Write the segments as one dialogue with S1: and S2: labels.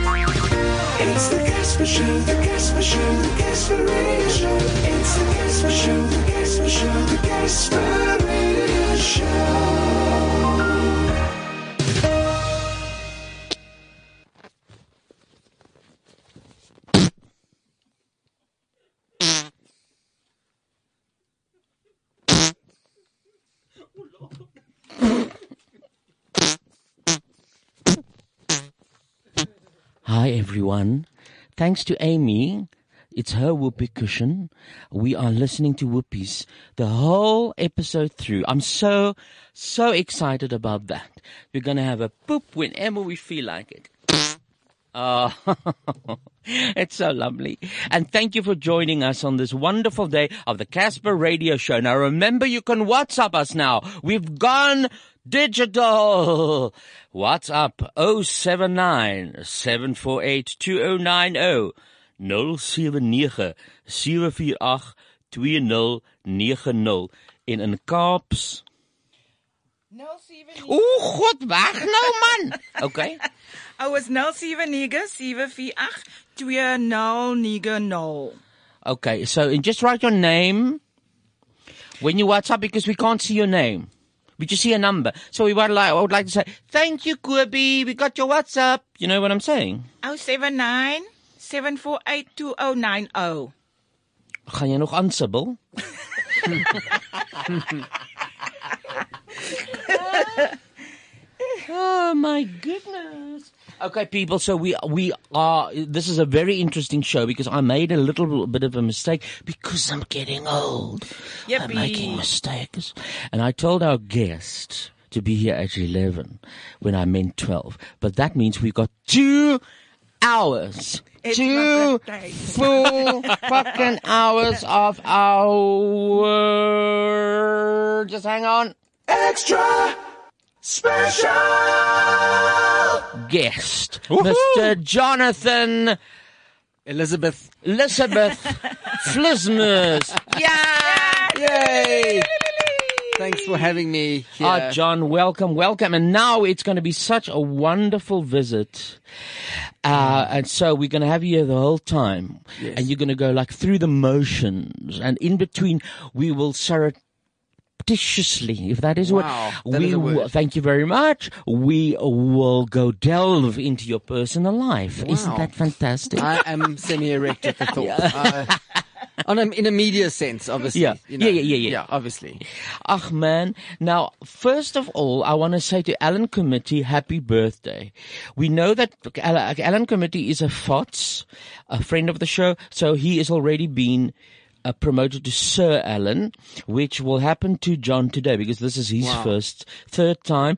S1: It's the Casper Show, the Casper Show, the Casper Radio Show. It's the Casper Show, the Casper Show, the Casper Radio Show.
S2: Hi, everyone. Thanks to Amy. It's her whoopee cushion. We are listening to whoopies the whole episode through. I'm so, so excited about that. We're going to have a poop whenever we feel like it. Oh, it's so lovely. And thank you for joining us on this wonderful day of the Casper Radio Show. Now remember, you can WhatsApp us now. We've gone digital. WhatsApp 079 748 2090 079 748 2090 in een Kaaps. Oeh, god, weg nou man. Oké.
S3: Ou is 0797482090.
S2: Okay, so and just write your name when you WhatsApp because we can't see your name. We just see a number. So we would like, I would like to say, thank you, Kubi. We got your WhatsApp. You know what I'm saying?
S3: 079 748 2090.
S2: Gaan jy nog aansibbel? oh my goodness. Okay, people. So we we are. This is a very interesting show because I made a little bit of a mistake because I'm getting old. I'm
S3: Yippee.
S2: making mistakes, and I told our guest to be here at eleven when I meant twelve. But that means we got two hours.
S3: It's
S2: two
S3: not that day.
S2: full fucking hours of our. Just hang on.
S1: Extra special.
S2: guest, Mr. Jonathan
S4: Elizabeth.
S2: Elizabeth Flismers.
S4: Yeah! Yay! Thanks for having me here.
S2: Ah, John, welcome, welcome. And now it's going to be such a wonderful visit. Uh, and so we're going to have you here the whole time. And you're going to go like through the motions. And in between, we will surreptitiously, if that is
S4: Wow,
S2: what
S4: that
S2: we
S4: is a word.
S2: will- thank you very much. We will go delve into your personal life. Isn't
S4: Wow.
S2: that fantastic?
S4: I am semi-erect at the thought. Uh, on a, in a media sense, obviously.
S2: Yeah.
S4: you know.
S2: Yeah, yeah, yeah, yeah.
S4: Yeah, obviously.
S2: Ach man. Now, first of all, I want to say to Alan Committee, happy birthday. We know that Al- Alan Committee is a FOTS, a friend of the show, so he has already been uh, promoted to Sir Alan, which will happen to John today because this is his first, third time.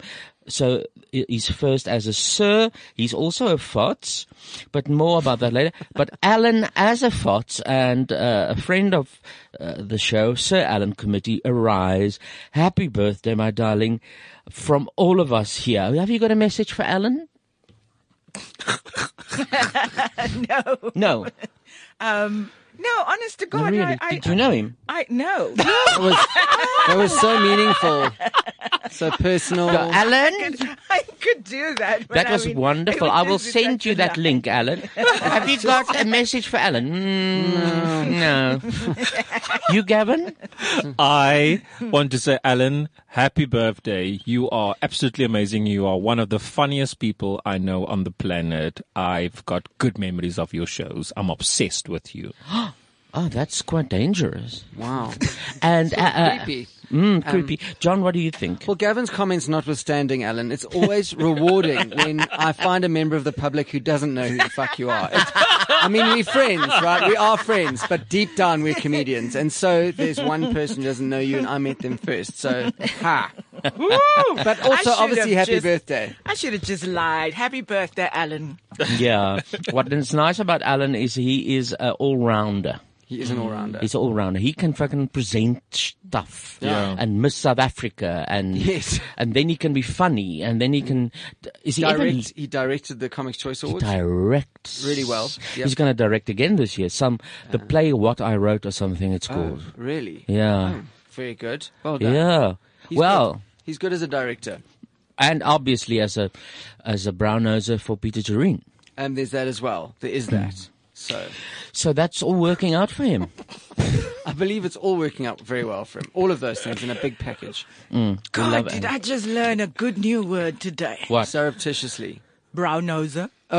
S2: So i- he's first as a sir. He's also a FOTS, but more about that later. But Alan, as a FOTS and uh, a friend of uh, the show, Sir Alan Committee, arise. Happy birthday, my darling, from all of us here. Have you got a message for Alan? no. No.
S3: um, No, honest to God,
S2: Really?
S3: I, I,
S2: Did you know him?
S3: I no.
S4: That was, that was so meaningful. So personal.
S2: Alan?
S3: I could do that. but
S2: That
S3: I
S2: was
S3: mean,
S2: wonderful.
S3: it
S2: I
S3: would
S2: will
S3: just be
S2: send
S3: such
S2: you
S3: a
S2: that
S3: lie.
S2: link, Alan. Have you got a message for Alan? Mm, no. you, Gavin?
S5: I want to say, Alan, happy birthday. You are absolutely amazing. You are one of the funniest people I know on the planet. I've got good memories of your shows. I'm obsessed with you.
S2: Oh, that's quite dangerous.
S4: Wow.
S2: And uh, uh,
S4: Creepy. Um,
S2: mm, creepy. John, what do you think?
S4: Well, Gavin's comments notwithstanding, Alan, it's always rewarding when I find a member of the public who doesn't know who the fuck you are. It's, I mean, we're friends, right? We are friends, but deep down we're comedians. And so there's one person who doesn't know you, and I met them first. So, ha. But
S3: I
S4: also,
S3: should
S4: obviously,
S3: have
S4: happy
S3: just-
S4: birthday.
S3: I should have just lied. Happy birthday, Alan.
S2: yeah. What is nice about Alan is he is an all rounder.
S4: He is an all-rounder.
S2: He's an all rounder. He can fucking present stuff
S5: Yeah.
S2: and miss South Africa and
S4: Yes.
S2: and then he can be funny and then he can is he ever
S4: Direct, he directed the Comics Choice Awards.
S2: directs
S4: Really well. Yep.
S2: He's going to direct again this year. Some the play What I Wrote or something it's called.
S4: Oh, Really? Oh,
S2: Yeah.
S4: Very good. Well done.
S2: Yeah.
S4: He's
S2: well,
S4: good. he's good as a director.
S2: and obviously as a as a brown noser for Peter Turin.
S4: And there's that as well. There is that. So
S2: So that's all working out for him.
S4: I believe it's all working out very well for him. All of those things in a big package.
S2: Mm.
S3: God, did I just learn a good new word today?
S2: What?
S4: Surreptitiously.
S3: Brown noser.
S2: Uh,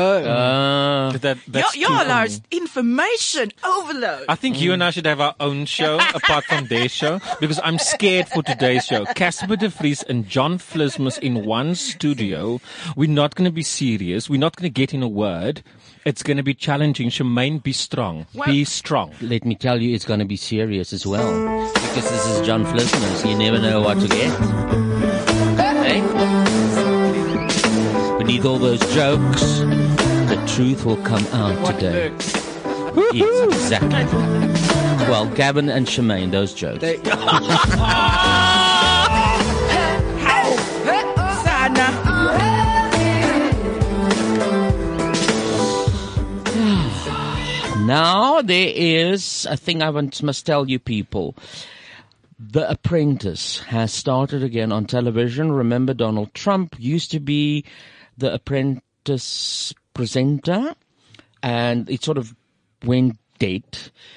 S5: Mm. That, that's
S3: Y'all
S5: too
S3: y'all are
S5: funny.
S3: information overload.
S5: I think you and I should have our own show apart from their show because I'm scared for today's show. Casper de Vries and John Flismus in one studio. We're not going to be serious. We're not going to get in a word. It's going to be challenging. Shemaine, be strong. Be strong.
S2: let me tell you, it's going to be serious as well because this is John Flismus. You never know what to get. Eh? Beneath all those jokes, the truth will come out today. Yes, exactly. Well, Gavin and Shemaine, those jokes.
S4: They,
S3: Sana.
S2: Now there is a thing I want, must tell you people. The Apprentice has started again on television. Remember Donald Trump used to be the Apprentice presenter and it sort of went dead.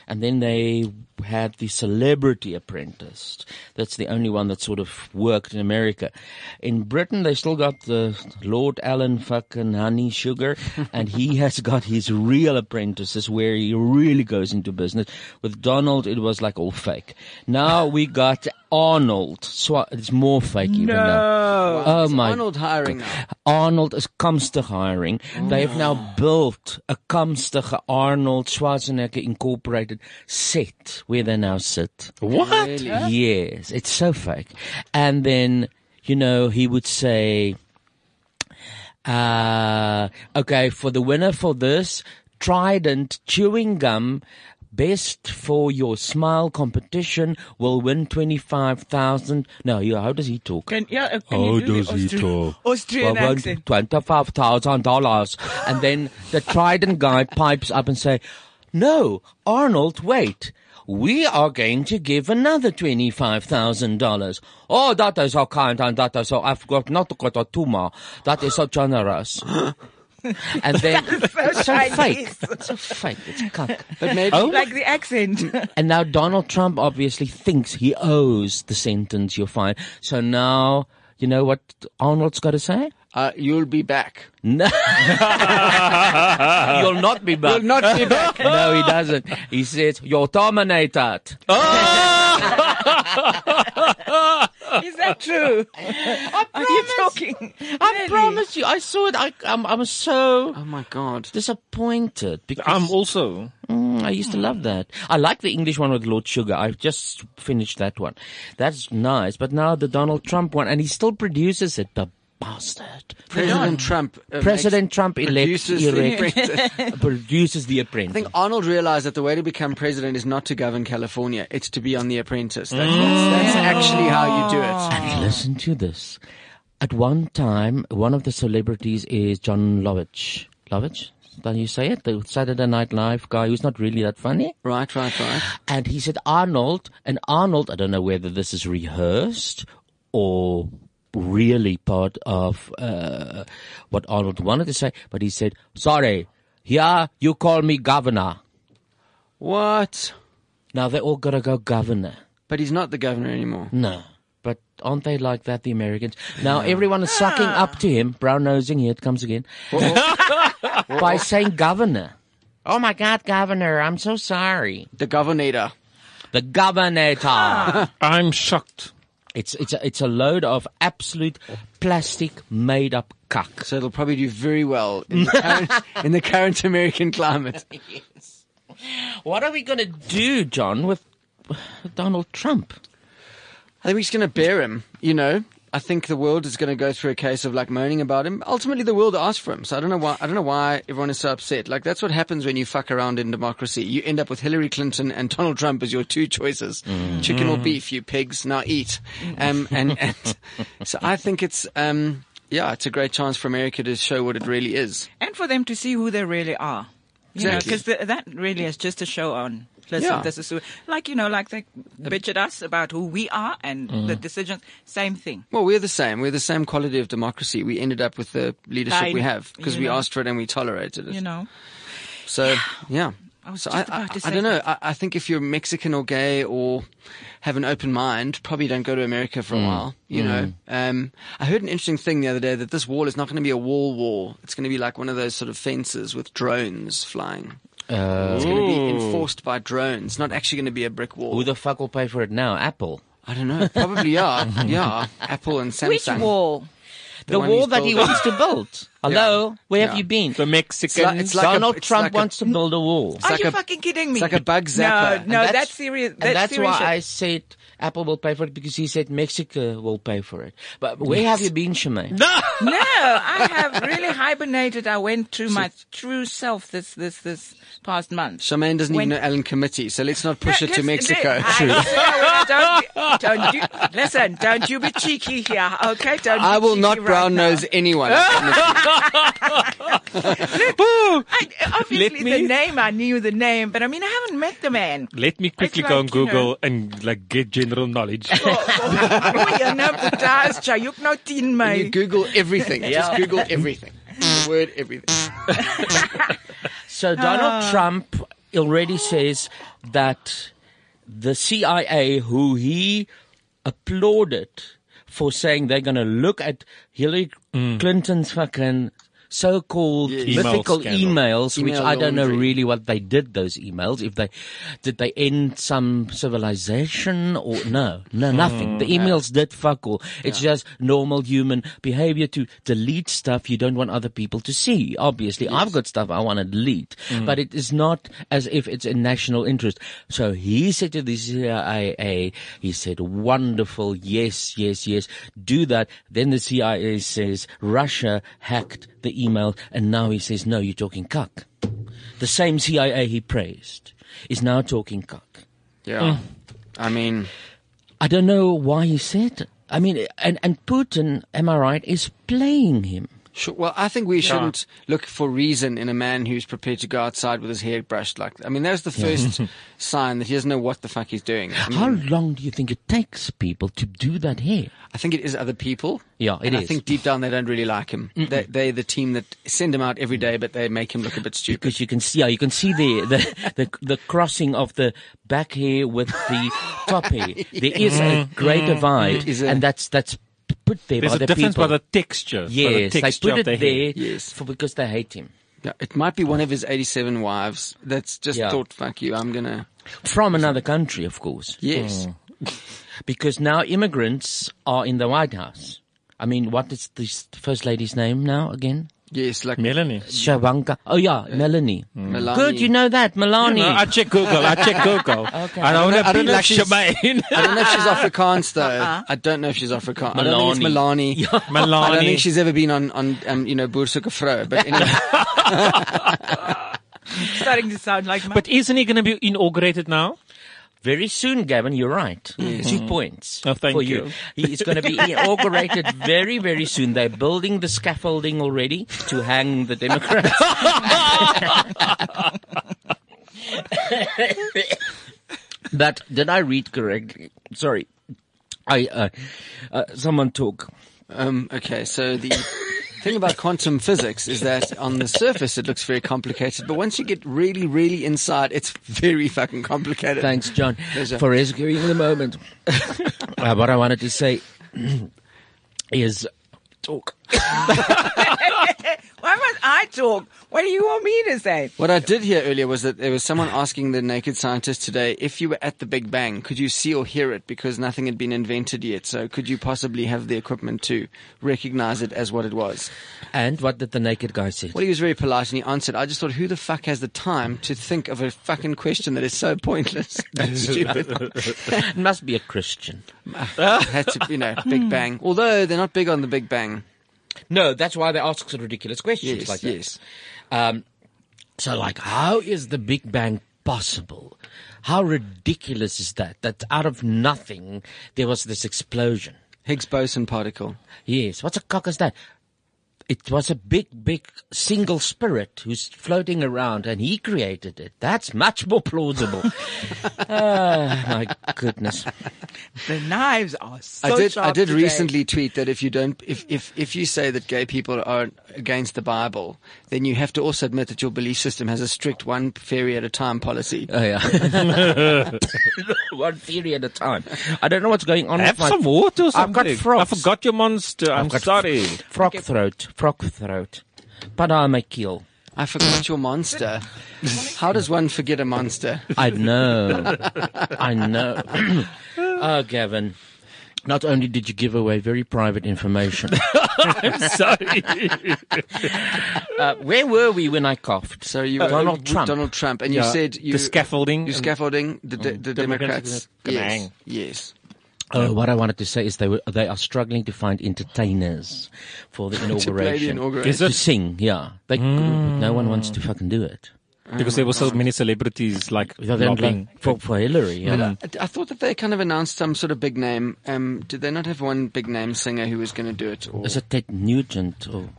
S2: And then they had the Celebrity Apprentice. That's the only one that sort of worked in America. In Britain, they still got the Lord Allen fucking Honey Sugar, and he has got his real apprentices where he really goes into business. With Donald, it was like all fake. Now we got Arnold. So it's more fake even now. Oh my
S4: Arnold hiring now.
S2: Arnold is Kamstig hiring. they have now built a Kamstig Arnold Schwarzenegger Incorporated set where they now sit.
S5: What?
S2: Yes, it's so fake. And then, you know, he would say, uh, okay, for the winner for this, Trident chewing gum, best for your smile competition will win 25,000. No, you- how does he talk?
S3: Can, yeah, uh, can you do the Austra- Austrian
S2: Oh, Well, one-
S3: accent.
S2: $25,000. And then the Trident guy pipes up and say, no, Arnold, wait. We are going to give another $25,000. Oh, that is so kind and that is so, I've got not got a tumor. That is so generous. And then, it's so fake.
S3: Chinese.
S2: It's so fake. It's cuck.
S4: But maybe
S5: Oh?
S3: Like the accent.
S2: And now Donald Trump obviously thinks he owes the sentence you're fine. So now, you know what Arnold's got to say?
S4: uh, you'll be back.
S2: No. You'll not be back.
S4: You'll not be back.
S2: no, he doesn't. He says, you're terminated.
S4: Oh.
S3: Is that true? Are you joking?
S2: I
S3: Really?
S2: promise you. I saw it. I, I'm, I'm so
S4: Oh my god.
S2: disappointed because
S5: I'm also.
S2: Mm, I used to love that. I like the English one with Lord Sugar. I've just finished that one. That's nice. But now the Donald Trump one, and he still produces it, the bastard.
S4: President Trump. uh,
S2: President
S4: makes-
S2: Trump elects,
S4: produces the
S2: erect,
S4: apprentice.
S2: produces the
S4: I
S2: apprentice.
S4: think Arnold realized that the way to become president is not to govern California; it's to be on The Apprentice. That's, that's,
S2: Mm.
S4: that's actually how you do it.
S2: And listen to this. At one time, one of the celebrities is John Lovitch. Lovitch? Don't you say it? The Saturday Night Live guy who's not really that funny.
S4: Right, right, right.
S2: And he said Arnold, and Arnold, I don't know whether this is rehearsed or really part of uh, what Arnold wanted to say, but he said, sorry, yeah, you call me governor.
S4: What?
S2: Now they all gotta go governor.
S4: But he's not the governor anymore.
S2: No. But aren't they like that, the Americans? Now everyone is sucking up to him, brown nosing, here it comes again, by saying governor. Oh my God, governor, I'm so sorry.
S4: The governor.
S2: The governor.
S5: I'm shocked.
S2: it's, it's, a, it's a load of absolute plastic made up cuck.
S4: So it'll probably do very well in the current, in the current American climate.
S2: What are we going to do, John, with Donald Trump?
S4: I think we're just going to bear him, you know. I think the world is going to go through a case of like moaning about him. Ultimately, the world asked for him, so I don't know why. I don't know why everyone is so upset. Like that's what happens when you fuck around in democracy. You end up with Hillary Clinton and Donald Trump as your two choices:
S2: Mm.
S4: chicken or beef. You pigs, now eat. Um, and, and so I think it's um, yeah, it's a great chance for America to show what it really is.
S3: and for them to see who they really are. You know,
S4: Exactly.
S3: 'cause because that really is just a show on. Listen,
S4: Yeah.
S3: this is who, like you know, like they bitch at us about who we are and
S5: Mm-hmm.
S3: the decisions. Same thing.
S4: Well, we're the same. We're the same quality of democracy. We ended up with the leadership
S3: I-
S4: we have because
S3: you
S4: we
S3: know.
S4: asked for it and we tolerated it.
S3: You know,
S4: So yeah.
S3: I was
S4: so
S3: just
S4: I,
S3: about to
S4: I, I
S3: say
S4: don't know.
S3: that.
S4: I, I think if you're Mexican or gay or have an open mind, probably don't go to America for a while. You know. Um, I heard an interesting thing the other day that this wall is not going to be a wall war. It's going to be like one of those sort of fences with drones flying.
S2: Uh.
S4: it's going to be enforced by drones. Not actually going to be a brick wall.
S2: Who the fuck will pay for it now? Apple.
S4: I don't know. Probably yeah, yeah. Apple and Samsung.
S3: which wall?
S2: The,
S4: one
S2: wall
S4: he's
S2: that he
S4: building.
S2: wants to build. Hello, where have
S4: Yeah.
S2: you been?
S5: The Mexican.
S4: like- it's like-
S2: Donald
S4: a- it's
S2: Trump
S4: like a-
S2: wants to build a wall.
S3: Are
S4: like
S3: you
S4: a-
S3: fucking kidding me?
S4: it's like a bug
S3: No,
S4: zapper.
S3: no, that's, serious.
S2: and
S3: That's,
S2: that's
S3: serious.
S2: why
S3: shit.
S2: I said Apple will pay for it because he said Mexico will pay for it. But where have you been, Shemaine?
S3: no, I have really hibernated. I went to my true self this this this past month.
S4: Charmaine doesn't
S3: When-
S4: even know Alan Committee, so let's not push it to
S3: Listen,
S4: Mexico.
S3: I swear, don't, don't you, listen, don't you be cheeky here, okay? Don't
S4: I
S3: be
S4: will
S3: cheeky
S4: not
S3: right
S4: brown
S3: now.
S4: nose anyone. I promise.
S3: I, obviously,
S5: me-
S3: the name, I knew the name, but I mean, I haven't met the man.
S5: Let me quickly
S3: It's
S5: go
S3: like,
S5: on
S3: you know-
S5: Google and like get general knowledge.
S3: oh, you know, the guys, tja, you've no teen,
S4: And you
S3: mate.
S4: Google everything. Just Google everything. The word everything.
S2: So Donald Trump already says that the CIA, who he applauded for saying they're going to look at Hillary Clinton's fucking so-called
S5: Email
S2: mythical
S5: scandal.
S2: emails, which
S4: Email
S2: I don't know
S4: laundry.
S2: really what they did. Those emails, if they did they end some civilization or no, no,
S4: Mm,
S2: nothing. The emails did fuck all. It's just normal human behavior to delete stuff you don't want other people to see. Obviously, I've got stuff I want to delete, but it is not as if it's a national interest. So he said to the CIA, he said, "Wonderful, yes, yes, yes, do that." Then the CIA says Russia hacked the email, and now he says, "No, you're talking cuck." The same CIA he praised is now talking cock.
S5: Hmm.
S4: Yeah. I mean,
S2: I don't know why he said. it. I mean, and, and Putin, am I right, is playing him.
S4: sure, well, I think we shouldn't look for reason in a man who's prepared to go outside with his hair brushed like that. I mean, that was the first sign that he doesn't know what the fuck he's doing. I, mean,
S2: How long do you think it takes people to do that here?
S4: I think it is other people.
S2: Yeah, it
S4: and I
S2: is.
S4: think deep down they don't really like him. They, they're the team that send him out every day, but they make him look a bit stupid.
S2: Because you can see, yeah, you can see the, the, the, the crossing of the back hair with the top hair. There is a great divide,
S4: is a-
S2: and that's, that's put there
S5: Mm-hmm. There's
S2: by
S5: a
S2: the
S5: difference
S2: people.
S5: by the texture. by
S2: yes,
S5: the texture
S2: they put
S5: of
S2: it
S5: the hair.
S2: there
S4: Yes.
S2: for, because they hate him.
S4: Yeah, it might be one of his 87 wives that's just
S2: Yeah.
S4: thought, fuck you, I'm going to.
S2: From another country, of course. Mm.
S4: Yes.
S2: because now immigrants are in the White House. I mean, what is this first lady's name now again?
S4: Yes, like
S5: Melanie.
S2: Shabanka. Oh yeah, Melanie.
S4: Melania.
S2: Good, you know that, Melania.
S5: No, I check Google. I check Google. okay. I
S4: I
S5: don't want to
S4: don't
S5: be
S4: know
S5: like
S4: if she's-
S5: Shemaine.
S4: I don't know if she's Afrikaans though.
S2: Uh-uh.
S4: I don't know if she's Afrikaans. I don't think it's Milani. I don't
S5: Melanie.
S4: think she's ever been on, on um, you know, Boersoeke Vrou. But anyway,
S3: starting to sound like my.
S5: But isn't he going to be inaugurated now?
S2: Very soon, Gavin, you're right. Two points
S5: Oh, thank
S2: for
S5: you.
S2: you. He is going to be inaugurated very, very soon. They're building the scaffolding already to hang the Democrats. but did I read correctly? Sorry. I uh, uh, someone talk.
S4: um, okay. So the thing about quantum physics is that on the surface it looks very complicated, but once you get really, really inside, it's very fucking complicated.
S2: Thanks, John, for rescuing the moment. Uh, what I wanted to say is talk.
S3: Why must I talk? What do you want me to say?
S4: What I did hear earlier was that there was someone asking the naked scientist today if you were at the Big Bang, could you see or hear it because nothing had been invented yet? So could you possibly have the equipment to recognize it as what it was?
S2: And what did the naked guy say?
S4: Well, he was very polite and he answered. I just thought, who the fuck has the time to think of a fucking question that is so pointless and stupid?
S2: It must be a Christian.
S4: Had to, you know, Big Bang. Although they're not big on the Big Bang.
S2: No, that's why they ask such ridiculous questions
S4: Yes,
S2: like that.
S4: yes.
S2: Um, so, like, how is the Big Bang possible? How ridiculous is that? That out of nothing there was this explosion.
S4: Higgs boson particle.
S2: Yes, what's a cock is that? It was a big, big single spirit who's floating around, and he created it. That's much more plausible. Ah, my goodness.
S3: The knives are so
S4: I did.
S3: sharp
S4: I did
S3: today.
S4: recently tweet that if you don't, if, if if you say that gay people are against the Bible, then you have to also admit that your belief system has a strict one fairy at a time policy.
S2: Oh yeah. One theory at a time. I don't know what's going on.
S5: Have
S2: with my,
S5: some water or something.
S2: I've got frogs.
S5: I forgot your monster. I'm
S2: I've got
S5: sorry.
S2: frog throat. Frog throat. But I may kill.
S4: I forgot your monster. How does one forget a monster?
S2: I know. I know. oh, Gavin. Not only did you give away very private information.
S5: I'm sorry.
S2: Uh, where were we when I coughed? Uh,
S4: So you were
S2: Donald
S4: with
S2: Trump.
S4: Donald Trump, and you
S5: Yeah,
S4: said you
S5: the scaffolding
S4: You
S5: and- Mm.
S4: scaffolding the de- the Democrats.
S5: Democrats
S4: Yes.
S5: gang.
S4: Yes.
S2: Oh, what I wanted to say is they were, they are struggling to find entertainers for the
S4: To play the
S2: inauguration.
S5: Is
S4: inauguration.
S2: To
S5: it
S2: sing, yeah. They,
S5: Hmm.
S2: No one wants to fucking do it.
S5: because there were so
S2: Oh
S5: many celebrities like
S2: They're gonna
S5: lobbying?
S2: go for, for Hillary. Yeah. Mm.
S4: I I thought that they kind of announced some sort of big name. Um, did they not have one big name singer who was going to do it? Or?
S2: Is it Ted Nugent or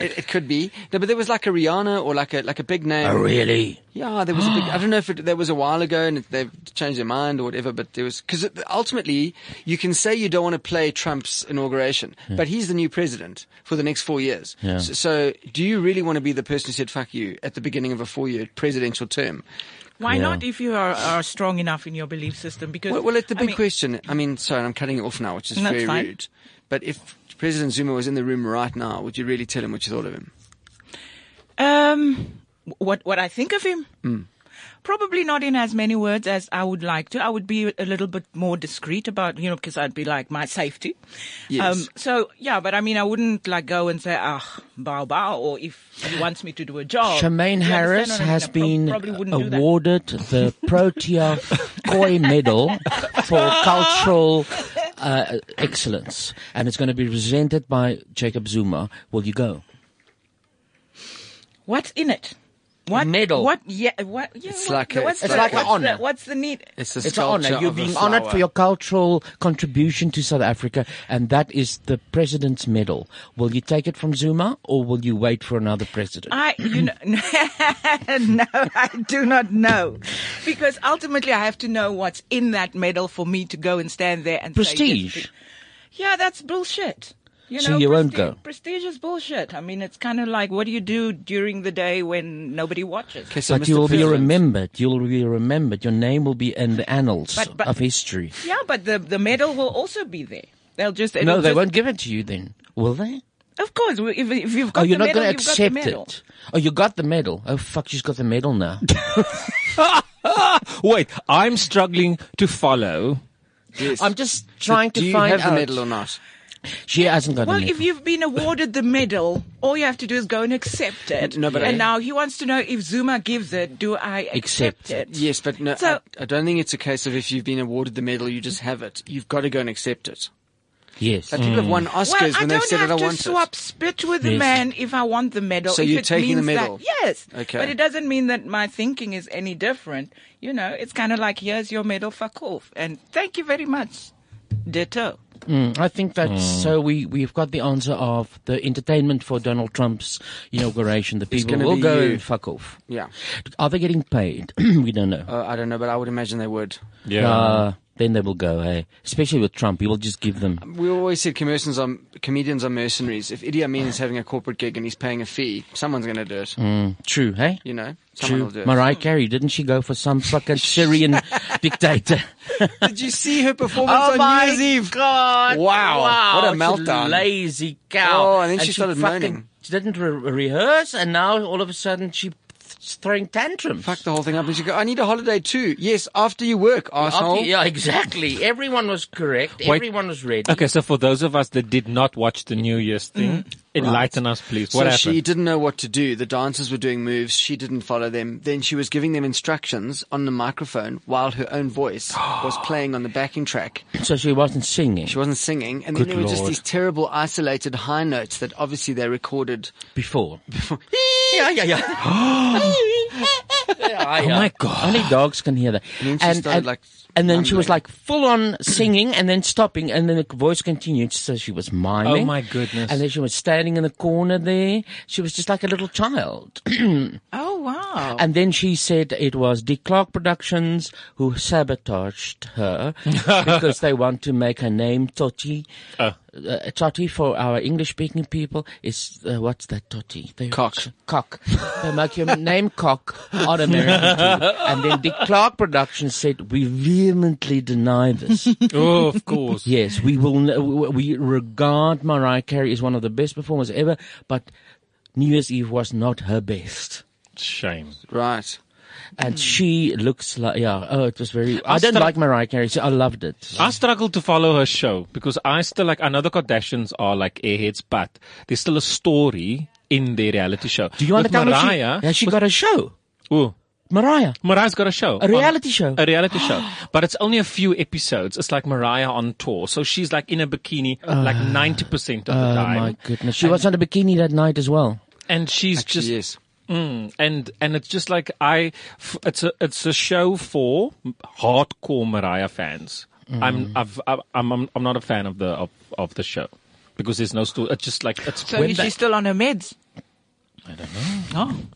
S4: It, it could be. No, but there was like a Rihanna or like a like a big name.
S2: Oh, really?
S4: Yeah, there was a big. I don't know if it, that was a while ago and they've changed their mind or whatever. But there was because ultimately you can say you don't want to play Trump's inauguration, but he's the new president for the next four years.
S2: Hmm. Yeah.
S4: So, so do you really want to be the person who said "fuck you" at the beginning of a four-year presidential term?
S3: Why
S2: Yeah.
S3: not if you are, are strong enough in your belief system? Because
S4: Well, well it's the
S3: I
S4: big
S3: mean,
S4: question. I mean, sorry, I'm cutting you off now, which is
S3: That's
S4: very
S3: fine.
S4: rude. But if President Zuma was in the room right now, would you really tell him what you thought of him?
S3: Um, what what I think of him?
S2: Mm.
S3: Probably not in as many words as I would like to. I would be a little bit more discreet about, you know, because I'd be like my safety. Um,
S4: Yes.
S3: so yeah, but I mean, I wouldn't like go and say ah bow bow, or if he wants me to do a job.
S2: Charmaine
S3: Do Oh, you understand what
S2: Harris
S3: I mean?
S2: has
S3: I prob-
S2: been
S3: probably wouldn't do that.
S2: awarded the Protea Koi Medal for cultural uh, excellence, and it's going to be presented by Jacob Zuma. Will you go?
S3: What's in it? What
S2: medal.
S3: What? Yeah. What? Yeah,
S4: It's
S3: what-
S4: like a-
S3: what's
S4: it's
S3: the-
S4: like an
S3: what's
S2: honor.
S3: the- What's the need?
S4: It's the
S2: It's an honor. You're being honored for your cultural contribution to South Africa, and that is the President's Medal. Will you take it from Zuma, or will you wait for another president?
S3: I, you know, no, I do not know, because ultimately I have to know what's in that medal for me to go and stand there and say yes,
S2: Prestige.
S3: pre- yeah, that's bullshit. You
S2: So
S3: know,
S2: you won't
S3: presti-
S2: go?
S3: Prestige is bullshit. I mean, it's kind of like what do you do during the day when nobody watches?
S4: Okay, so
S2: But you
S4: Mr.
S2: will be
S4: President,
S2: remembered. You will be remembered. Your name will be in the annals
S3: But- but-
S2: of history.
S3: Yeah, but the the medal will also be there. They'll just it'll
S2: No, they
S3: just-
S2: won't give it to you then, will they?
S3: Of course, if, if you've got
S2: Oh, you're
S3: the
S2: not
S3: medal,
S2: going to
S3: you've got the
S2: accept
S3: medal.
S2: it. Oh, you got the medal. Oh, fuck, she's got the medal now.
S5: Wait, I'm struggling to follow.
S4: yes.
S2: I'm just trying
S4: Do
S2: to
S4: you
S2: find
S4: have
S2: out.
S4: the medal or not?
S2: She hasn't got
S3: Well,
S2: the medal.
S3: if you've been awarded the medal, all you have to do is go and accept it.
S4: No, but I-
S3: and now he wants to know if Zuma gives it, do I accept,
S2: Accept it.
S3: it?
S4: Yes, but no,
S3: So-
S4: I, I don't think it's a case of if you've been awarded the medal, you just have it. You've got to go and accept it.
S2: yes.
S4: But people have won
S3: Well,
S4: Oscars
S3: I
S4: when they've
S3: don't
S4: said
S3: have
S4: that I
S3: to
S4: want
S3: swap
S4: it.
S3: spit with the
S2: Yes.
S3: man if I want the medal.
S4: So
S3: if
S4: you're
S3: it
S4: taking the
S3: means that-
S4: medal?
S3: yes.
S4: Okay.
S3: But it doesn't mean that my thinking is any different. You know, it's kind of like, here's your medal, fuck off. And thank you very much. Ditto.
S2: mm, I think that's so. We we've got the answer of the entertainment for Donald Trump's inauguration. The people
S4: gonna
S2: will
S4: be
S2: go
S4: you.
S2: and fuck off.
S4: Yeah.
S2: Are they getting paid? we don't know.
S4: Uh, I don't know, but I would imagine they would.
S5: Yeah.
S2: Uh, then they will go, hey. Especially with Trump, he will just give them.
S4: We always said comedians are, comedians are mercenaries. If Idi Amin is having a corporate gig and he's paying a fee, someone's going to do it.
S2: mm, True, hey?
S4: You know, someone
S2: True.
S4: will do it.
S2: Mariah Carey, didn't she go for some fucking Syrian dictator?
S4: Did you see her performance on New Year's Eve?
S2: Oh God!
S4: Wow. What a
S2: she's
S4: meltdown.
S2: Lazy cow.
S4: Oh, and then she started
S2: fucking-
S4: moaning.
S2: She didn't re- rehearse, and now all of a sudden she's throwing tantrums.
S4: Fuck the whole thing up. And she go, I need a holiday too. Yes, after you work, asshole.
S2: After- yeah, exactly. Everyone was correct. Everyone was ready.
S5: Okay, so for those of us that did not watch the New Year's thing,
S2: Mm.
S5: enlighten us, please. What
S4: so
S5: happened?
S4: she didn't know what to do. The dancers were doing moves. She didn't follow them. Then she was giving them instructions on the microphone while her own voice was playing on the backing track.
S2: So she wasn't singing.
S4: She wasn't singing. And then there
S5: Good
S4: were just
S5: Lord.
S4: these terrible isolated high notes that obviously they recorded.
S2: Before. yeah, yeah, yeah. oh
S5: my God.
S2: Only dogs can hear that.
S4: then she started, like,
S2: and then she was
S4: mumbling.
S2: like full on singing and then stopping and then the voice continued so she was miming.
S5: Oh, my goodness.
S2: And then she was standing in the corner there. She was just like a little child.
S3: Oh wow!
S2: And then she said it was Dick Clark Productions who sabotaged her because they want to make her name Totti.
S5: Oh.
S2: Uh. Totti for our English speaking people is, uh, what's that Totti? They,
S4: Cock.
S2: Cock. They make your name Cock on American TV. And then Dick Clark Productions said, we vehemently deny this.
S5: oh, of course.
S2: Yes, we will. n- We we regard Mariah Carey as one of the best performers ever, but New Year's Eve was not her best,
S5: Shame.
S4: Right.
S2: and she looks like yeah. Oh, it was very. I,
S5: I
S2: don't
S5: still-
S2: like Mariah Carey, so I loved it.
S5: I struggle to follow her show because I still like. I know the Kardashians are like airheads, but there's still a story in their reality show.
S2: Do you
S5: With
S2: understand? what
S5: Mariah?
S2: She, yeah, she got a show.
S5: Ooh,
S2: Mariah.
S5: Mariah's got a show.
S2: A reality show.
S5: A reality show. But it's only a few episodes. It's like Mariah on tour. So she's like in a bikini like 90% of the
S2: Oh
S5: time.
S2: Uh, my goodness, she was on a bikini that night as well.
S5: And she's just
S4: yes.
S5: Mm, and and it's just like I, f- it's a it's a show for hardcore Mariah fans.
S2: Mm.
S5: I'm I've, I've- I'm I'm I'm not a fan of the of, of the show because there's no story. It's just like it's
S3: so is she still on her meds?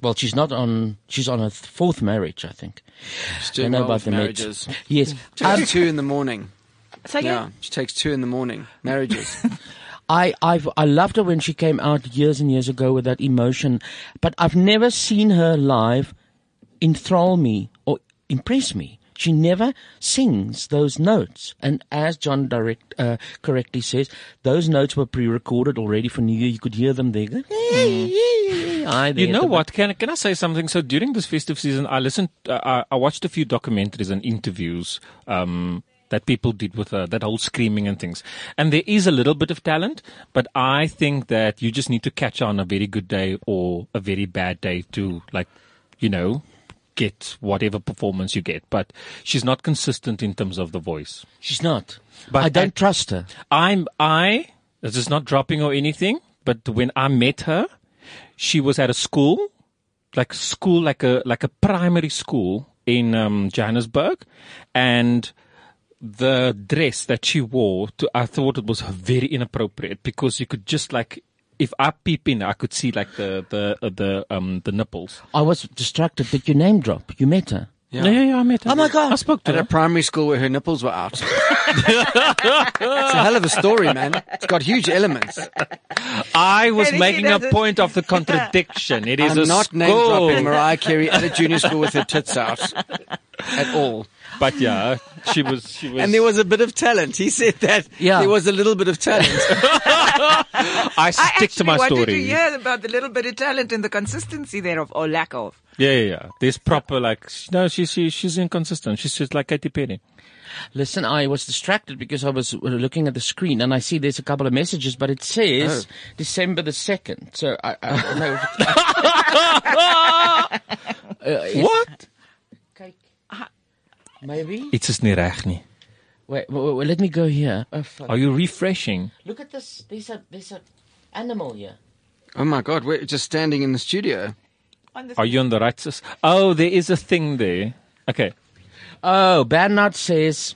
S2: Well, she's not on. She's on her th- fourth marriage, I think.
S4: She's
S2: I
S4: doing
S2: know
S4: well
S2: about
S4: with
S2: the
S4: marriages.
S2: marriages. Yes, Um,
S4: Takes two in the morning.
S3: So
S4: Yeah.
S3: yeah.
S4: She takes two in the morning. Marriages.
S2: I I've, I loved her when she came out years and years ago with that emotion, but I've never seen her live enthrall me or impress me. She never sings those notes, and as John direct, uh, correctly says, those notes were pre-recorded already for New Year. You could hear them there. Aye, there
S5: You
S2: at
S5: know
S2: the
S5: what? Can can I say something? So during this festive season, I listened. Uh, I, I watched a few documentaries and interviews um, that people did with her, that whole screaming and things. And there is a little bit of talent, but I think that you just need to catch on a very good day or a very bad day to like, you know, get whatever performance you get. But she's not consistent in terms of the voice.
S2: She's not.
S5: But
S2: I don't
S5: at-
S2: trust her.
S5: I'm I this is not dropping or anything, but when I met her, she was at a school, like school, like a like a primary school in um, Johannesburg, and the dress that she wore, to, I thought it was very inappropriate because you could just like. If I peep in, I could see like the the uh, the um the nipples.
S2: I was distracted. Did you name drop? You met her.
S5: Yeah, yeah, yeah I met her. Oh my god! I spoke to
S4: At
S5: her.
S4: a primary school where her nipples were out. it's a hell of a story, man. It's got huge elements.
S5: I was
S3: And she
S5: making a
S3: doesn't-
S5: point of the contradiction. It is
S4: I'm
S5: a
S4: not
S5: school.
S4: name dropping Mariah Carey at a junior school with her tits out at all.
S5: But yeah, she was. She was.
S4: And there was a bit of talent. He said that
S2: Yeah.
S4: there was a little bit of talent.
S3: Oh.
S5: I
S3: I
S5: stick to
S3: actually
S5: my
S3: wanted to
S5: story. Yeah,
S3: hear about the little bit of talent and the consistency thereof or lack of.
S5: yeah, yeah. There's proper like sh- no, she she she's inconsistent. She's just like Katy Perry.
S2: Listen, I was distracted because I was uh, looking at the screen and I see there's a couple of messages, but it
S5: Oh.
S2: says December the 2nd. So I, I don't know. Uh,
S5: What?
S2: Uh-huh. Maybe?
S5: It's just nie reg nie.
S2: Wait, wait, wait, let me go here. Oh, fuck.
S5: Are you refreshing?
S2: Look at this. There's a, there's a animal here.
S4: oh my God, we're just standing in the studio.
S5: Are you on the right? s- Oh, there is a thing there. Okay.
S2: Oh, Bernard says,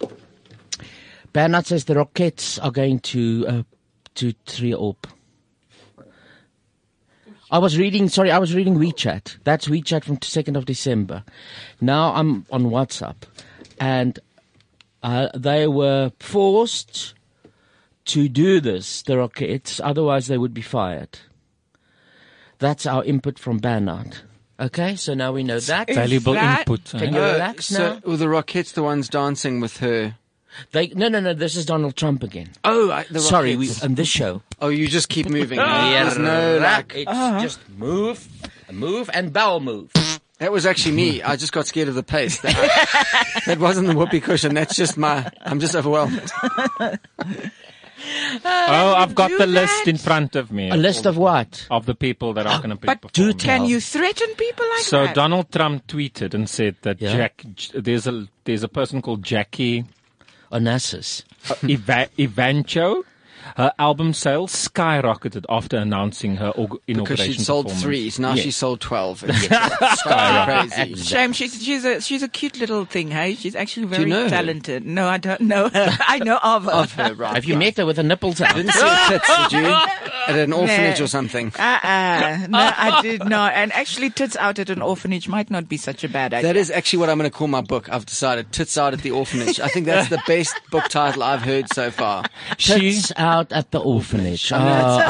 S2: Bernard says the Rockets are going to, uh, to three up. I was reading, sorry, I was reading WeChat. That's WeChat from 2nd of December. Now I'm on WhatsApp and Uh, they were forced to do this, the Rockettes, otherwise they would be fired. That's our input from Barnard. Okay, so now we know that.
S5: Valuable
S3: that-
S5: input. eh?
S2: Can you relax
S4: Uh, so
S2: now?
S4: were the Rockettes the ones dancing with her?
S2: They, no, no, no, this is Donald Trump again.
S4: Oh, I, the
S2: Sorry, we,
S4: Rockettes.
S2: on this show.
S4: Oh, you just keep moving. eh? There's no Uh-huh. like.
S2: It's just move, move, and bowel move.
S4: That was actually me. I just got scared of the pace. That, uh, that wasn't the whoopee cushion. That's just my. I'm just overwhelmed.
S5: Oh, I've got
S3: do
S5: the
S3: that.
S5: list
S3: Oh,
S5: in front of me.
S2: A list of what?
S5: of the people that are going to be
S3: But
S5: performing.
S3: can you threaten people like
S5: So
S3: that?
S5: Donald Trump tweeted and said that
S2: Yeah.
S5: Jack, J- there's a there's a person called Jackie Uh,
S2: Onassis.
S5: Eva- Evancho. Her album sales skyrocketed after announcing her org- inauguration.
S4: Because she sold
S5: performance.
S4: threes. Now
S5: Yes.
S4: she sold 12. It's fucking crazy.
S3: Ah, Shame, she's she's a she's a cute little thing, hey. She's actually very
S4: know her?
S3: talented. No, I don't know her. I know of her.
S4: Of her, right.
S2: Have you met her with her nipples out?
S4: Didn't see her tits, did you? At an orphanage or something.
S3: Uh-uh. No, I did not. And actually, tits out at an orphanage might not be such a bad idea.
S4: That is actually what I'm going to call my book. I've decided. Tits out at the orphanage. I think that's the best book title I've heard so far.
S5: She
S2: Tits out at the orphanage. Oh, I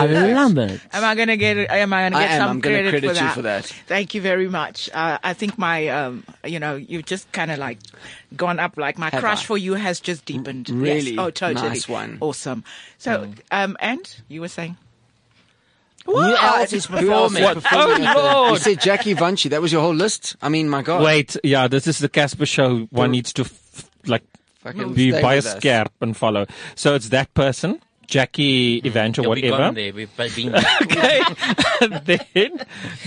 S4: that's-
S2: love it.
S3: Am I gonna get? Am I gonna
S4: I
S3: get
S4: am.
S3: some
S4: I'm gonna
S3: credit,
S4: credit
S3: for,
S4: you
S3: that?
S4: for that.
S3: Thank you very much. Uh, I think my, um, you know, you've just kind of like gone up. Like my
S4: Have
S3: crush
S4: I?
S3: for you has just deepened.
S4: R- really?
S3: Yes. Oh, totally.
S4: Nice one.
S3: Awesome. So, um, and you were saying.
S2: Who
S3: What?
S2: else is
S4: Who else is
S2: performing?
S4: performing
S5: Oh,
S4: at the- You
S5: Lord.
S4: said Jackie Vunchy. That was your whole list? I mean, my God.
S5: Wait, yeah, this is the Casper show. One needs to f- like
S4: Fucking
S5: be
S4: stay
S5: by a
S4: with us.
S5: scarp and follow. So it's that person, Jackie Evancho,
S2: We've Hmm. gone
S5: whatever.
S2: there. We've been there.
S5: Okay, then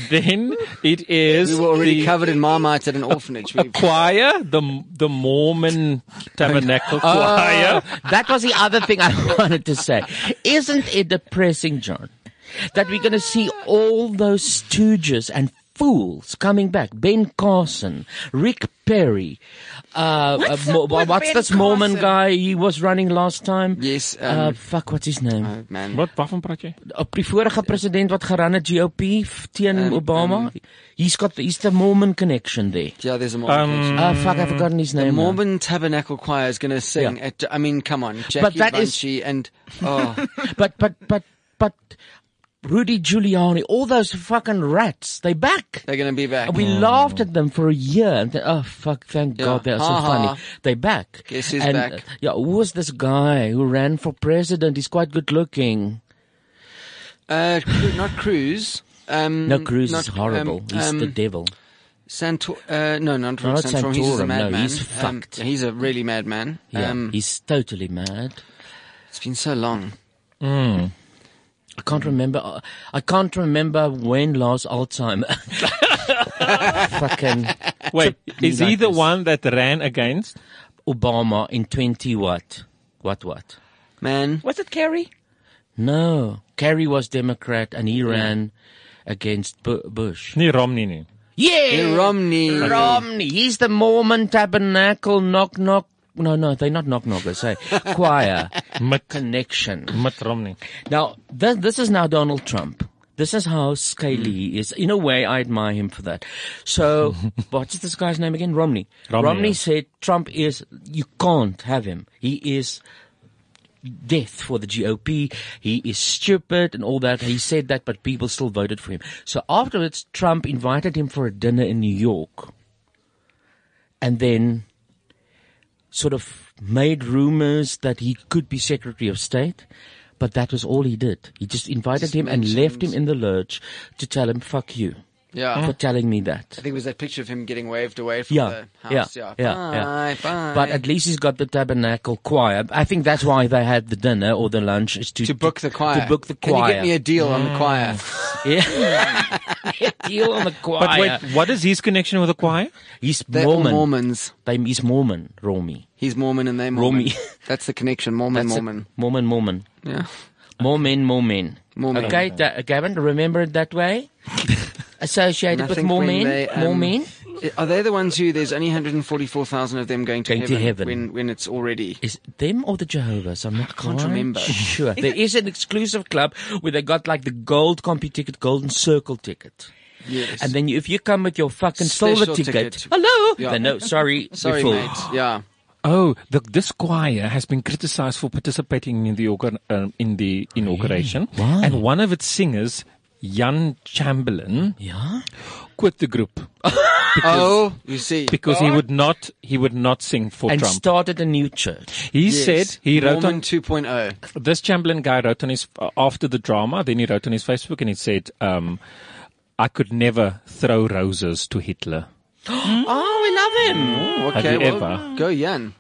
S5: then it is
S4: We were already
S5: the
S4: covered in Marmite at an orphanage. We,
S5: choir, the the Mormon Tabernacle Choir.
S2: Oh, That was the other thing I wanted to say. Isn't it depressing, John, that we're going to see all those stooges and fools coming back? Ben Carson, Rick Perry. Uh,
S3: What's
S2: uh,
S3: up with
S2: what's
S3: Ben
S2: this Mormon
S3: Carson?
S2: guy he was running last time?
S4: Yes,
S2: uh,
S4: um,
S2: fuck, what's his name?
S4: Oh, man.
S5: Wat waarvan praat jy?
S2: op die vorige president wat geran het GOP f- teen
S3: Um,
S2: Obama. he's got the, he's the Mormon connection there.
S4: Yeah, there's a Oh, Mormon.
S5: Um,
S4: connection.
S2: Ah fuck, I've forgotten his name. now.
S4: Mormon Tabernacle Choir is going to sing
S2: Yeah.
S4: at. I mean, come on, Jackie
S2: that is-
S4: Bunchy and oh,
S2: But but but but Rudy Giuliani, all those fucking rats, they back.
S4: they're going to be back.
S2: And we laughed at them for a year. And then, oh fuck! Thank
S4: Yeah.
S2: God they're so
S4: Ha, ha.
S2: funny. They back.
S4: Guess he's
S2: and,
S4: back.
S2: uh, yeah, who was this guy who ran for president? He's quite good looking.
S4: Uh, Cru- not Cruz. Um,
S2: No, Cruz
S4: not-
S2: is horrible.
S4: um,
S2: he's the
S4: um,
S2: devil.
S4: Santor- uh, no, not,
S2: No,
S4: Santorum.
S2: not
S4: He's just a
S2: Santorum. No,
S4: madman.
S2: he's
S4: Um,
S2: fucked.
S4: he's a really madman.
S2: Yeah,
S4: Um,
S2: he's totally mad. Hmm.
S4: it's been so long. Hmm.
S2: I can't remember. uh, I can't remember when last Alzheimer. Fucking
S5: Wait, is
S2: like
S5: he the
S2: this.
S5: one that ran against?
S2: Obama in twenty what? What what?
S4: Man,
S3: Was it Carrie?
S2: No, Kerry was Democrat and he ran against Bu- Bush.
S5: Nee, Romney nie.
S2: Yeah,
S4: Mitt Romney.
S2: Romney. He's the Mormon Tabernacle knock knock. No, no, they're not knock knockers. Hey, choir
S5: Mitt
S2: connection.
S5: Mitt Romney.
S2: Now, th- this is now Donald Trump. This is how scaly he is. In a way, I admire him for that. So, what's this guy's name again? Romney.
S5: Romney, yeah.
S2: said Trump is, you can't have him. He is death for the GOP. He is stupid and all that. He said that, but people still voted for him. So afterwards, Trump invited him for a dinner in New York. And then sort of made rumors that he could be Secretary of State, but that was all he did. He just invited him and left him in the lurch to tell him, fuck you
S4: Yeah.
S2: for telling me that.
S4: I think it was that picture of him getting waved away from
S2: Yeah,
S4: the
S2: yeah,
S4: house. Yeah,
S2: yeah, yeah.
S4: Bye, bye.
S2: But at least he's got the tabernacle choir. I think that's why they had the dinner or the lunch is to,
S4: to book the choir.
S2: To book the
S4: Can
S2: choir. Mm.
S4: you get me a deal on the choir?
S2: Yeah. Deal on the choir.
S5: But wait, what is his connection with the choir?
S2: he's
S4: They're all
S2: Mormon.
S4: Mormons.
S2: They, he's Mormon, Romy.
S4: He's Mormon and they Mormon.
S2: Romy.
S4: That's the connection. Mormon,
S2: That's it.
S4: Mormon.
S2: Mormon, Mormon.
S4: Yeah.
S2: Mormon, Mormon.
S4: Mormon.
S2: Okay, da- Gavin, remember it that way? Associated
S4: And I
S2: with
S4: think when
S2: Mormon.
S4: they, um,
S2: Mormon.
S4: Are they the ones who there's only 144,000 of them going to
S2: Going to
S4: heaven,
S2: heaven.
S4: when when it's already
S2: Is it them or the Jehovah's? I'm not I
S4: can't remember.
S2: Sure. there is an exclusive club where they got like the gold compy ticket, golden circle ticket.
S4: yes.
S2: And then you, if you come with your fucking silver
S4: Special
S2: ticket,
S4: ticket.
S2: hello,
S4: Yeah.
S2: then no, sorry,
S4: Sorry,
S2: before.
S4: mate. Yeah.
S5: Oh, the, this choir has been criticized for participating in the organ, um, in the inauguration,
S2: Why?
S5: and one of its singers, Jan Chamberlain,
S2: Yeah.
S5: quit the group
S4: Oh, you see.
S5: because he would not he would not sing for
S2: And
S5: Trump.
S2: started a new church.
S5: he
S4: Yes.
S5: said he wrote
S4: Mormon oh.
S5: on
S4: 2.0.
S5: this Chamberlain guy wrote on his uh, after the drama. Then he wrote on his Facebook and he said, um, "I could never throw roses to Hitler."
S2: Oh, we love him.
S5: Have
S4: Mm, Okay,
S5: you
S4: well,
S5: ever?
S4: go Jan.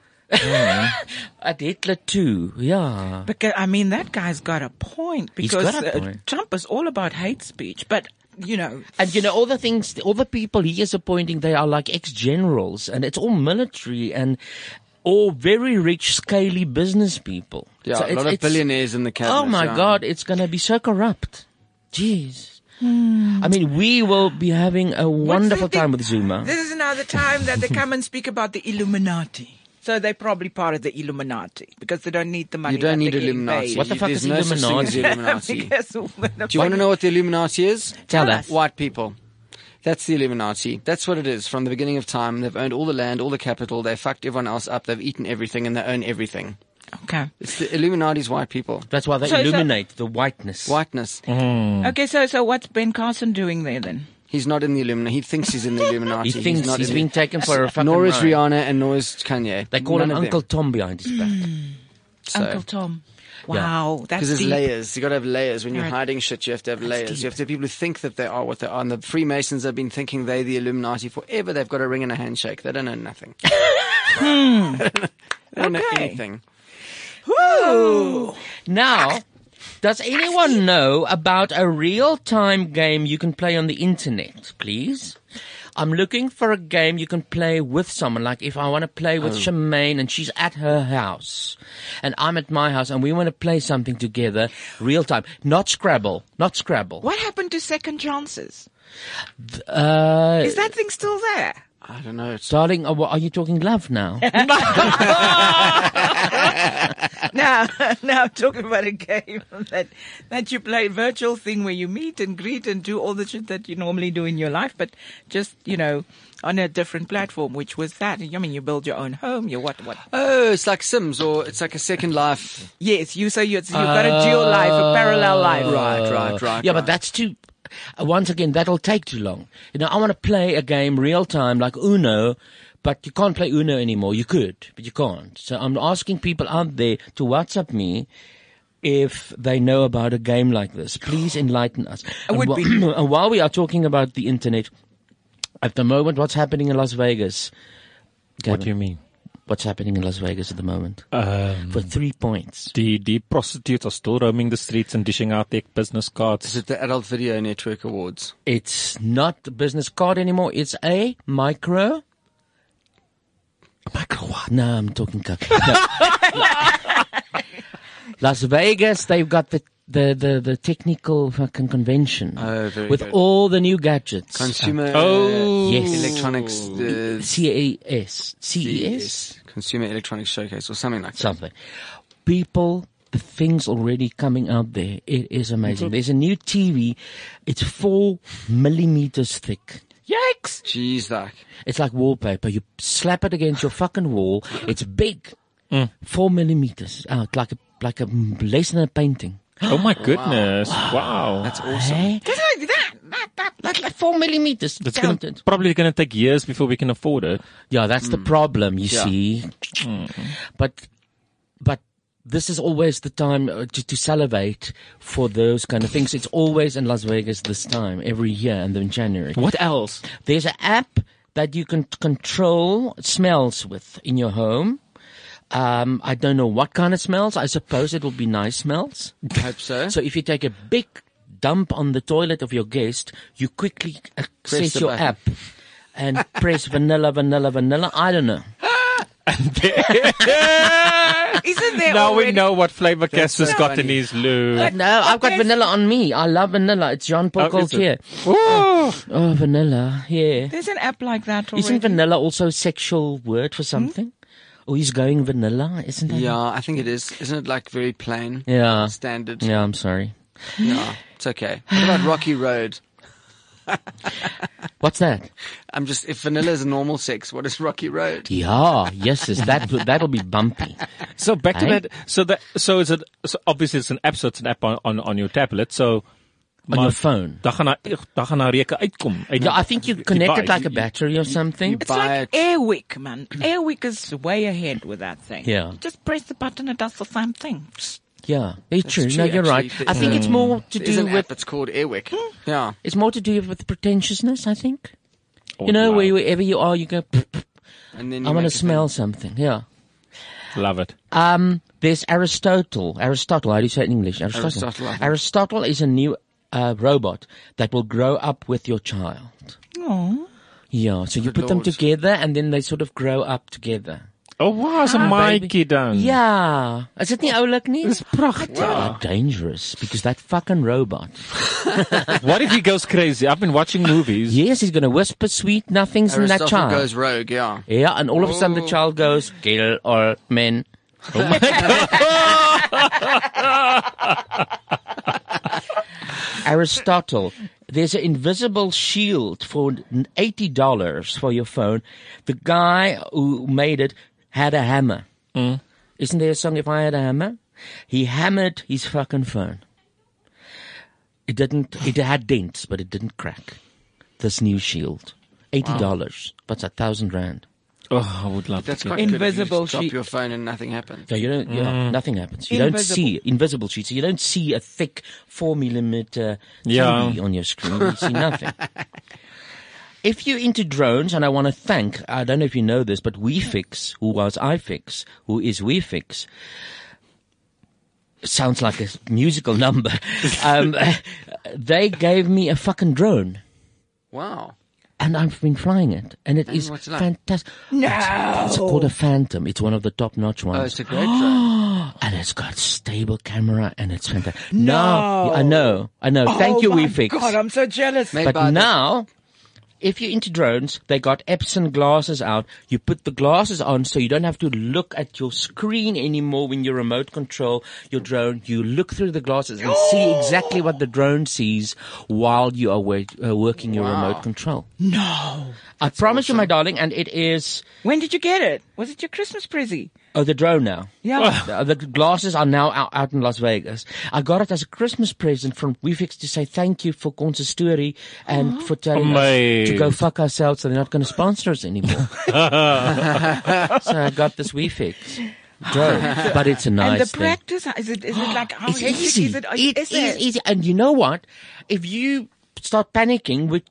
S2: At Hitler too. Yeah.
S3: Because I mean, that guy's got a point.
S2: He's
S3: Because
S2: got a
S3: uh,
S2: point.
S3: Trump is all about hate speech, but you know,
S2: And you know, all the things, all the people he is appointing, they are like ex-generals and it's all military and all very rich, scaly business people.
S4: Yeah,
S2: So
S4: a lot
S2: it's-
S4: of
S2: it's-
S4: billionaires in the cabinet.
S2: Oh my
S4: yeah.
S2: God, it's going to be so corrupt. Jeez.
S4: Hmm.
S2: I mean, we will be having a wonderful
S3: What's the
S2: time
S3: thing-
S2: with Zuma.
S3: This is another time that they come and speak about the Illuminati. So they're probably part of the Illuminati because they don't need the money.
S4: You don't
S3: that
S4: need
S3: they're getting
S4: Illuminati.
S3: paid.
S2: What the fuck
S4: There's
S2: is
S4: no such thing as
S2: Illuminati?
S4: Illuminati.
S3: Because the
S4: Do you want to
S3: fuck-
S4: know what the Illuminati is?
S2: Tell us.
S4: White people. That's the Illuminati. That's what it is. From the beginning of time, they've owned all the land, all the capital, they fucked everyone else up, they've eaten everything, and they own everything.
S3: Okay.
S4: It's the Illuminati's white people.
S2: That's why they
S3: So- so-
S2: illuminate the whiteness. Mm.
S4: Whiteness. Mm.
S3: Okay. So, so what's Ben Carson doing there then?
S4: He's not in the Illuminati. He thinks he's in the Illuminati.
S2: He thinks
S4: not
S2: he's
S4: in
S2: being
S4: the-
S2: taken for a fucking
S4: Nor is
S2: ride.
S4: Rihanna and nor is Kanye.
S2: They call
S4: None
S2: him
S4: of them.
S2: Uncle Tom behind his back.
S4: So-
S3: Uncle Tom. Wow, that's
S4: Because there's
S3: deep.
S4: layers. You got to have layers. When you're
S3: Alright.
S4: hiding shit, you have to have layers. You have to have people who think that they are what they are. And the Freemasons have been thinking they the Illuminati forever. They've got a ring and a handshake. They don't know nothing. they don't know
S3: Okay.
S4: anything.
S2: Now, does anyone know about a real-time game you can play on the internet, please? I'm looking for a game you can play with someone. Like if I want to play
S3: Oh.
S2: with Shemaine and she's at her house and I'm at my house and we want to play something together real time. Not Scrabble. Not Scrabble.
S3: What happened to second chances?
S2: Uh,
S3: Is that thing still there?
S4: I don't know. It's
S2: darling, uh, are, are you talking love now?
S3: now, now I'm talking about a game that that you play virtual thing where you meet and greet and do all the shit that you normally do in your life, but just you know on a different platform, which was that. I mean, you build your own home. You what what?
S4: oh, it's like Sims or it's like a Second Life.
S3: Yes, you so you you've got a dual life, a parallel life.
S4: Right, right, right.
S2: Yeah, but
S4: right.
S2: that's too. uh, Once again, that'll take too long. You know, I want to play a game real time like Uno, but you can't play Uno anymore. You could, but you can't. So I'm asking people out there to WhatsApp me if they know about a game like this. Please enlighten us. And,
S3: would
S2: whi-
S3: be-
S2: and while we are talking about the internet, at the moment, what's happening in Las Vegas?
S5: What
S2: Gavin,
S5: do you mean?
S2: What's happening in Las Vegas at the moment? For three points.
S5: Um, The the prostitutes are still roaming the streets and dishing out their business
S4: Is
S5: cards.
S4: it the Adult Video Network Awards?
S2: It's not a business card anymore. It's a micro. Micro what? No, I'm talking cock. No. Las Vegas, they've got the, the, the, the technical fucking convention
S4: Oh, very
S2: with
S4: good.
S2: all the new gadgets.
S4: Consumer uh,
S5: Oh.
S2: Yes.
S4: electronics
S2: Uh,
S4: uh, E
S2: CES. CES?
S4: Consumer Electronics Showcase or something like that.
S2: E Something. People, the things already coming out there. It is amazing. There's a new TV. It's four millimeters thick.
S3: Yikes!
S4: Jeez, like
S2: It's like wallpaper. You slap it against your fucking wall. It's big,
S5: Mm.
S2: four millimeters out, like a like a less than a painting.
S5: Oh my goodness! Wow,
S4: that's awesome.
S2: Eh?
S3: Just like that, that, that, that.
S2: Like, like four millimeters.
S5: that's gonna,
S2: counted.
S5: probably going to take years before we can afford it.
S2: Yeah, that's the problem. You
S4: Hmm. Yeah.
S2: see, Mm-hmm. but but this is always the time uh, to, to salivate for those kind of things. It's always in Las Vegas this time every year, and then January.
S5: What else?
S2: There's an app that you can t- control smells with in your home. Um, I don't know what kind of smells. I suppose it will be nice smells.
S4: I hope so.
S2: So if you take a big dump on the toilet of your guest, you quickly access
S4: the
S2: your
S4: button.
S2: app and press vanilla, vanilla, vanilla. I don't know.
S3: Isn't there
S5: now
S3: already?
S5: we know what flavor Cass has
S4: so
S5: got in
S4: funny.
S5: his loo.
S2: No, I've got vanilla on me. I love vanilla. It's Jean Paul
S5: Oh, is
S2: Gaultier.
S5: it?
S2: Oh, vanilla. Yeah.
S3: There's an app like that already.
S2: Isn't vanilla also a sexual word for something? Oh, he's going vanilla, isn't that?
S4: Yeah, I think it is. Isn't it like very plain?
S2: Yeah.
S4: Standard.
S2: Yeah, I'm sorry.
S4: Yeah, It's okay. What about Rocky Road?
S2: What's that?
S4: I'm just if vanilla is normal sex, what is Rocky Road?
S2: Yeah, Oh, yes, yes, that that'll be bumpy.
S5: So back to
S2: Hey.
S5: that. So that so it's a so obviously it's an app. So it's an app on on, on your tablet. So
S2: On
S5: maar
S2: your phone.
S5: Daar gaan daar daar gaan daar reuke uitkom. Uit
S2: Yeah, I think you connect it
S5: device.
S2: like a battery or something.
S3: It's
S4: Buy
S3: like
S4: it.
S3: Airwick, man. Airwick is way ahead with that thing.
S2: Yeah.
S3: You just press the button, it does the same thing. Psst.
S2: Yeah, it's true.
S4: true,
S2: No, you're right.
S4: actually. Mm.
S2: I think
S5: Hmm.
S2: it's more to
S4: There's
S2: do
S4: an app
S2: with Hmm?
S4: that's called Airwick. Yeah. Oh,
S2: it's more to do with pretentiousness. I think you know where you- wherever you are, you go. "Pff, pff,
S4: And then
S2: I
S4: you
S2: want to
S4: make a
S2: smell something. Yeah.
S5: love it.
S2: Um, there's Aristotle. Aristotle. How do you say it in English? Aristotle.
S4: Aristotle, I think.
S2: Aristotle is a new uh, robot that will grow up with your child. Oh,
S3: Aw.
S2: Yeah. So you
S4: Good
S2: put them
S4: Lord.
S2: together, and then they sort of grow up together. Ah,
S5: Oh wow, so Mikey
S3: Ehm.
S5: dan.
S2: Yeah. Is it
S3: Oh,
S2: nie oulik nie? Dis pragtig.
S5: Wow.
S2: Dangerous because that fucking robot.
S5: What if he goes crazy? I've been watching movies.
S2: Yes, he's going to whisper sweet nothings in that
S4: Aristotle
S2: child.
S4: goes rogue, yeah.
S2: Yeah, and all of a sudden
S4: Oh.
S2: the child goes, kill all men. Oh Aristotle, there's an invisible shield for $80 for your phone. The guy who made it had a hammer.
S5: Hmm.
S2: Isn't there a song, If I Had a Hammer? He hammered his fucking phone. It didn't, it had dents, but it didn't crack. This new shield. $80. What's a thousand rand?
S5: Oh, I would love
S4: That's
S5: to.
S4: quite good if you
S3: Invisible
S4: just Drop
S3: sheet.
S4: your phone and nothing happens.
S2: No, you don't. Yeah, nothing happens. You
S3: Invisible.
S2: don't see invisible sheets. You don't see a thick four millimeter
S5: Yeah.
S2: TV on your screen. You see nothing. if you're into drones, and I want to thank, I don't know if you know this, but WeFix, who was iFix, who is WeFix, sounds like a musical number. um, they gave me a fucking drone
S4: Wow.
S2: and I've been flying it, and it is
S4: what's it like?
S2: fantastic. No, it's, it's
S3: Oh.
S2: called a Phantom. It's one of the top-notch
S4: Oh,
S2: ones,
S4: it's a great drone.
S2: and it's got stable camera, and it's fantastic. No, I know, I know. Thank you,
S3: oh my
S2: WeFix.
S3: God, I'm so jealous.
S4: Made by
S2: but
S4: the-
S2: now, if you're into drones, they got Epson glasses out. You put the glasses on, so you don't have to look at your screen anymore when you remote control your drone. You look through the glasses and see exactly what the drone sees while you are wa- uh, working your remote control.
S3: No.
S2: I promise you, my darling, and it is
S3: When did you get it? Was it your Christmas prezi?
S2: oh the drone now.
S3: Yeah.
S2: The, the glasses are now out, out in Las Vegas. I got it as a Christmas present from WeFix to say thank you for Konsa story and for telling us to go
S5: Amazing.
S2: fuck ourselves. So they're not going to sponsor us anymore. so I got this WeFix drone, but it's a
S3: and
S2: nice
S3: the
S2: thing.
S3: practice, is it, is it like, how
S2: It's
S3: easy
S2: easy.
S3: Oh, is it?
S2: It
S3: is
S2: is
S3: it?
S2: easy. And you know what? If you start panicking, which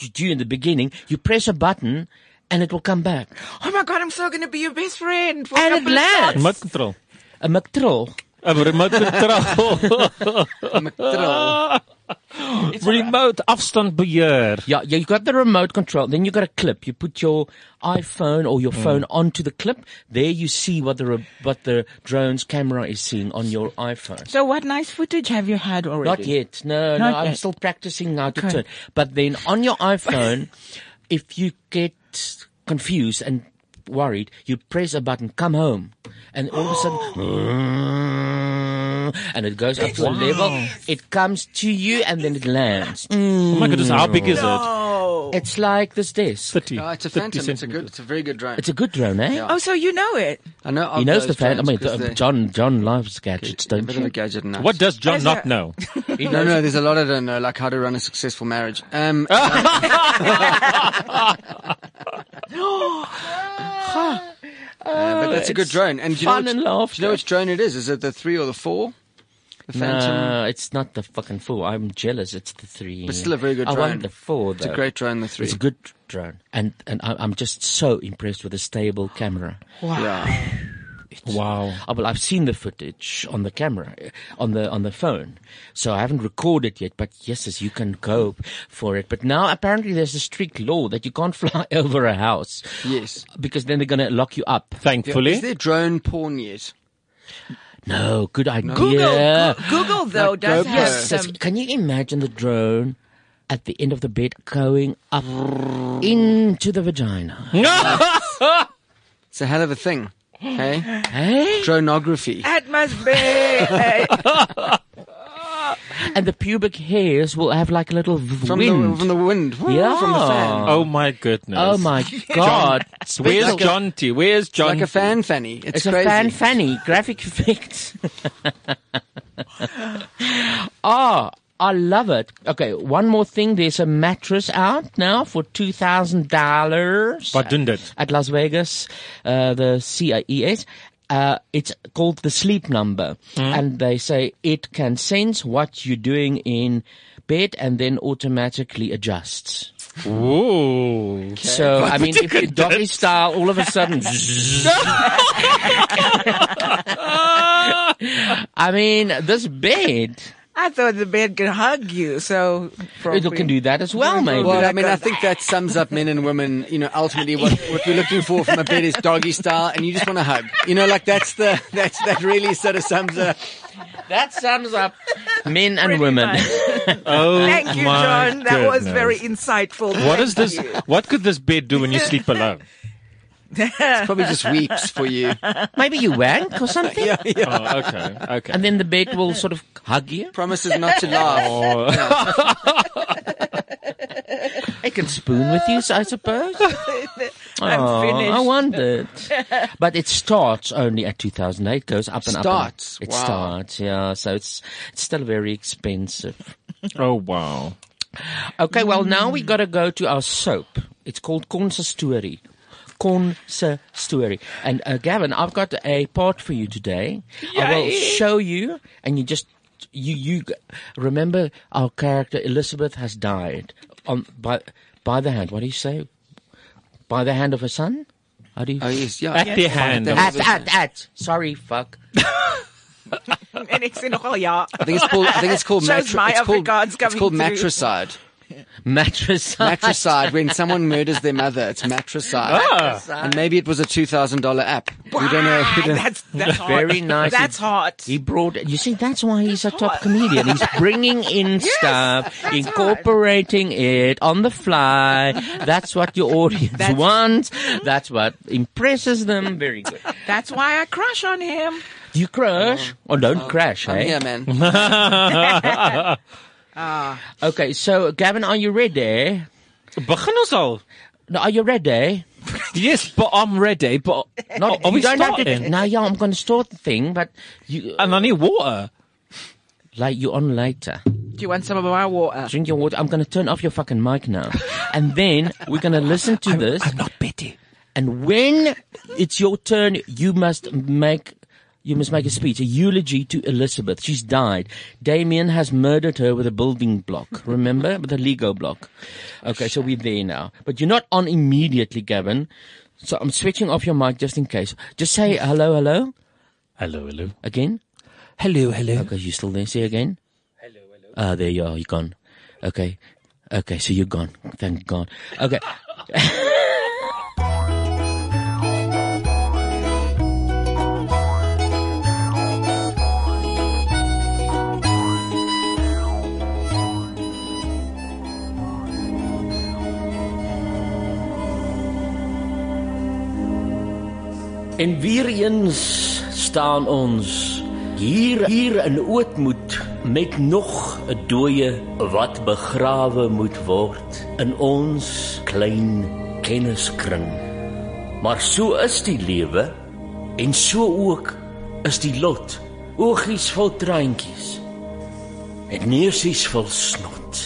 S2: you do in the beginning, you press a button and it will come back.
S3: Oh my God, I'm so going to be your best friend. for a
S2: And it
S3: couple of
S2: lands.
S3: months.
S5: Remote control.
S2: A McTrill.
S5: A remote control.
S4: McDrill.
S5: remote afstandbeheer.
S2: Yeah, yeah, you got the remote control. Then you got a clip. You put your iPhone or
S5: Mm.
S2: your phone onto the clip. There you see what the re- what the drone's camera is seeing on your iPhone.
S3: So what nice footage have you had already?
S2: Not yet. No, no,
S3: Not
S2: I'm
S3: yet.
S2: still practicing how to
S3: Okay.
S2: turn. But then on your iPhone, if you get confused and worried, you press a button, come home, and all of a sudden, and it goes up to a level. It comes to you and then it lands.
S5: Oh my goodness, how big is
S2: It's like this desk.
S5: it? 30.
S4: No, it's a
S5: 50
S4: phantom. It's a good.
S5: centimeters.
S4: It's a very good drone.
S2: It's a good drone, eh?
S3: Oh, so you know it.
S4: I know.
S2: He
S4: of
S2: knows the
S4: those
S2: fan. I
S4: drones
S2: mean,
S4: 'cause
S2: the,
S4: they're
S2: John John loves gadgets,
S4: A
S2: don't
S4: bit of
S2: you?
S4: a gadget nut.
S5: What does John
S3: Is
S5: not
S3: it-
S5: know?
S2: He
S4: No,
S2: knows-
S4: no. There's a lot I don't know, like how to run a successful marriage. Um, Uh, but that's a good
S2: it's
S4: drone. And do you know
S2: fun
S4: which,
S2: and laughter.
S4: Do you know which drone it is? Is it the three or the four? The Phantom.
S2: No, it's not the fucking four. I'm jealous. It's the three.
S4: But still a very good
S2: I
S4: drone.
S2: want the four.
S4: It's a
S2: though.
S4: great drone, the three.
S2: It's a good drone, and and I- I'm just so impressed with the stable camera.
S4: Yeah.
S5: Wow.
S2: Oh, well, I've seen the footage on the camera, eh, on the on the phone. So I haven't recorded yet, but yes, yes, you can go for it. But now apparently there's a strict law that you can't fly over a house.
S4: Yes.
S2: Because then they're going to lock you up.
S5: Thankfully.
S4: Is there drone porn yet?
S2: No, good idea.
S3: Google, Goo- Google though does
S4: GoPro.
S3: have
S2: Yes, yes.
S3: some.
S2: Can you imagine the drone at the end of the bed going up into the vagina?
S4: It's a hell of a thing. Hey?
S2: Hey?
S4: Dronography.
S3: That must be. eh,
S2: and the pubic hairs will have like a little v-
S4: From
S2: wind.
S4: the from the wind. Woo,
S2: yeah.
S4: From the fan.
S5: Oh my goodness.
S2: Oh my god.
S5: Where's
S2: It's like a-
S5: John T? Where's John?
S4: Like a fan fanny. It's,
S2: It's
S4: crazy.
S2: a fan fanny graphic effect. Ah, I love it. Okay, one more thing. There's a mattress out now for two thousand dollars
S5: Wat doen dit?
S2: at Las Vegas, uh, the CIES. Uh, it's called the sleep number, and they say it can sense what you're doing in bed and then automatically adjusts.
S5: Ooh.
S2: So I mean, if you doggy style, all of a sudden. zzz. I mean, this bed
S3: I thought the bed could hug you, so
S2: it
S3: probably-
S2: can do that as well, maybe.
S4: Well, I mean, I think that sums up men and women. You know, ultimately, what, what we're looking for from a bed is doggy style, and you just want to hug. You know, like that's the that's that really sort of sums up.
S2: that sums up men and women.
S5: Oh
S3: Thank you,
S5: my
S3: John. That was
S5: goodness.
S3: very insightful.
S5: What is this? What could this bed do when you sleep alone?
S4: Probably just weeps for you.
S2: maybe you wank or something,
S5: Oh, okay, okay.
S2: and then the bed will sort of hug you.
S4: Promises not to laugh.
S5: Oh,
S2: It can spoon with you, so I suppose.
S3: I'm
S2: Oh,
S3: finished.
S2: I wondered. But it starts only at 2008, It goes up and up. and up.
S4: Starts,
S2: It
S4: wow.
S2: starts, yeah. So it's, it's still very expensive.
S5: oh wow.
S2: Okay, well, now we got to go to our soap. It's called Consistory. Consistory. And uh, Gavin, I've got a part for you today. I will show you, and you just you you g- remember our character Elizabeth has died on by by the hand. What do you say? By the hand of her son. How do you?
S4: Oh yes, yeah.
S5: At the hand.
S4: That
S2: At
S4: was- I
S2: at at. Sorry, fuck.
S3: and it's in oh, yeah.
S4: think it's called. I think it's called.
S3: Shows
S4: Matri-
S3: my
S4: it's called,
S3: Afrikaans
S4: it's
S3: coming
S4: called
S3: through.
S4: matricide.
S2: Mattress.
S4: Matricide. when someone murders their mother, it's matricide.
S2: Ah.
S4: And maybe it was a two thousand dollar app. We don't know. We don't-
S3: Ah, That's that's hot.
S2: Very nice.
S3: That's
S2: It-
S3: hot.
S2: He brought. You see, that's why he's a top comedian. He's bringing in stuff, incorporating it on the fly. That's what your audience wants. That's what impresses them. Very good.
S3: That's why I crush on him.
S2: You crash or don't crash,
S4: Uh, I'm
S2: eh?
S4: here, man.
S3: Ah.
S2: Ah. Okay, so Gavin, are you ready?
S5: Begin ons al.
S2: No, Are you ready?
S5: Yes, but I'm ready, but
S2: Not,
S5: are
S2: you
S5: we
S2: don't have to-
S5: starting?
S2: No, yeah, I'm going to start the thing, but you
S5: and I need water.
S2: like you on later.
S3: Do you want some of my water?
S2: Drink your water. I'm going to turn off your fucking mic now, and then we're going to listen to this.
S5: not Betty.
S2: And when it's your turn, you must make you must make a speech, a eulogy to Elizabeth. She's died. Damien has murdered her with a building block. Remember, with a Lego block. Okay, so we're there now. But you're not on immediately, Gavin. So I'm switching off your mic just in case. Just say hello, hello
S5: Hello, hello.
S2: again.
S5: Hello, hello.
S2: Okay, you still there? Say again. Hello, hello. Ah, there you are. You're gone. Okay, okay. So you're gone. Thank God. Okay. En weer eens staan ons hier hier in ootmoed met nog 'n dooie wat begrawe moet word in ons klein kenniskring. Maar so is die lewe en so ook is die lot. Oogies vol traantjies en neusies vol snot.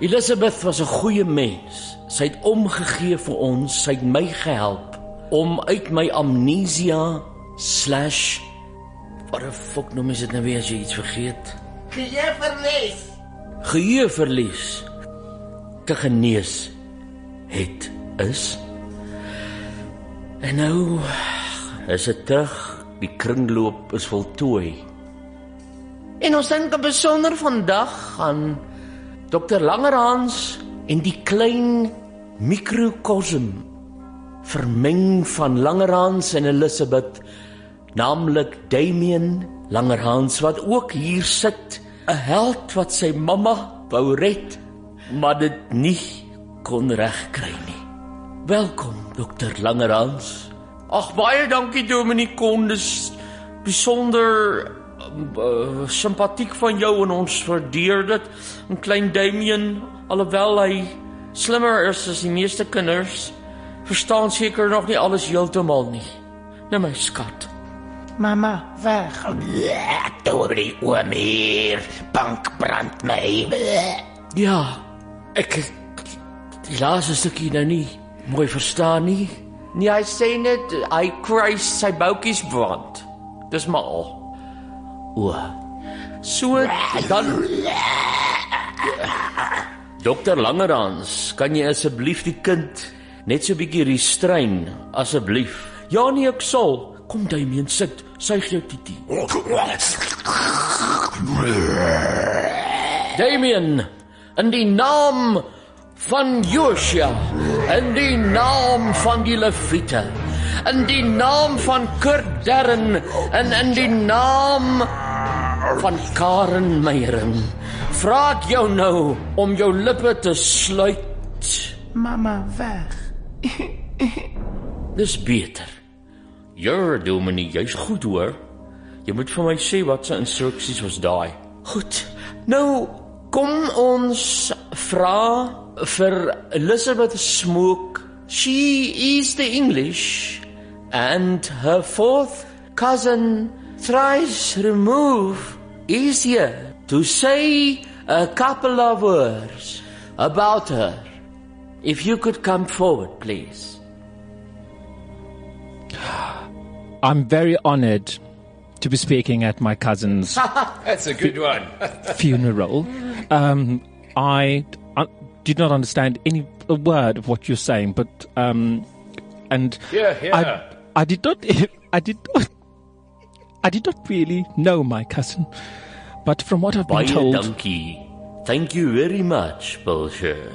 S2: Elisabeth was 'n goeie mens. Sy het omgegee vir ons, sy het my gehelp om uit my amnesia/ slash, wat 'n fok noem is dit nou weer as jy iets vergeet? Geheueverlies. Geheueverlies te genees het is. En nou is dit terug. Die kringloop is voltooi. En ons dink besonder vandag aan Dr. Langerhans en die klein mikrokosm vermeng van Langerhans en Elisabeth, naamlik Damien Langerhans wat ook hier sit, 'n held wat sy mamma wou red, maar dit nie kon regkry nie. Welkom Dr. Langerhans. Ag baie dankie Dominee Kondes. Besonder eh, sympathiek van jou en ons waardeer dit. En klein Damian, alhoewel hy slimmer is as die meeste kinders, verstaan seker nog nie alles heeltemal nie. Nou my skat.
S6: Mama, weg.
S2: Dorie oom hier, bank brand my. Ja, ek die laaste stukkie nou nie mooi verstaan nie. Nee, hy sê net hy kry sy boutjies brand. Dis maar al. O. So dan Dokter Langerhans, kan jy asseblief die kind net so bietjie restrain asseblief? Ja nee, ek sal. Kom Damian sit, suig jou titie. Damien, in die naam van Josia, in die naam van die Leviete, in die naam van Kurt Darren en in die naam van Karen Meyering, vra ek jou nou om jou lippe te sluit.
S6: Mama, weg.
S2: Dis beter. Jare dominee, jy's goed hoor. Jy moet vir my sê wat se instruksies was daai. Goed. Nou kom ons vra vir Elizabeth Smook. She is the English and her fourth cousin thrice removed is here to say a couple of words about her. If you could come forward, please.
S5: I'm very honored to be speaking at my cousin's
S1: That's a good one.
S5: funeral. Um, I, I did not understand any a word of what you're saying, but um, and
S1: Yeah, yeah.
S5: I, I did not, I did not, I did not really know my cousin. But from what I've been
S2: Baie
S5: told,
S2: dankie. Thank you very much, Bullshirt.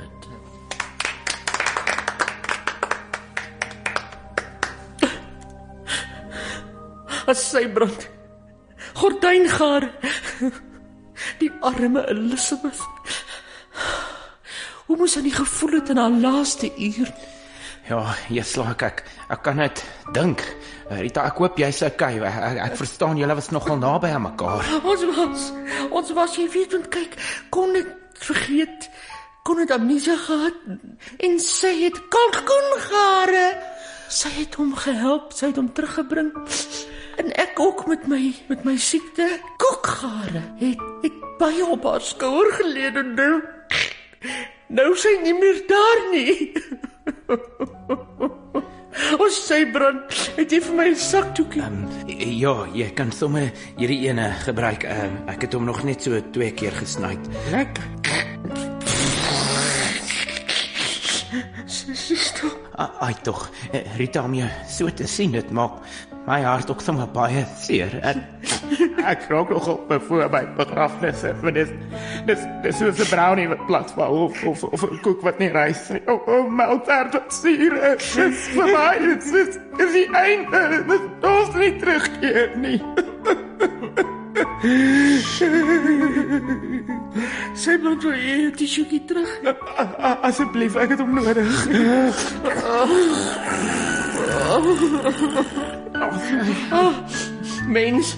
S2: As sy brand. Gordyngaar. Die arme Elizabeth. Hoe moes sy nie gevoel het in haar laaste uur?
S1: Ja, jy's like ek. Ek kan net dink. Eh, Rita, ek hoop jy's okay. Ek, ek, ek verstaan julle was nogal naby aan mekaar.
S2: Ons was ons was jy weet want kyk, kon dit vergeet, kon dit amnesie gehad en sy het kalkoengare. Sy het hom gehelp, sy het hom teruggebring. En ek ook met my met my siekte koekgare het het baie op haar skouer geleë en nou nou is sy nie meer daar nie. Ons sy brand, het jy vir my 'n sakdoekie?
S1: Eh, Ja, jy kan sommer hierdie ene gebruik. Ehm, Ek het hom nog net so twee keer gesny. Ehm,
S2: Lekker. Sister,
S1: Ai tog. Eh, Rita, om jou so te sien, dit maak my hart ook sommer baie seer. Eh, Ek
S7: Ek raak nog op voor by begrafnisse, want dit dis dis soos 'n brownie wat plat val of of of 'n koek wat nie rys nie. O, o, my altyd wat suur is. Dis vir my, dit is dis die einde. Dit ons nie terugkeer nie.
S2: sy moet toe hier die sjoekie terug.
S7: A- a- Asseblief, ek het hom nodig.
S2: Oh, Mens,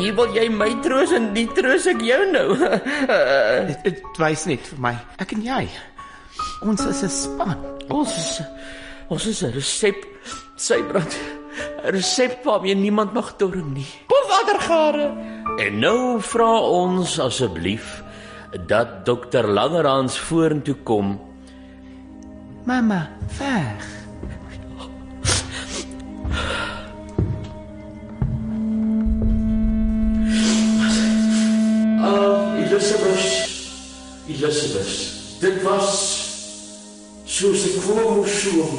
S2: nie wil jy my troos en nie troos ek jou nou.
S1: dit- dit wys net vir my. Ek en jy. Ons is 'n span.
S2: Ons is, ons is 'n resep, sy brand. 'n Resep waarmee niemand mag toring nie. Pofaddergare. En nou vra ons asseblief dat dokter Langerhans vorentoe kom
S6: Mama, weg.
S2: Ah, Elizabeth. Elizabeth. Dit was soos 'n kromosoom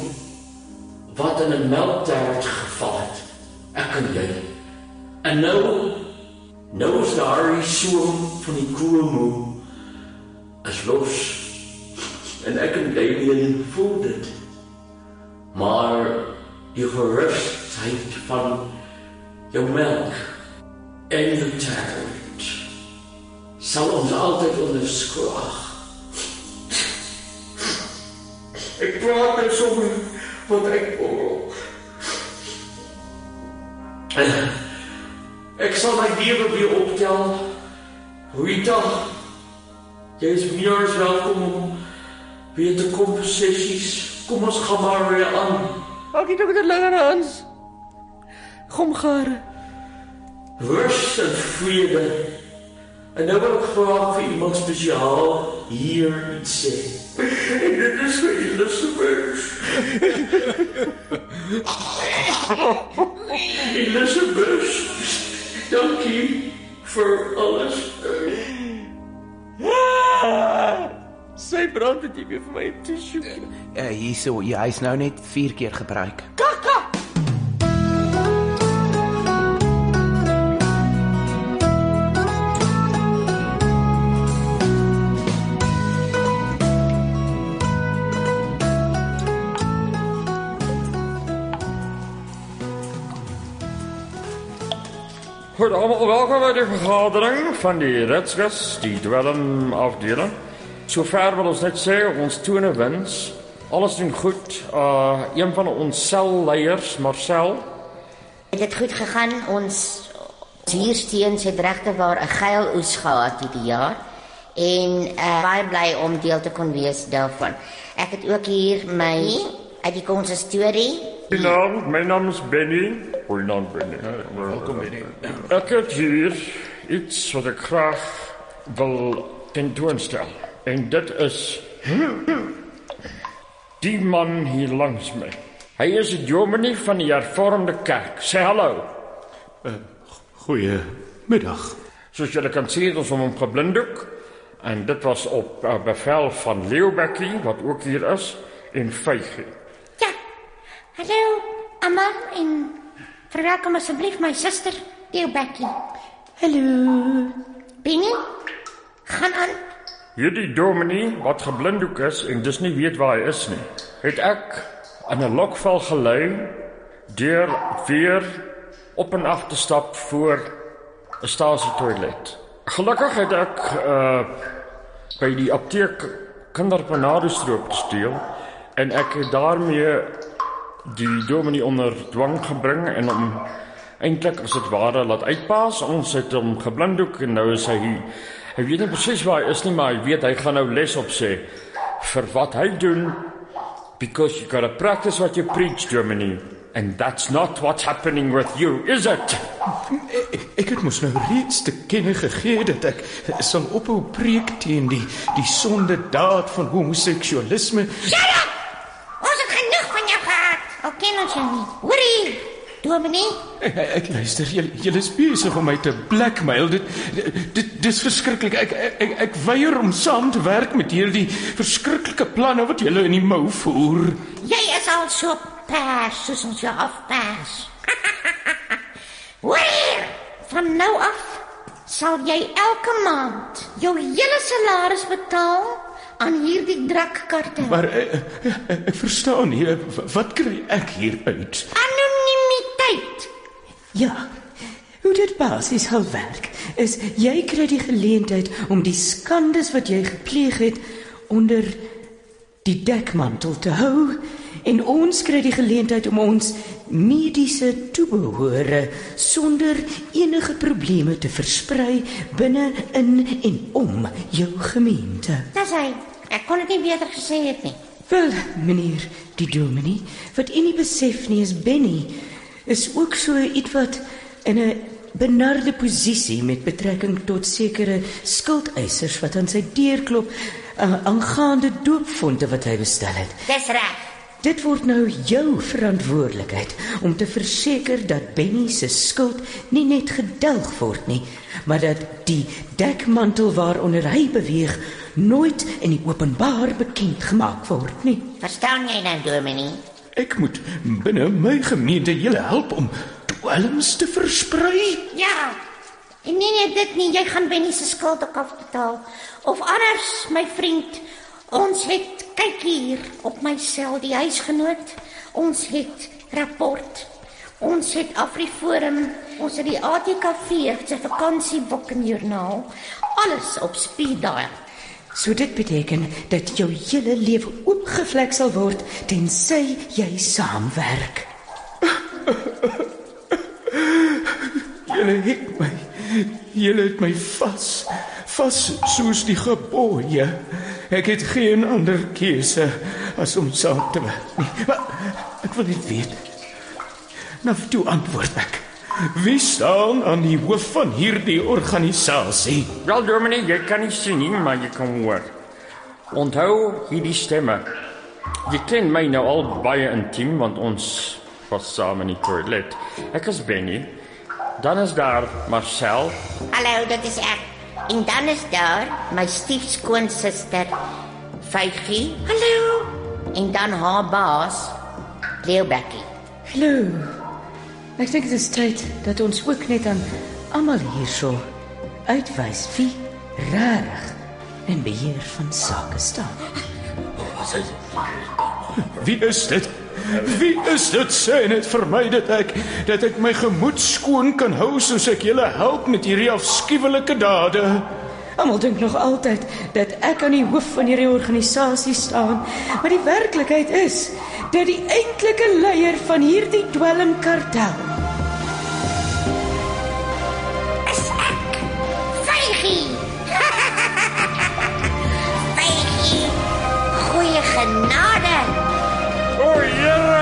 S2: wat in 'n melktert geval het. Ek en jy. En nou nou is daardie soom van die kromo as los. En ek en Damien voel dit. Maar die gerustheid van jou melk en die tert sal ons altyd onderskraag. Ek praat net sommer wat ek oor.
S8: Ek sal my lewe weer optel. Rita, jy is meer as welkom om weer te kom vir sessies. Kom ons gaan maar weer aan.
S9: Dankie dat ek dit langer ons.
S8: Kom gare. Rus en vrede. En nou wil ek graag vir iemand spesiaal hier iets sê. En dit is vir Elizabeth. Elizabeth, dankie vir alles.
S9: Sy brand dit weer vir my tissue. Eh,
S8: Uh, hierso, jy
S9: Hy's nou net 4 keer gebruik.
S8: Goed, allemaal welkom bij de vergadering van die Redsgas, die dwelmafdeling. Zover wil ons net zeggen, ons toene wens. Alles doen goed. Uh, een van ons celleiers, Marcel.
S10: Het het goed gegaan. Ons ons hiersteens het regtewaar 'n geil oes gehad hierdie jaar en uh, baie bly om deel te kon wees daarvan. Ek het ook hier my uit die konsistorie
S8: Goedenavond, mijn naam is Benny. Goedenavond, Benny. welkom, Benny. Ik heb hier iets wat ik graag wil tentoonstellen. En dat is... Die man hier langs mij. Hij is de dominee van de hervormde kerk. Zeg hallo. Eh,
S7: Goeiemiddag.
S8: Zoals jullie kan zien, het ons om hem geblinddoek. En dit was op eh, bevel van Leeuwbekkie, wat ook hier is, in Vijgie.
S11: Hallo, almal en verwelkom asseblief my suster, Theo Becky. Hallo.
S10: Benny. Gaan aan.
S8: Hierdie dominee wat geblinddoek is en dus nie weet waar hy is nie, het ek in 'n lokval gelei deur weer op en af te stap voor 'n stasietoilet. Gelukkig het ek uh by die apteek kinderpanadestroop gesteel en ek het daarmee die dominee onder dwang gebring en hom eintlik as dit ware laat uitpaas. Ons het hom geblinddoek en nou is hy hier. Hy weet nie presies waar hy is nie, maar hy weet hy gaan nou les op sê vir wat hy doen because you got to practice what you preach, Germany. And that's not what's happening with you, is it?
S7: Ek het mos nou reeds te kenne gegee dat ek sal ophou preek teen die die sonde daad van homoseksualisme.
S11: Ons het genoeg van jou gehad. Al ken ons jou nie. Hoorie. Dominee,
S7: Ek, ek luister, julle julle is besig om my te blackmail. Dit dit dis verskriklik. Ek ek ek, ek weier om saam te werk met hierdie verskriklike planne wat julle in die mou voer.
S11: jy is al so pers soos ons jou afpers. Hoorie. Van nou af sal jy elke maand jou hele salaris betaal aan hierdie drakkartel.
S7: Maar eh, eh, ek verstaan nie eh, w- wat kry ek hier uit?
S11: Anonimiteit.
S12: Ja. Hoe dit basies sal werk is jy kry die geleentheid om die skandes wat jy gepleeg het onder die dekmantel te hou en ons kry die geleentheid om ons mediese toebehore sonder enige probleme te versprei binne in en om jou gemeente.
S11: Dis hy. Nou, Ek kon dit nie beter gesê het nie.
S12: Wel, meneer die dominee, wat u nie besef nie is Benny is ook so ietwat in 'n benarde posisie met betrekking tot sekere skuldeisers wat aan sy deur klop uh, aangaande doopfonte wat hy bestel het.
S11: Dis reg.
S12: Dit word nou jou verantwoordelikheid om te verseker dat Benny se skuld nie net gedelg word nie, maar dat die dekmantel waaronder hy beweeg nooit in die openbaar bekend gemaak word nie.
S10: Verstaan jy nou, Dominee?
S7: Ek moet binne my gemeente julle help om dwelms te versprei.
S11: Ja. En nee nee dit nie, jy gaan Benny se skuld ook afbetaal. Of anders, my vriend, ons het kyk hier op my sel die huisgenoot. Ons het rapport. Ons het Afriforum, ons het die ATKV se vakansieboek en joernaal. Alles op speed dial.
S12: Nou ja. So dit beteken dat jou hele lewe oopgevlek sal word tensy jy saamwerk.
S7: Julle het my. Julle het my vas. Vas soos die gebooie. Ek het geen ander keuse as om saam te werk nie. Maar ek wil net weet. Nou toe antwoord ek. Wie staan aan die hoof van hierdie organisasie?
S8: Wel dominee, jy kan nie sien nie, maar jy kan hoor. Onthou hierdie stemme. Jy ken my nou al baie intiem want ons was saam in die toilet. Ek is Benny. Dan is daar Marcel.
S10: Hallo, dit is ek. En dan is daar my stiefskoonsister Vygie. Hallo. En dan haar baas Leobekkie.
S12: Hallo. Ek dink dit is tyd dat ons ook net aan almal hierso uitwys wie reg in beheer van sake staan.
S7: Wie is dit? Wie is dit sê net vir my dat ek dat ek my gemoed skoon kan hou soos ek julle help met hierdie afskuwelike dade.
S12: Almal dink nog altyd dat ek aan die hoof van hierdie organisasie staan, maar die werklikheid is dat die eintlike leier van hierdie dwelmkartel
S11: Vygie.
S10: Vygie. Goeie genade.
S8: O, Here.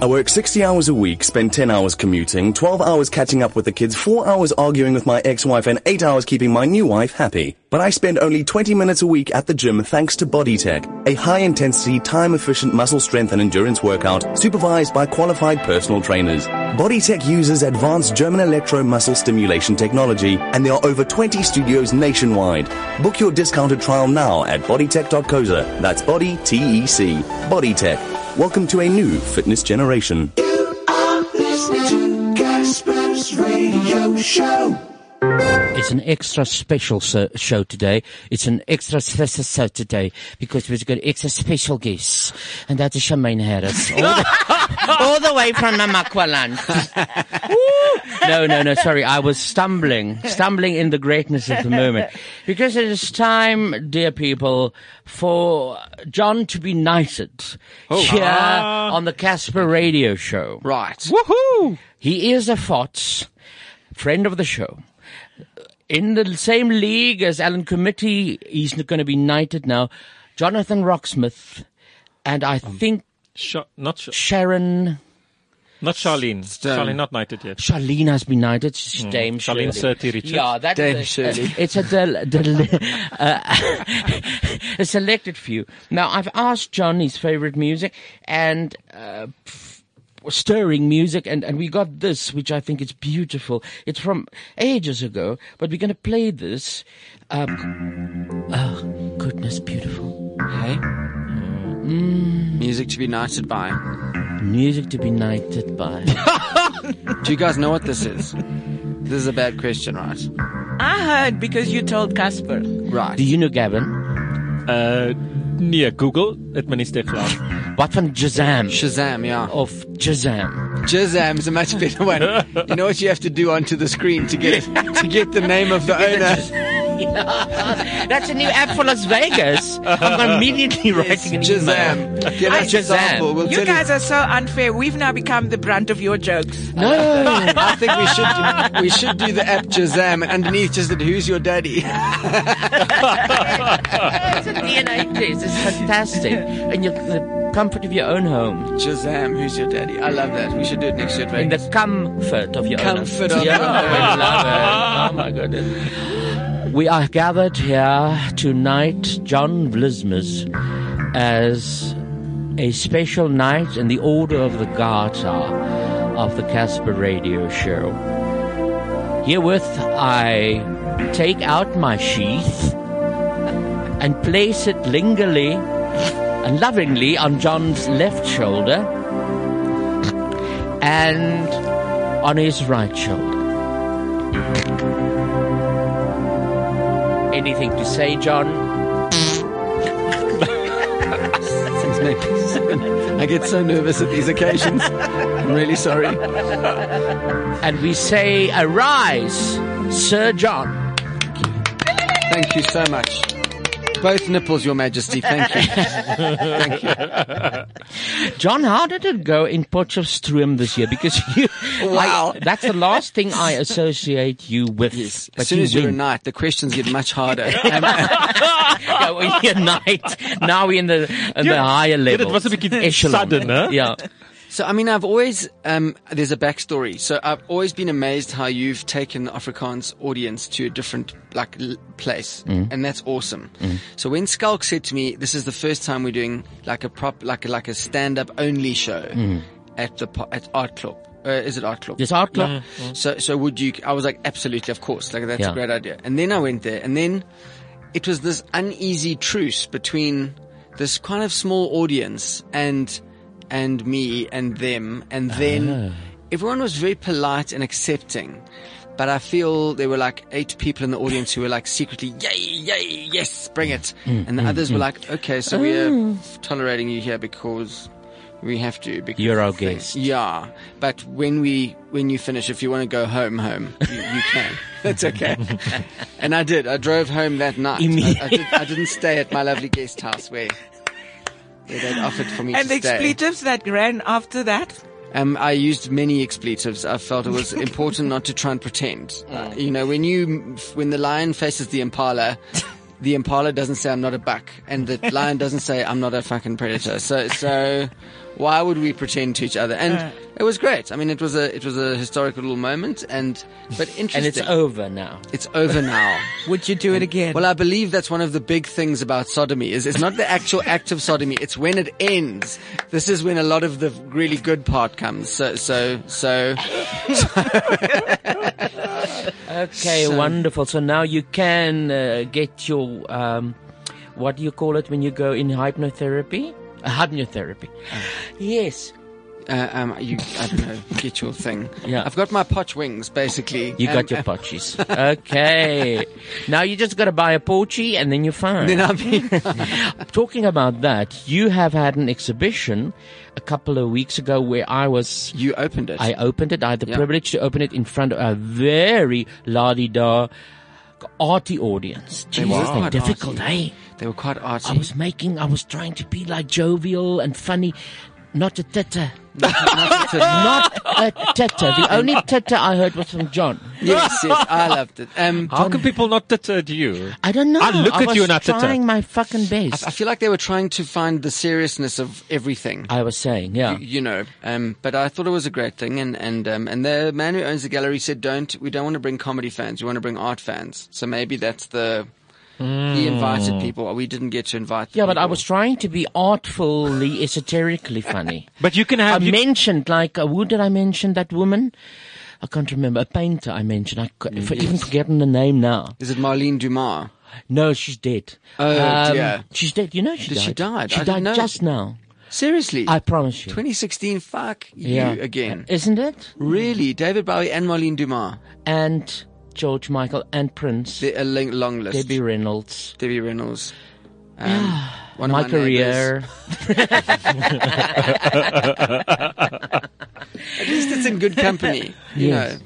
S13: I work 60 hours a week, spend 10 hours commuting, 12 hours catching up with the kids, 4 hours arguing with my ex-wife, and 8 hours keeping my new wife happy. But I spend only 20 minutes a week at the gym thanks to BodyTech, a high-intensity, time-efficient muscle strength and endurance workout supervised by qualified personal trainers. BodyTech uses advanced German electro-muscle stimulation technology, and there are over 20 studios nationwide. Book your discounted trial now at bodytech.coza. That's body, T-E-C, BodyTech. Welcome to a new fitness generation.
S1: Listening to Casper's radio show.
S2: It's an extra special so- show today. It's an extra special show today because we've got extra special guests, and that is Charmaine Harris, all the, all the way from Namakwaland. no, no, no. Sorry, I was stumbling, stumbling in the greatness of the moment because it is time, dear people, for John to be knighted
S1: Oh.
S2: here
S1: Ah.
S2: on the Casper Radio Show. Right. Woohoo! He is a FOTS, friend of the show. In the same league as Alan Committee, he's going to be knighted now. Jonathan Rocksmith, and I think
S5: not
S2: Sharon.
S5: Not Charlene. Charlene not knighted yet.
S2: Charlene has been knighted. She's
S5: Mm,
S2: Dame
S5: Charlene
S2: Shirley.
S5: Sirty Richards.
S2: Yeah, that
S5: Dame
S2: is a-
S5: Shirley.
S2: It's a, del, del, uh, a selected few. Now, I've asked John his favorite music and uh, pff, stirring music, and, and we got this, which I think is beautiful. It's from ages ago, but we're going to play this. Um, oh, goodness, beautiful. Hey? Mm.
S4: Music to be knighted by.
S2: Music to be knighted by.
S4: Do you guys know what this is? This is a bad question, right?
S3: I heard because you told Casper.
S4: Right.
S2: Do you know Gavin?
S5: Uh, nee, Google het my nie steek laat.
S2: Wat van Shazam?
S4: Shazam, ja.
S2: Of Shazam.
S4: Jazam is a much better one. You know what you have to do onto the screen to get it, to get the name of the owner.
S2: That's a new app for Las Vegas. I'm immediately writing an email.
S4: Shazam. Give
S2: I-
S4: us a sample, we'll
S3: you
S4: tell you.
S3: guys are so unfair. We've now become the brunt of your jokes.
S2: No,
S4: I think we should do, we should do the app Jazam and underneath just that who's your daddy.
S2: it's a DNA test. It's fantastic. And you the comfort of your own home.
S4: Jazam, who's your daddy? I love that. We should do it next year. at
S2: In
S4: Vegas.
S2: the comfort of your
S4: Comfort
S2: own
S4: of
S2: yeah,
S4: your
S2: I
S4: own
S2: love it. Oh my goodness. We are gathered here tonight, John Vlismas, as a special night in the Order of the Garter of the Casper Radio Show. Herewith I take out my sheath and place it lingerly and lovingly on John's left shoulder and on his right shoulder. Anything to say, John?
S4: I get so nervous at these occasions. I'm really sorry.
S2: And we say, Arise, Sir John.
S4: Thank you so much. Both nipples, Your Majesty. Thank you. Thank you.
S2: John, how did it go in Potchefstroom this year? Because you,
S4: Wow.
S2: I- that's the last thing I associate you with. but
S4: As soon
S2: you
S4: as you're a
S2: win.
S4: knight, the questions get much harder. Um,
S2: Yeah, well, you're knight. Now we're in the in the higher level. Yeah.
S4: So I mean, I've always um, there's a backstory. So I've always been amazed how you've taken the Afrikaans audience to a different like l- place,
S2: Mm.
S4: and that's awesome. So when Skulk said to me, "This is the first time we're doing like a prop, like a, like a stand-up only show
S2: Mm.
S4: at the po- at Art Club." Uh, is it Art Club?
S2: Yes, Art Club.
S4: Yeah.
S2: Mm.
S4: So so would you? I was like, absolutely, of course. Like that's
S2: Yeah.
S4: a great idea. And then I went there, and then it was this uneasy truce between this kind of small audience and and me and them and then
S2: Ah.
S4: everyone was very polite and accepting but i feel there were like eight people in the audience who were like secretly yay yay yes bring it
S2: Mm,
S4: and the
S2: mm,
S4: others were
S2: mm.
S4: like okay so
S2: Oh.
S4: we're tolerating you here because we have to because
S2: You're our
S4: of things."
S2: guest.
S4: yeah but when we when you finish if you want to go home home you, you can that's okay and i did i drove home that night I, I, did, I didn't stay at my lovely guest house where where they'd offered for me
S3: and
S4: to
S3: the
S4: stay.
S3: expletives that ran after that.
S4: Um, I used many expletives. I felt it was important not to try and pretend. Uh, you know, when you when the lion faces the impala, the impala doesn't say I'm not a buck, and the lion doesn't say I'm not a fucking predator. So so why would we pretend to each other?
S2: Uh.
S4: And it was great. I mean, it was a it was a historical little moment, and but interesting.
S2: And it's over now.
S4: It's over now.
S3: Would you do it again?
S4: Well, I believe that's one of the big things about sodomy is it's not the actual act of sodomy; it's when it ends. This is when a lot of the really good part comes. So, so, so.
S2: Okay,
S4: So-
S2: wonderful. So now you can uh, get your um, what do you call it when you go in hypnotherapy? Uh, hypnotherapy. Yes.
S4: Uh, um, you, I don't know. Get your thing.
S2: Yeah.
S4: I've got my potch wings, basically.
S2: You got your potches. okay. Now you just got to buy a porchy and then you're fine.
S4: Then I'll
S2: Talking about that, you have had an exhibition a couple of weeks ago where I was.
S4: You opened it.
S2: I opened it. I had the
S4: Yeah.
S2: privilege to open it in front of a very la di da arty audience.
S4: They
S2: Jesus,
S4: were
S2: they're
S4: quite
S2: difficult,
S4: arty.
S2: eh?
S4: They were quite arty.
S2: I was making, I was trying to be like jovial and funny. Not a titter.
S4: Not a-
S2: Not a titter. The only titter I heard was from John.
S4: Yes, yes, I loved it. Um,
S5: How can people not titter at you?
S2: I don't know.
S5: I look at
S2: was
S5: you and I titter.
S2: trying my fucking
S4: I,
S2: best.
S4: I feel like they were trying to find the seriousness of everything.
S2: I was saying, yeah.
S4: you, you know. Um, but I thought it was a great thing, and and um, and the man who owns the gallery said, "Don't we don't want to bring comedy fans. We want to bring art fans. So maybe that's the he
S2: Hmm.
S4: invited people. We didn't get to invite.
S2: Mm. yeah, but I was trying to be artfully, esoterically funny.
S5: But you can
S2: have. I mentioned, like, uh, who did I mention? That woman? I can't remember. A painter I mentioned. I c-
S4: Mm,
S2: for
S4: yes.
S2: even forgotten the name now.
S4: Is it Marlene Dumas?
S2: No, she's dead.
S4: Oh
S2: Um,
S4: dear,
S2: She's dead. You know she
S4: Did
S2: died.
S4: she died?
S2: She
S4: I
S2: died
S4: didn't know.
S2: just now.
S4: Seriously,
S2: I promise you.
S4: 2016. Fuck
S2: Yeah.
S4: you again,
S2: isn't it?
S4: Really, David Bowie and Marlene Dumas.
S2: And George Michael and Prince.
S4: The, a long, long list.
S2: Debbie Reynolds.
S4: Debbie Reynolds. Um,
S2: Yeah.
S4: one of
S2: my,
S4: my
S2: career.
S4: At least it's in good company. You
S2: Yes.
S4: know.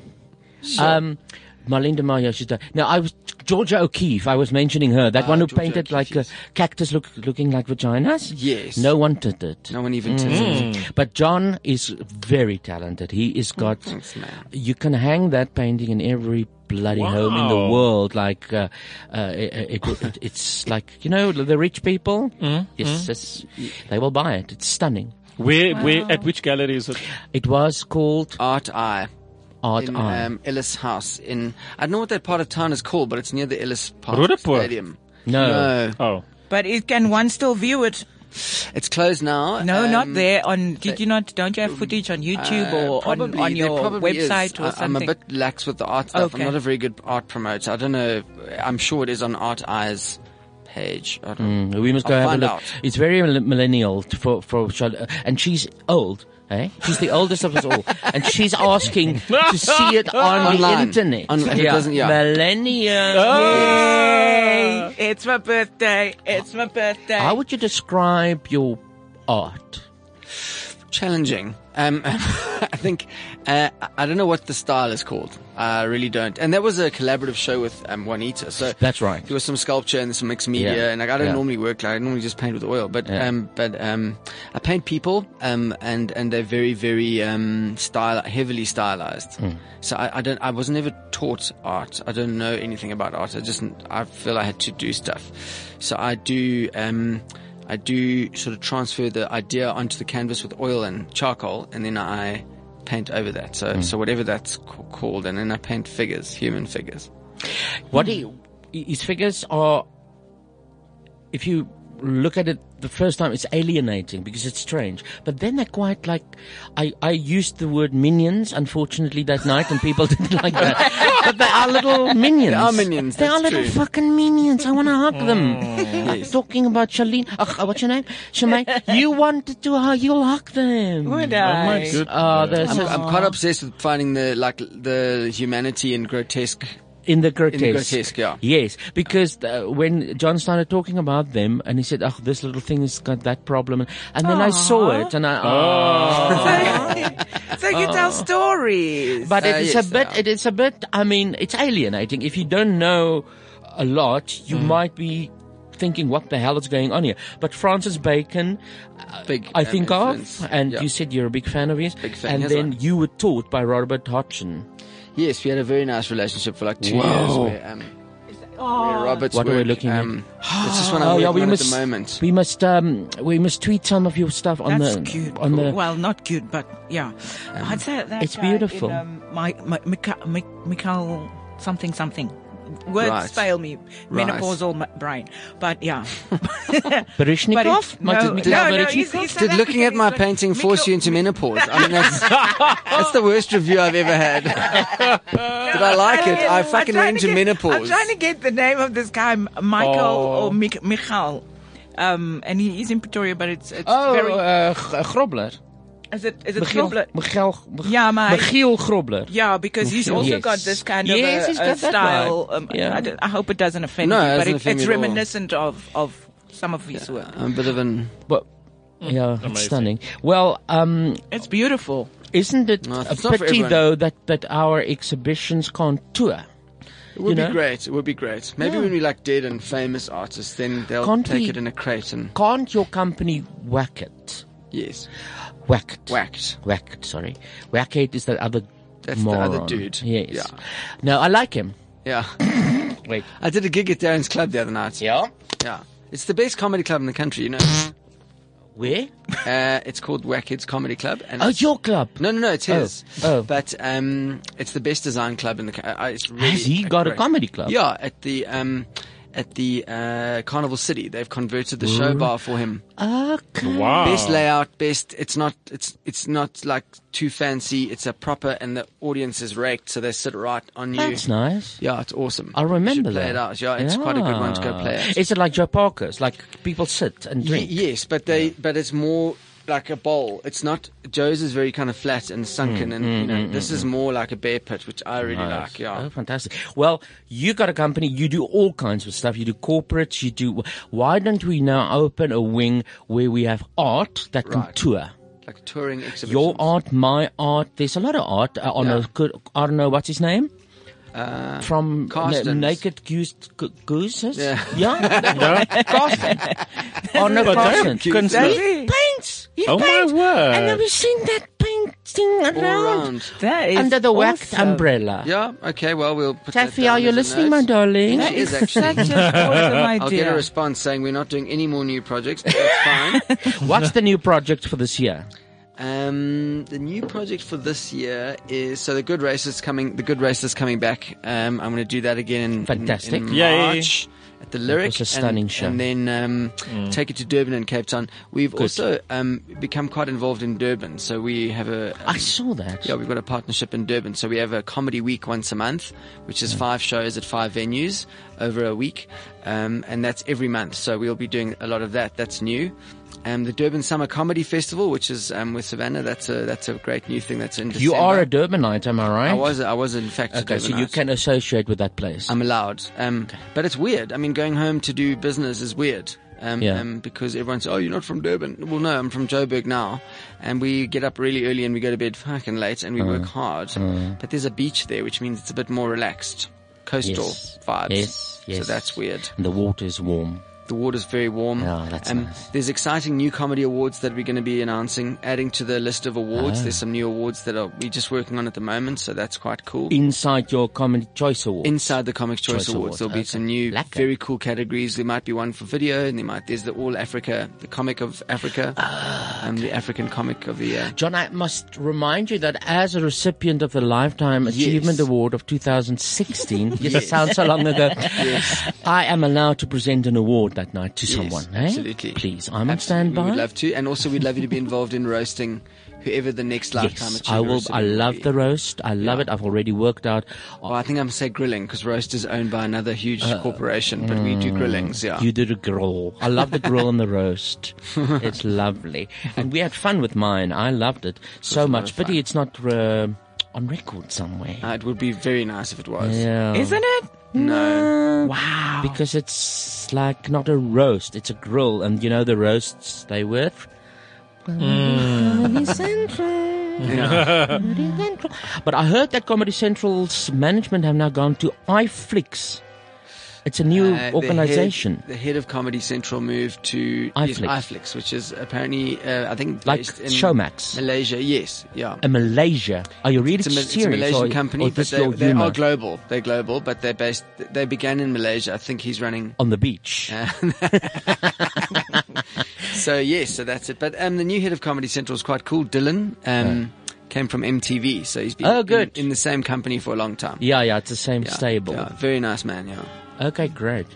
S4: So-
S2: Um, Marlene de Mayo, she's done. Now, I was Georgia O'Keeffe. I was mentioning her,
S4: Ah,
S2: that one who painted like a cactus look, looking like vaginas.
S4: Yes.
S2: no one did it. Mm.
S4: No one even did it. Mm.
S2: But John is very talented. He is got.
S4: Oh, thanks, man.
S2: You can hang that painting in every bloody home in
S5: Wow.
S2: the world. Like uh, uh, it, it, it- it's like you know the rich people.
S5: Mm,
S2: Yes,
S5: mm.
S2: yes, they will buy it. It's stunning.
S5: Where, where, at which gallery is it?
S2: It was called
S4: Art Eye.
S2: Art
S4: in,
S2: Eye.
S4: Um, Ellis House in I don't know what that part of town is called, but it's near the Ellis Park
S5: Rudepoort?
S4: Stadium.
S2: No.
S5: Oh.
S3: But it, can one still view it?
S4: It's closed now.
S3: No, not
S4: um,
S3: there. On did you not? Don't you have footage on YouTube
S4: Uh,
S3: or on,
S4: probably.
S3: on
S4: There
S3: your
S4: probably is.
S3: website or
S4: I-
S3: something?
S4: I'm a bit lax with the art stuff.
S3: Okay.
S4: I'm not a very good art promoter. I don't know. I'm sure it is on Art Eye's page. I don't
S2: Mm, we must go
S4: I'll
S2: have a
S4: find
S2: look.
S4: out.
S2: It's very mill- millennial t- for for Charlotte, and she's old. Eh? She's the oldest of us all, and she's asking to see it on the
S4: Online.
S2: internet.
S4: On- it doesn't- yeah.
S2: millennial.
S3: Yay! It's my birthday. It's my birthday.
S2: Oh. How would you describe your art?
S4: Challenging. Um, I think uh, I- I don't know what the style is called. I really don't. And that was a collaborative show with um, Juanita. So
S2: That's right.
S4: There was some sculpture and some mixed media,
S2: Yeah.
S4: and like I don't
S2: Yeah.
S4: normally work. Like, I normally just paint with oil, but
S2: Yeah.
S4: um, but um, I paint people, um, and and they're very very um, style heavily stylized.
S2: Mm.
S4: So I, I don't. I was never taught art. I don't know anything about art. I just I feel I had to do stuff. So I do. Um, I do sort of transfer the idea onto the canvas with oil and charcoal, and then I paint over that. So
S2: Mm.
S4: so whatever that's ca- called, and then I paint figures, human figures.
S2: What
S4: Hmm.
S2: do you, his figures are, if you look at it the first time, it's alienating because it's strange. But then they're quite like, I, I used the word minions, unfortunately, that night, and people didn't like that. But they are little minions.
S4: They are minions,
S2: They are
S4: that's
S2: little
S4: true.
S2: fucking minions. I want to hug them.
S5: Oh.
S4: Mm.
S2: I'm Talking about Charlene, ugh, uh, what's your name? Charmaine, you wanted to hug, you'll hug them.
S3: Would
S2: Oh my
S3: I?
S2: goodness. Oh, they're
S4: I'm,
S2: so-
S4: I'm quite obsessed with finding the like the humanity and grotesque.
S2: in the grotesque.
S4: grotesque, yeah.
S2: Yes, because uh, when John started talking about them, and he said, "Oh, this little thing has got that problem," and then I saw it, and I.
S4: Ah.
S3: So- so you tell stories.
S2: But
S4: Uh,
S2: it is a bit. It is a bit. I mean, it's alienating. If you don't know a lot,
S4: Mm.
S2: you might be thinking, "What the hell is going on here?" But Francis Bacon, uh, I
S4: um,
S2: think
S4: influence.
S2: of, and
S4: Yeah.
S2: you said you're a big fan of his, big
S4: fan,
S2: and
S4: yes,
S2: then you were taught by Robert Hodgson.
S4: Yes, we had a very nice relationship for like two
S2: Wow.
S4: years. Where, um,
S5: Oh.
S4: where Robert's
S2: Oh. what are we
S4: work,
S2: looking
S4: um,
S2: at?
S4: It's just one I'm
S2: Oh,
S4: working
S2: yeah, we
S4: on
S2: must,
S4: at the moment.
S2: We must um, we must tweet some of your stuff on
S3: That's
S2: the
S3: cute.
S2: on the.
S3: well, not cute, but yeah. I'd say that
S2: Um, it's
S3: guy in,
S2: beautiful.
S3: um, my, my, Micha- Mi- Michael something something. Words
S2: Right.
S3: fail me.
S2: Right.
S3: Menopausal m- brain. But yeah. But
S2: Baryshnikov?
S3: if-
S2: Might
S3: no,
S2: it- Mikhail
S3: no, no,
S2: Baryshnikov?
S3: he's- he's
S4: Did
S3: South
S4: looking at
S3: African,
S4: my
S3: he's
S4: painting force you into menopause? I mean, that's, that's the worst review I've ever had. Did I like it?
S3: I'm
S4: I fucking
S3: trying
S4: went
S3: to
S4: to
S3: get- I'm
S4: menopause.
S3: trying to get the name of this guy, M- Michael
S4: Oh.
S3: or Mich- Michal. Um, and he is in Pretoria, but it's, it's
S2: oh,
S3: very.
S2: uh, G- uh, Grobler.
S3: is it, is it
S2: Michiel,
S3: Grobler?
S2: Michiel, Mich-
S3: Yeah, my-
S2: Michiel Grobler.
S3: Yeah, because he's
S2: Michiel.
S3: also
S2: Yes.
S3: got this kind
S2: Yes,
S3: of
S2: he's
S3: a, a
S2: got that
S3: style.
S2: vibe.
S3: Um,
S2: Yeah.
S3: I, don't- I hope it doesn't offend
S4: No,
S3: you,
S4: it
S3: but
S4: doesn't
S3: it,
S4: offend me
S3: it's
S4: at all.
S3: reminiscent of, of some of his work.
S4: I'm a bit of an.
S2: But, yeah, it's stunning. Well, um,
S3: it's beautiful.
S2: Isn't it a
S4: it's not for
S2: pity
S4: everyone.
S2: though that that our exhibitions can't tour?
S4: It would be
S2: you know?
S4: great. It would be great. Maybe
S2: Yeah.
S4: when we like dead and famous artists, then they'll
S2: Can't
S4: take
S2: we-
S4: it in a crate and
S2: Can't your company whack it?
S4: yes,
S2: Whack it.
S4: Whacked.
S2: Whacked, sorry. Whack it is that other
S4: That's the
S2: moron.
S4: other dude.
S2: Yes.
S4: Yeah.
S2: No, Uh, I like him.
S4: yeah.
S2: Wait,
S4: I did a gig at Darren's club the other night.
S2: Yeah,
S4: yeah. It's the best comedy club in the country, you know.
S2: Where?
S4: Uh, it's called Wackheads Comedy Club. And
S2: Oh,
S4: it's-
S2: your club.
S4: No, no, no, it's
S2: Oh,
S4: his. But um, it's the best design club in the. co- Uh, it's really
S2: Has he got a
S4: great-
S2: comedy club?
S4: Yeah, at the um, at the uh, Carnival City, they've converted the show
S2: Mm.
S4: bar for him.
S2: Okay.
S4: Best layout, best. It's not. It's it's not like too fancy. It's a proper, and the audience is raked, so they sit right on you.
S2: That's nice.
S4: Yeah, it's awesome.
S2: I remember
S4: play
S2: that.
S4: it out. Yeah, it's quite a good one to go play at.
S2: Is it like Joe Parker's? Like people sit and
S4: Ye-
S2: drink.
S4: yes, but they but it's more like a bowl. It's not Joe's is very kind of flat and sunken,
S2: Mm,
S4: and
S2: mm,
S4: you know
S2: mm,
S4: this
S2: mm,
S4: is
S2: mm.
S4: more like a bear pit, which I really
S2: Nice.
S4: like. Yeah.
S2: Oh, fantastic. Well, you got a company. You do all kinds of stuff. You do corporates. You do. Why don't we now open a wing where we have art that can tour?
S4: Like a touring exhibition.
S2: Your art, my art. There's a lot of art. Uh, Arno, Arno, what's his name?
S4: Uh,
S2: From
S4: Carstens.
S2: Naked Goose, Go- Gooses?
S4: Yeah.
S2: yeah? Oh, Carsten. Arno
S5: But that
S2: Carsten.
S5: Kunstler.
S2: He paints. He
S5: Oh, my
S2: paints.
S5: word.
S2: And have you seen that painting around? Under the waxed umbrella.
S4: Yeah. Okay. Well, we'll put that
S2: Taffy,
S4: down
S2: are you
S4: as a
S2: listening,
S4: note.
S2: my darling?
S4: She is actually. I'll get a
S2: idea.
S4: response saying we're not doing any more new projects. But that's fine.
S2: What's the new project for this year?
S4: Um, the new project for this year is so the good race is coming. The good race is coming back. Um, I'm going to do that again. In,
S2: Fantastic.
S4: In, in
S2: Yay.
S4: March at the Lyric.
S2: was a stunning
S4: and,
S2: show.
S4: And then um, take it to Durban and Cape Town. We've also um, become quite involved in Durban. So we have a. I
S2: saw that.
S4: Yeah, we've got a partnership in Durban. So we have a comedy week once a month, which
S2: Mm.
S4: is five shows at five venues over a week, um, and that's every month. So we'll be doing a lot of that. That's new. Um, the Durban Summer Comedy Festival, which is um, with Savannah, that's a that's a great new thing that's in December.
S2: You are a Durbanite, am I right?
S4: I was I was in fact. uh, a
S2: Okay, so
S4: Durbanite.
S2: you can associate with that place.
S4: I'm allowed. Um, But it's weird. I mean, going home to do business is weird. Um,
S2: Yeah.
S4: um, because everyone says, "Oh, you're not from Durban." Well, no, I'm from Joburg now, and we get up really early and we go to bed fucking late and we
S2: Mm.
S4: work hard.
S2: Mm.
S4: But there's a beach there, which means it's a bit more relaxed, coastal
S2: Yes.
S4: vibes.
S2: Yes, yes.
S4: So that's weird.
S2: And the water is warm.
S4: The water's very warm.
S2: Yeah, that's
S4: um,
S2: nice.
S4: There's exciting new comedy awards that we're going to be announcing, adding to the list of awards.
S2: Ah.
S4: There's some new awards that are we're just working on at the moment, so that's quite cool.
S2: Inside your Comedy Choice Award.
S4: Inside the Comics Choice,
S2: Choice
S4: Awards,
S2: Awards, Uh,
S4: there'll be
S2: okay.
S4: some new,
S2: Lekker.
S4: very cool categories. There might be one for video, and there might there's the All Africa, the comic of Africa, and the African comic of the year.
S2: Ah, John, I must remind you that as a recipient of the Lifetime Achievement Award of 2016, yes, that
S4: Yes.
S2: sounds so long ago,
S4: Yes.
S2: I am allowed to present an award that night to
S4: Yes,
S2: someone. eh?
S4: absolutely.
S2: Please, I'm on
S4: We'd
S2: standby.
S4: love to, and also we'd love you to be involved in roasting whoever the next lifetime.
S2: Yes,
S4: achiever
S2: I will.
S4: is.
S2: I love the roast. I love it. I've already worked out.
S4: Well, I think I'm gonna say grilling because roast is owned by another huge corporation, but we do
S2: Uh, Mm,
S4: grillings. Yeah,
S2: You did a grill. I love the grill and the roast. It's lovely. And we had fun with mine. I loved it so much. Pity it's not uh, on record somewhere.
S4: Uh, it would be very nice if it was.
S2: Yeah.
S3: Isn't
S4: Uh,
S3: it?
S4: No.
S2: Wow. Because it's like not a roast, it's a grill. And you know the roasts they with?
S3: Mm.
S2: Comedy Central.
S1: Yeah.
S2: Comedy Central. But I heard that Comedy Central's management have now gone to iFlix. It's a new
S4: Uh, the
S2: organization.
S4: head- The head, of Comedy Central moved to yes,
S2: iFlix.
S4: iFlix, which is apparently, uh, I think,
S2: Like
S4: based in
S2: Showmax.
S4: Malaysia. Yes, yeah.
S2: in Malaysia. Are you really
S4: It's a, Ma- it's a
S2: serious?
S4: Malaysian
S2: or,
S4: company,
S2: or
S4: but
S2: just
S4: they,
S2: your
S4: they
S2: humor?
S4: are global. They're global, but they're based. They began in Malaysia. I think he's running
S2: on the beach.
S4: so yes, so that's it. But um, the new head of Comedy Central is quite cool. Dylan um, came from MTV, so he's been
S2: Oh, good.
S4: In, in the same company for a long time.
S2: yeah, yeah, it's the same stable.
S4: yeah, very nice man. Yeah,
S2: Okay, great.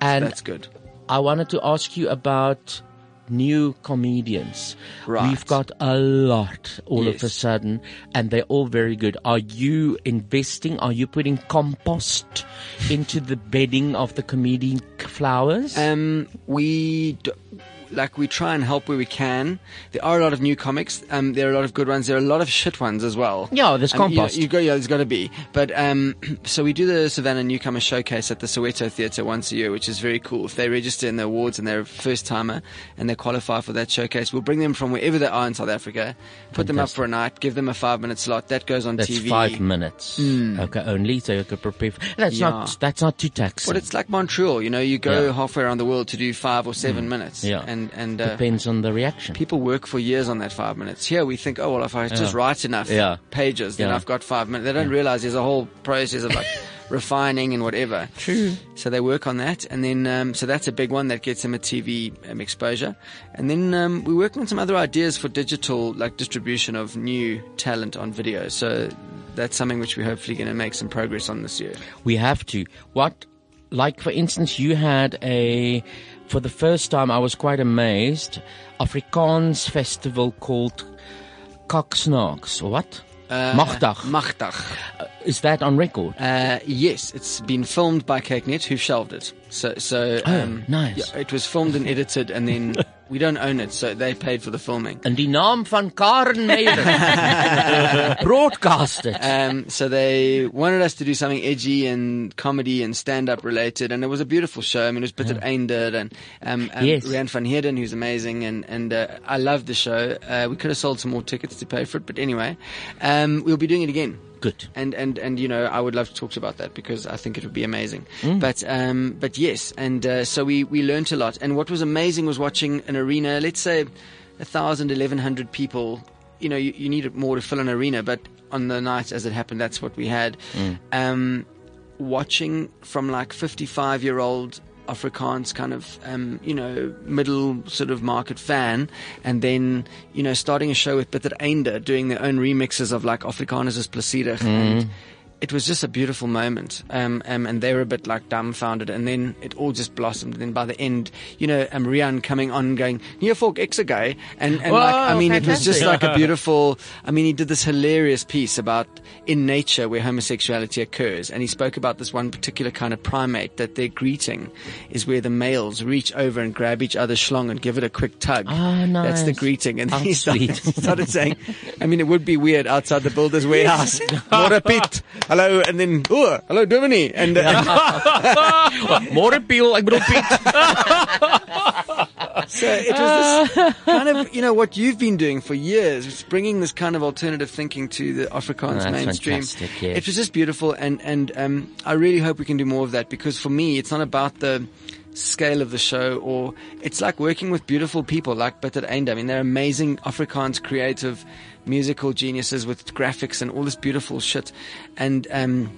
S2: And
S4: that's good.
S2: I wanted to ask you about new comedians. Right. We've got a lot all of
S4: Yes.
S2: a sudden, and they're all very good. Are you investing? Are you putting compost into the bedding of the comedian flowers?
S4: Um, we d- like we try and help where we can. There are a lot of new comics. Um, there are a lot of good ones. There are a lot of shit ones as well.
S2: Yeah, there's
S4: I mean, you know,
S2: compost.
S4: You, go, yeah, there's got to be. But um, so we do the Savannah Newcomer Showcase at the Soweto Theatre once a year, which is very cool. If they register in the awards and they're a first timer and they qualify for that showcase, we'll bring them from wherever they are in South Africa, put them up for a night, give them a five minute slot. That goes on
S2: that's
S4: TV.
S2: five minutes.
S4: Mm.
S2: Okay, only so you could prepare. For, that's
S4: Yeah.
S2: not that's not too taxing.
S4: But it's like Montreal, you know, you go
S2: Yeah. Mm.
S4: halfway around the world to do five or seven minutes.
S2: Yeah.
S4: And, and uh,
S2: Depends on the reaction.
S4: people work for years on that five minutes. Here we think, oh well, if I just
S2: Yeah.
S4: write enough
S2: Yeah.
S4: pages, then
S2: Yeah.
S4: I've got five minutes. They don't realize there's a whole process of like refining and whatever. True. So they work on that, and then um, so that's a big one that gets them a TV um, exposure, and then um, we're working on some other ideas for digital like distribution of new talent on video. So that's something which we're hopefully going to make some progress on this year.
S2: We have to. What, like for instance, you had a, for the first time, I was quite amazed, Afrikaans festival called Koksnaks. What?
S4: Uh,
S2: Magdag.
S4: Magdag.
S2: Uh, Is that on record?
S4: Uh, yes, it's been filmed by CakeNet, who shelved it. So, so
S2: Oh,
S4: um,
S2: nice.
S4: yeah, it was filmed and edited, and then we don't own it, so they paid for the filming.
S2: And die naam van Karen Meyer. Broadcast it.
S4: Um, so they wanted us to do something edgy and comedy and stand-up related, and it was a beautiful show. I mean, it was Peter Einder and um, um,
S2: Yes.
S4: Rian van Heerden, who's amazing, and and uh, I love the show. Uh, we could have sold some more tickets to pay for it, but anyway, um, we'll be doing it again.
S2: Good.
S4: And and and you know, I would love to talk to you about that because I think it would be amazing. But um, but yes, and uh, so we we learnt a lot. And what was amazing was watching an arena. Let's say a thousand, eleven hundred people. You know, you, you need more to fill an arena, but on the night as it happened, that's what we had.
S2: Mm.
S4: Um, watching from like 55 year old Afrikaans kind of, um, you know, middle sort of market fan, and then, you know, starting a show with Bitter Einder doing their own remixes of like Afrikaners is Placidig.
S2: Mm.
S4: And it was just a beautiful moment. Um, um, and they were a bit like dumbfounded, and then it all just blossomed. And then by the end, you know, um, Rian coming on going, Neofork X a guy. And, and like, I
S2: Wow,
S4: mean, it was just like
S2: fantastic.
S4: a beautiful beautiful. I mean, he did this hilarious piece about in nature where homosexuality occurs, and he spoke about this one particular kind of primate that their greeting is where the males reach over and grab each other's schlong and give it a quick tug.
S2: Ah, nice.
S4: That's the greeting, and
S2: Ah,
S4: then he started,
S2: sweet.
S4: started saying, "I mean, it would be weird outside the builder's warehouse. More Piet, hello, and then oh, hello, Germany, and." Uh,
S2: More appeal, I bedoel Piet.
S4: So it
S2: Uh,
S4: was this kind of, you know, what you've been doing for years, it's bringing this kind of alternative thinking to the
S2: Oh,
S4: Afrikaans
S2: that's
S4: mainstream.
S2: fantastic, yes.
S4: It was just beautiful, and and um, I really hope we can do more of that because for me, it's not about the scale of the show, or it's like working with beautiful people like Bitter Einde. I mean, they're amazing Afrikaans creative, musical geniuses with graphics and all this beautiful shit, and. Um,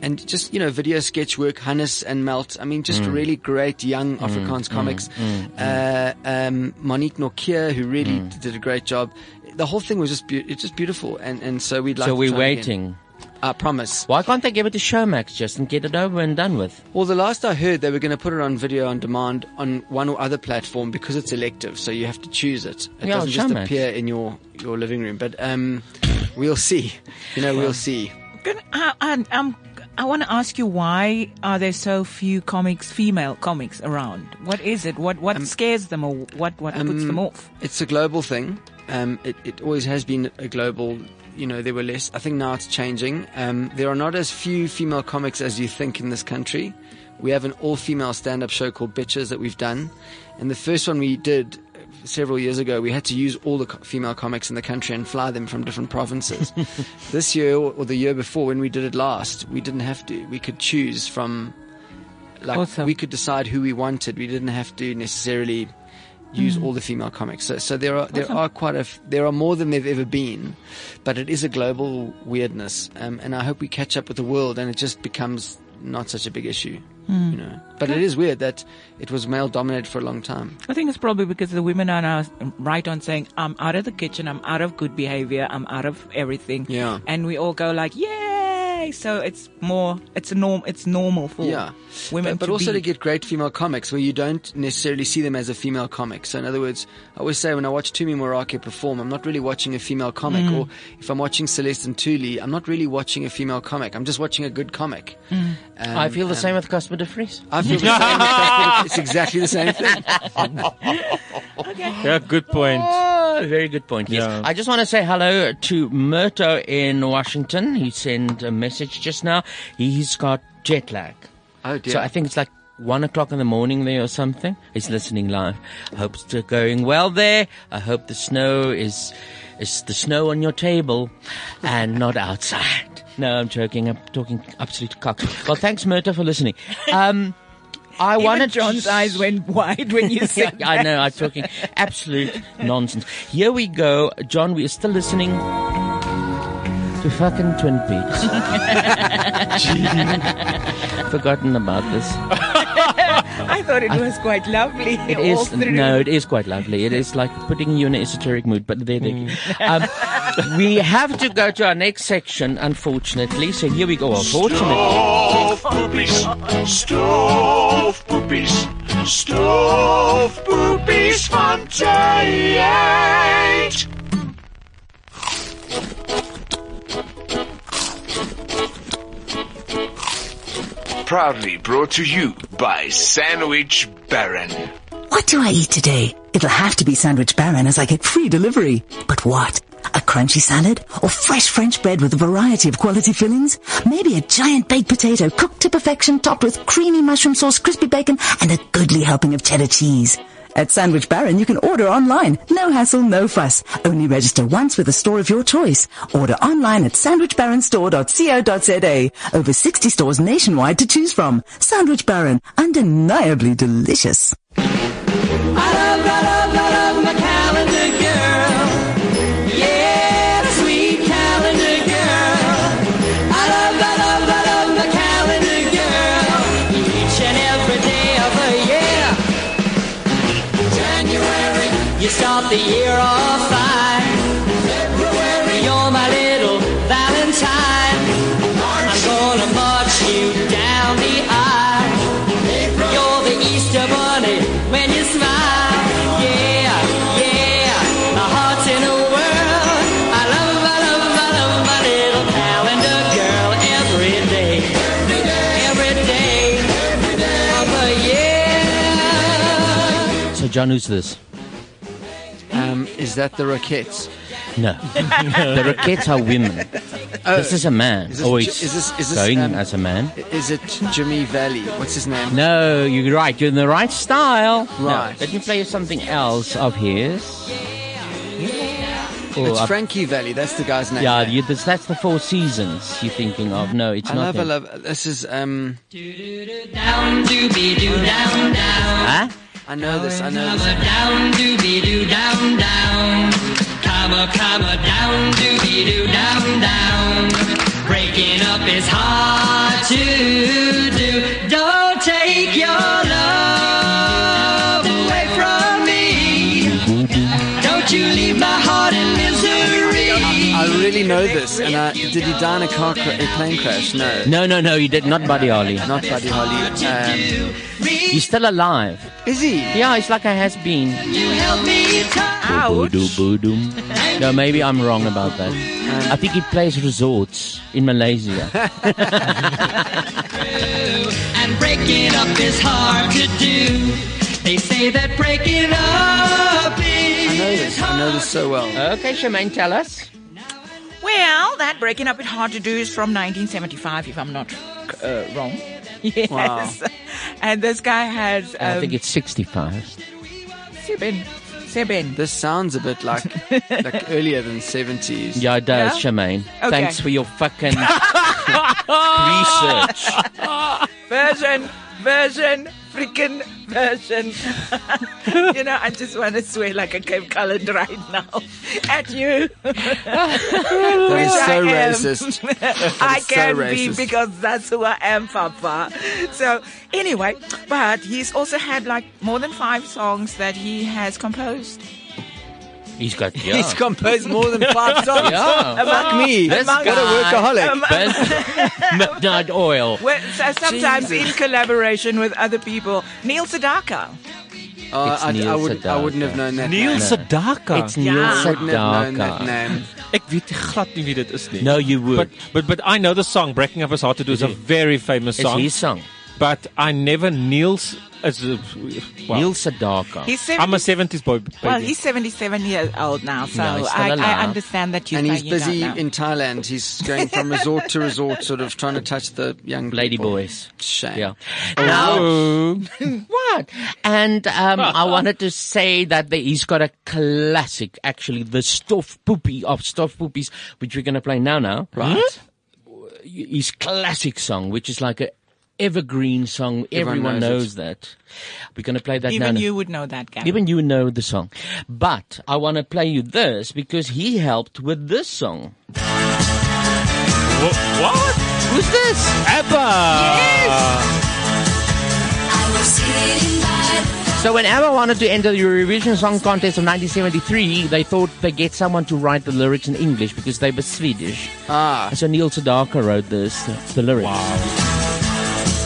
S4: and just you know video sketch work hannes and melt i mean just
S2: Mm.
S4: really great young afrikaans
S2: mm,
S4: comics
S2: mm,
S4: uh, um, monique nokia who really
S2: Hmm.
S4: did a great job the whole thing was just be- it's just beautiful and and so we'd like
S2: so
S4: to
S2: we're
S4: try again.
S2: waiting.
S4: I promise.
S2: Why can't they give it to Showmax just and get it over and done with?
S4: Well, the last I heard, they were going to put it on video on demand on one or other platform because it's elective, so you have to choose it. It
S2: Yeah,
S4: doesn't just
S2: Showmax.
S4: appear in your, your living room, but um, we'll see. You know, we'll see.
S3: Can I, I, I'm, Uh, um, I want to ask you why are there so few comics, female comics around? What is it? What what scares them or what what puts them
S4: Um,
S3: off?
S4: It's a global thing. Um, it, it always has been a global. You know, there were less. I think now it's changing. Um, there are not as few female comics as you think in this country. We have an all-female stand-up show called Bitches that we've done, and the first one we did several years ago, we had to use all the co- female comics in the country and fly them from different provinces. this year or the year before, when we did it last, we didn't have to. We could choose from like we could decide who we wanted. We didn't have to necessarily use
S2: Mm.
S4: all the female comics. So, so there are there
S2: Awesome.
S4: are quite a f- there are more than they've ever been, but it is a global weirdness, um, and I hope we catch up with the world and it just becomes not such a big issue.
S3: Mm.
S4: You know, but it is weird that it was male dominated for a long time.
S3: I think it's probably because the women are now right on saying, "I'm out of the kitchen. I'm out of good behavior. I'm out of everything."
S4: Yeah.
S3: and we all go like, "Yay!" So it's more, it's a norm, it's normal for
S4: yeah.
S3: women,
S4: but, but
S3: to
S4: also
S3: be.
S4: to get great female comics where you don't necessarily see them as a female comic. So in other words, I always say when I watch Tumi Morake perform, I'm not really watching a female comic.
S2: Mm.
S4: Or if I'm watching Celeste and Thule, I'm not really watching a female comic. I'm just watching a good comic. Um,
S2: Mm. I feel the
S4: um,
S2: same with Cosmo de Vries.
S4: I feel the same. with Casper. it's exactly the same thing.
S5: Yeah, good point.
S2: Ah, very good point. Yes. I just want to say hello to Murto in Washington. He sent a message just now. He's got jet lag.
S4: Oh dear.
S2: So I think it's like one o'clock in the morning there or something. He's listening live. I hope it's still going well there. I hope the snow is is the snow on your table and not outside. No, I'm joking. I'm talking absolute cock. Well, thanks, Murto, for listening. Um, I
S3: Even
S2: wanted
S3: John's eyes went wide when you said.
S2: Yeah, I
S3: that.
S2: know, I'm talking absolute nonsense. Here we go. John, we are still listening to fucking Twin Peaks. Forgotten about this.
S3: I thought it was quite lovely.
S2: It
S3: all
S2: is
S3: through.
S2: no, it is quite lovely. It is like putting you in an esoteric mood, but there, there.
S4: Mm.
S2: Um, we have to go to our next section, unfortunately. So here we go. Unfortunately,
S1: Stove poopies, stoof poopies, stoof poopies van Giant.
S14: Proudly brought to you by Sandwich Baron.
S15: What do I eat today? It'll have to be Sandwich Baron as I get free delivery. But what? A crunchy salad? Or fresh French bread with a variety of quality fillings? Maybe a giant baked potato cooked to perfection topped with creamy mushroom sauce, crispy bacon, and a goodly helping of cheddar cheese. At Sandwich Baron, you can order online. No hassle, no fuss. Only register once with a store of your choice. Order online at sandwichbaronstore.co.za. Over 60 stores nationwide to choose from. Sandwich Baron, undeniably delicious.
S1: You start the year off fine. February, you're my little Valentine. I'm gonna march you down the aisle. You're the Easter bunny when you smile. Yeah, yeah, my heart's in a whirl. I love, I love, I love my little calendar girl every day. Every day, every day of the year.
S2: so John, who's this?
S4: Um, is that the Roquettes?
S2: No, the Rockettes are women. this is a man.
S4: Is this,
S2: oh,
S4: Ji-
S2: it's
S4: is this, is this,
S2: going
S4: um,
S2: as a man.
S4: Is it Jimmy Valley? What's his name?
S2: No, you're right. You're in the right style.
S4: Right.
S2: Now, let me play you something else of his. Oh,
S4: it's
S2: I-
S4: Frankie Valley. That's the guy's name.
S2: Yeah, you, that's, that's the Four Seasons you're thinking of. No, it's
S4: I love,
S2: not.
S4: I
S2: him.
S4: love. This is um.
S1: Down doobie doo down down.
S2: Huh?
S4: I know this. I know
S1: Comma down doobie doo down down. Comma comma down doobie doo down down. Breaking up is hard to do. Don't take your love away from me. Don't you leave my heart in misery.
S4: I really know this. And I, did he die in a car cra- a plane crash? No.
S2: No, no, no, you did not, Buddy Holly.
S4: Not Buddy Holly. Um,
S2: he's still alive.
S4: Is he?
S2: Yeah, it's like I has been.
S1: Help me talk.
S2: No, maybe I'm wrong about that.
S4: Um,
S2: I think he plays resorts in Malaysia.
S1: And breaking up is hard to do. They say that breaking up is.
S4: I know this. I know this so well.
S2: Okay, Shemaine, tell us.
S3: Well, that breaking up it hard to do is from 1975, if I'm not uh, wrong. Yes.
S2: Wow.
S3: And this guy has. Um,
S2: I think it's 65.
S3: Sebin. Sebin.
S4: This sounds a bit like like earlier than seventies.
S2: Yeah, it does,
S4: Yeah?
S2: Shemaine.
S4: Okay.
S2: Thanks for your fucking research.
S3: version, version, freaking version. you know, I just want to swear like a Cape Colored right now at you. that
S4: is so racist. That
S3: I
S4: is so
S3: can be
S4: racist.
S3: because that's who I am, Papa. So anyway, but he's also had like more than five songs that he has composed.
S2: He's got, yeah.
S4: He's composed more than five songs.
S2: Yeah.
S4: Fuck me.
S2: This
S4: what a
S2: guy- Um,
S4: workaholic.
S2: Ben- Midnight Oil.
S3: Well, so sometimes in
S4: Jesus.
S3: collaboration with other people. Neil Sedaka.
S4: Uh,
S2: It's
S4: I, I,
S2: Neil
S4: would, I wouldn't have known that.
S5: Neil
S4: name.
S5: Sedaka.
S2: It's Neil
S4: I wouldn't have known that
S2: Sedaka.
S4: name.
S5: Ek weet glad nie wie dit is nie.
S2: No, you would.
S5: But but but I know the song Breaking Up is Hard to Do is a very famous
S2: It's
S5: song.
S2: his song.
S5: But I never Neil's as a, well,
S2: Neil Sedaka.
S3: He's
S5: I'm a 70s boy. Baby.
S3: Well, he's 77 years old now, so
S2: No, he's still
S3: I, I
S2: alive.
S3: understand that you
S4: and
S3: say
S4: he's
S3: you don't
S4: busy
S3: know.
S4: in Thailand. He's going from resort to resort, sort of trying to touch the young
S2: Lady
S4: people.
S2: boys.
S4: Shame. Oh.
S2: Yeah. Now, what? And um, I wanted to say that the, he's got a classic, actually, the Stoff Poopy of Stoff Poopies, which we're going to play now, now.
S4: Right.
S2: His classic song, which is like a evergreen song. Everyone,
S4: Everyone knows
S2: knows, that. We're going to play that now.
S3: Even
S2: now.
S3: you would know that, Gavin.
S2: Even you know the song. But I want to play you this because he helped with this song.
S5: what?
S2: Who's this?
S5: Abba.
S2: So when ABBA wanted to enter the Eurovision Song Contest of 1973, they thought they get someone to write the lyrics in English because they were Swedish.
S4: Ah.
S2: And So Neil Sedaka wrote this, the lyrics.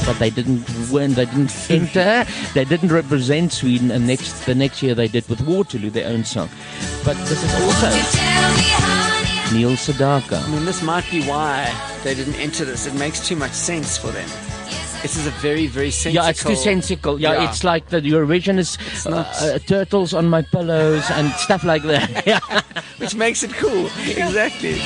S2: But they didn't win. They didn't enter. they didn't represent Sweden. And next, the next year, they did with Waterloo, their own song. But this is also Neil Sedaka.
S4: I mean, this might be why they didn't enter this. It makes too much sense for them. This is a very, very sensible.
S2: Yeah, it's too sensical. Yeah, it's like the Eurovision is uh, uh, turtles on my pillows and stuff like that. Yeah.
S4: which makes it cool. Exactly.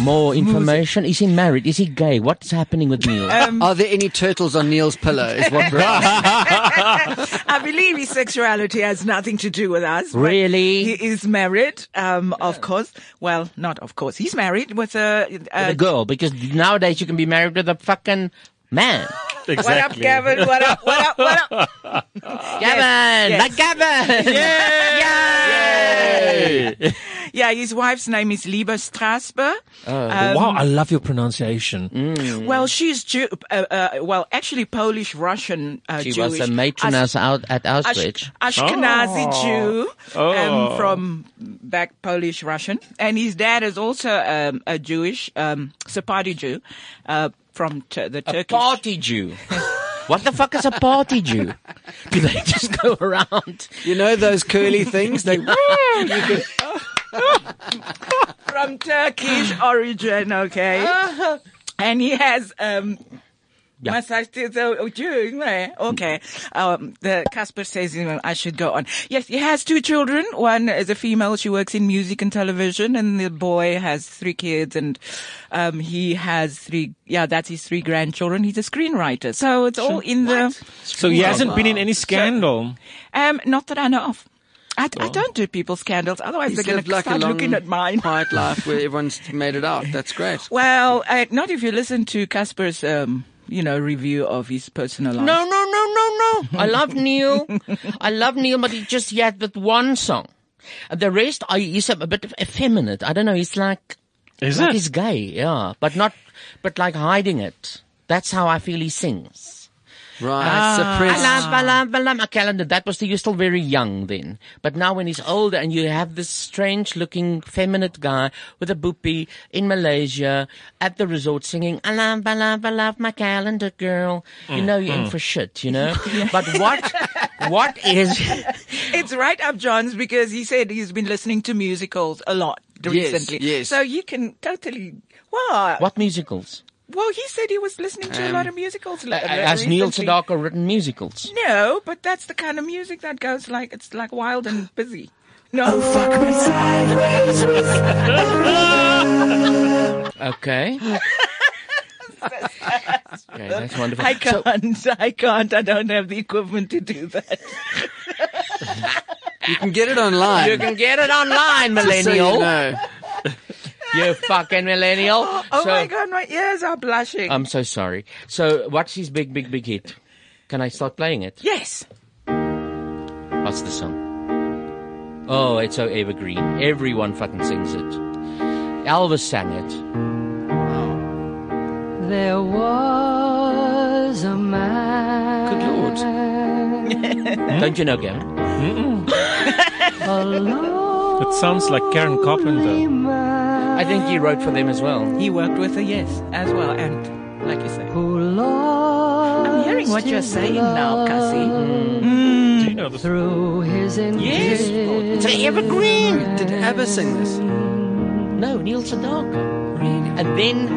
S2: More information. Is he married? Is he gay? What's happening with Neil?
S4: Are there any turtles on Neil's pillow? Is what we're asking.
S3: I believe his sexuality has nothing to do with us. but
S2: Really?
S3: He is married, um, of course. Well, not of course. He's married with a. uh,
S2: with a
S3: a
S2: girl, because nowadays you can be married with a fucking man.
S3: what up, Gavin? What up? What up? What up?
S2: Uh, Gavin!
S3: yes.
S2: Like Gavin!
S3: Yeah, his wife's name is Liebe Strasberg.
S2: Oh,
S3: Um,
S5: Uh, wow, I love your pronunciation.
S2: Mm.
S3: Well, she's Jew. Uh, uh, well, actually, Polish Russian uh,
S2: She
S3: Jewish.
S2: was the matron
S3: As-
S2: out at Auschwitz.
S3: Ash- Ashkenazi Jew
S5: Oh.
S3: um, from back Polish Russian, and his dad is also um, a Jewish um, Sephardi Jew uh, from t- the
S2: A
S3: Turkish.
S2: party Jew. What the fuck is a party Jew? Do they just go around?
S4: You know those curly things? They,
S5: Uh-huh.
S3: from Turkish origin, okay? and he has um,
S2: Yeah.
S3: Must I still so oh, June, eh? Okay. Um, the Casper says you know, I should go on. Yes, he has two children. One is a female. She works in music and television, and the boy has three kids, and um, he has three. Yeah, that's his three grandchildren. He's a screenwriter, so it's all in the.
S5: So he hasn't been in any scandal.
S3: Um, not that I know of. I, I don't do people's scandals, otherwise
S4: He's
S3: they're going
S4: lived
S3: to
S4: like a
S3: start
S4: long,
S3: looking at mine.
S4: Quiet life where everyone's made it out. That's great.
S3: Well, uh, not if you listen to Casper's, um, you know, review of his personal life.
S2: No, no, no, no, no. I love Neil. I love Neil, but he just he had with one song. The rest, I, he's a bit effeminate. I don't know. He's like,
S5: Is
S2: like
S5: it?
S2: He's gay, yeah, but not, but like hiding it. That's how I feel he sings. Ah.
S4: Right,
S2: I
S4: suppressed.
S2: love, I love, I love my ah, calendar. That was the, you're still very young then. But now when he's older and you have this strange looking feminine guy with a boopy in Malaysia at the resort singing, I love, I love, I love my calendar girl. You
S3: Mm,
S2: know you're
S3: mm.
S2: in for shit, you know? But what, what is,
S3: it's right up John's because he said he's been listening to musicals a lot
S2: Yes,
S3: recently.
S2: yes.
S3: So you can totally. Wow.
S2: what musicals?
S3: Well, he said he was listening to a
S2: Um,
S3: lot of musicals.
S2: Uh,
S3: le-
S2: Has Neil
S3: recently.
S2: Sedaka written musicals?
S3: No, but that's the kind of music that goes like it's like wild and busy. No.
S2: Okay. Okay, that's wonderful.
S3: I
S2: So-
S3: can't. I can't. I don't have the equipment to do that.
S4: You can get it online.
S2: You can get it online,
S4: Just so you
S2: millennial.
S4: know.
S2: you fucking millennial.
S3: Oh
S2: So-
S3: my god, my ears are blushing.
S2: I'm so sorry. So, what's his big, big, big hit? Can I start playing it?
S3: yes.
S2: What's the song? Oh, it's so evergreen. Everyone fucking sings it. Elvis sang it.
S16: There was a man. Good lord.
S4: Eh?
S2: Don't you know, Gavin?
S5: It sounds like Karen Carpenter.
S2: I think he wrote for them as well.
S3: He worked with a yes as well, and like you said. I'm hearing what you're saying now, Cassie. Mm.
S5: Do you know the
S16: Through his
S3: Yes.
S16: It's
S2: an evergreen.
S4: Did ABBA sing this?
S2: No, Neil Sedaka. And then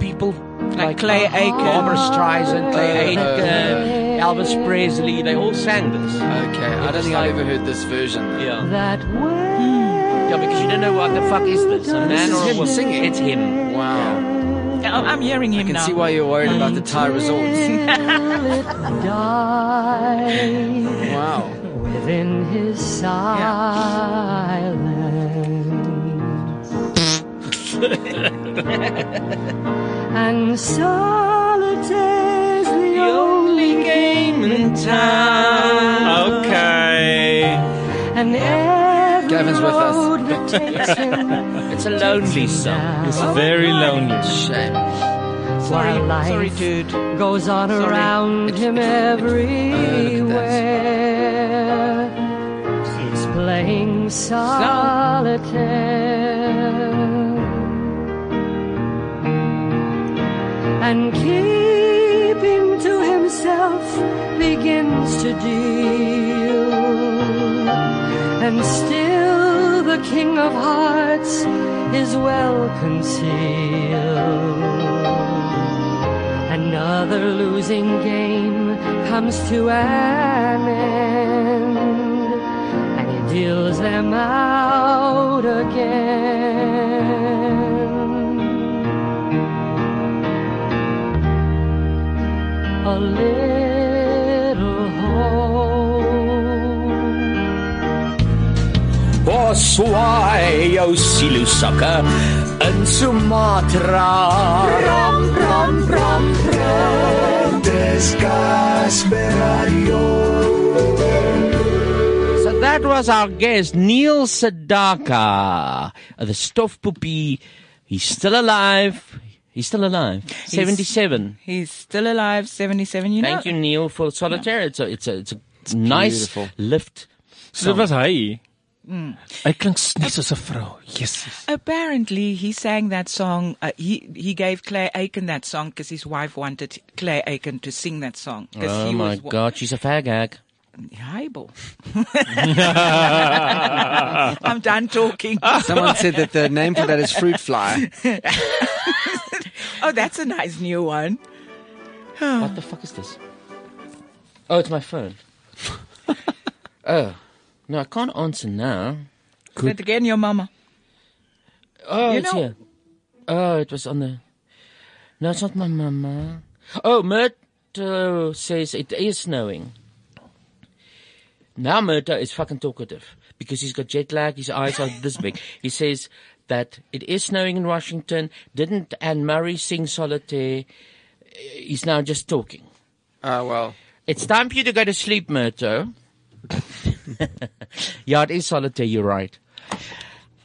S2: people like,
S3: Clay Aiken,
S2: Barbara Streisand, Clay
S4: Oh, oh,
S2: Aiken, Elvis Presley. They all sang this.
S4: Okay, I don't think I've ever heard this version.
S2: Yeah.
S16: That
S2: Yeah, because you don't know what the fuck is this. A man
S4: This is
S2: or a
S4: him
S2: woman?
S4: singing.
S2: It's him.
S4: Wow.
S3: I'm hearing him
S4: I can
S3: now.
S4: see why you're worried about the Thai resorts.
S16: died
S4: Wow.
S16: within his silence. and solitary's the only game in town.
S5: Okay.
S16: And every
S5: Gavin's with us.
S16: road that takes him
S2: It's a lonely song.
S5: It's very lonely.
S4: Shame.
S16: Sorry, sorry, dude. Goes on around him everywhere. He's playing solitaire and keeping to himself begins to deal. And still the king of hearts is well concealed. Another losing game comes to an end, and he deals them out again. A little home.
S1: Oswaai jou silo sakke in Sumatra. Bram bram bram bram. Dis Casper
S2: So that was our guest, Neil Sedaka, of the Stoff Puppy. He's still alive. He's still alive. 77.
S3: He's still alive, 77. You
S2: Thank
S3: know,
S2: you, Neil, for Solitaire. It's a, it's a, it's a nice
S5: beautiful.
S2: lift.
S5: So dit was hy.
S3: Mm.
S5: Hy klink net soos 'n vrou. Jesus.
S3: Apparently, he sang that song. Uh, he he gave Clay Aiken that song because his wife wanted Clay Aiken to sing that song. 'cause
S2: Oh
S3: he
S2: my
S3: was wa-
S2: God, she's a fag hag.
S3: Highball. I'm done talking.
S4: Someone said that the name for that is fruit fly.
S3: oh, that's a nice new one.
S2: What the fuck is this? Oh, it's my phone. oh, no, I can't answer now.
S3: But again, your mama.
S2: Oh,
S3: You
S2: it's
S3: know-
S2: here. Oh, it was on the. No, it's not my mama. Oh, Murto says it is snowing. Now Murto is fucking talkative because he's got jet lag. His eyes are this big. He says that it is snowing in Washington. Didn't Anne Murray sing solitaire? He's now just talking.
S4: Ah, well.
S2: It's time for you to go to sleep, Murto. yeah, it is solitaire. You're right.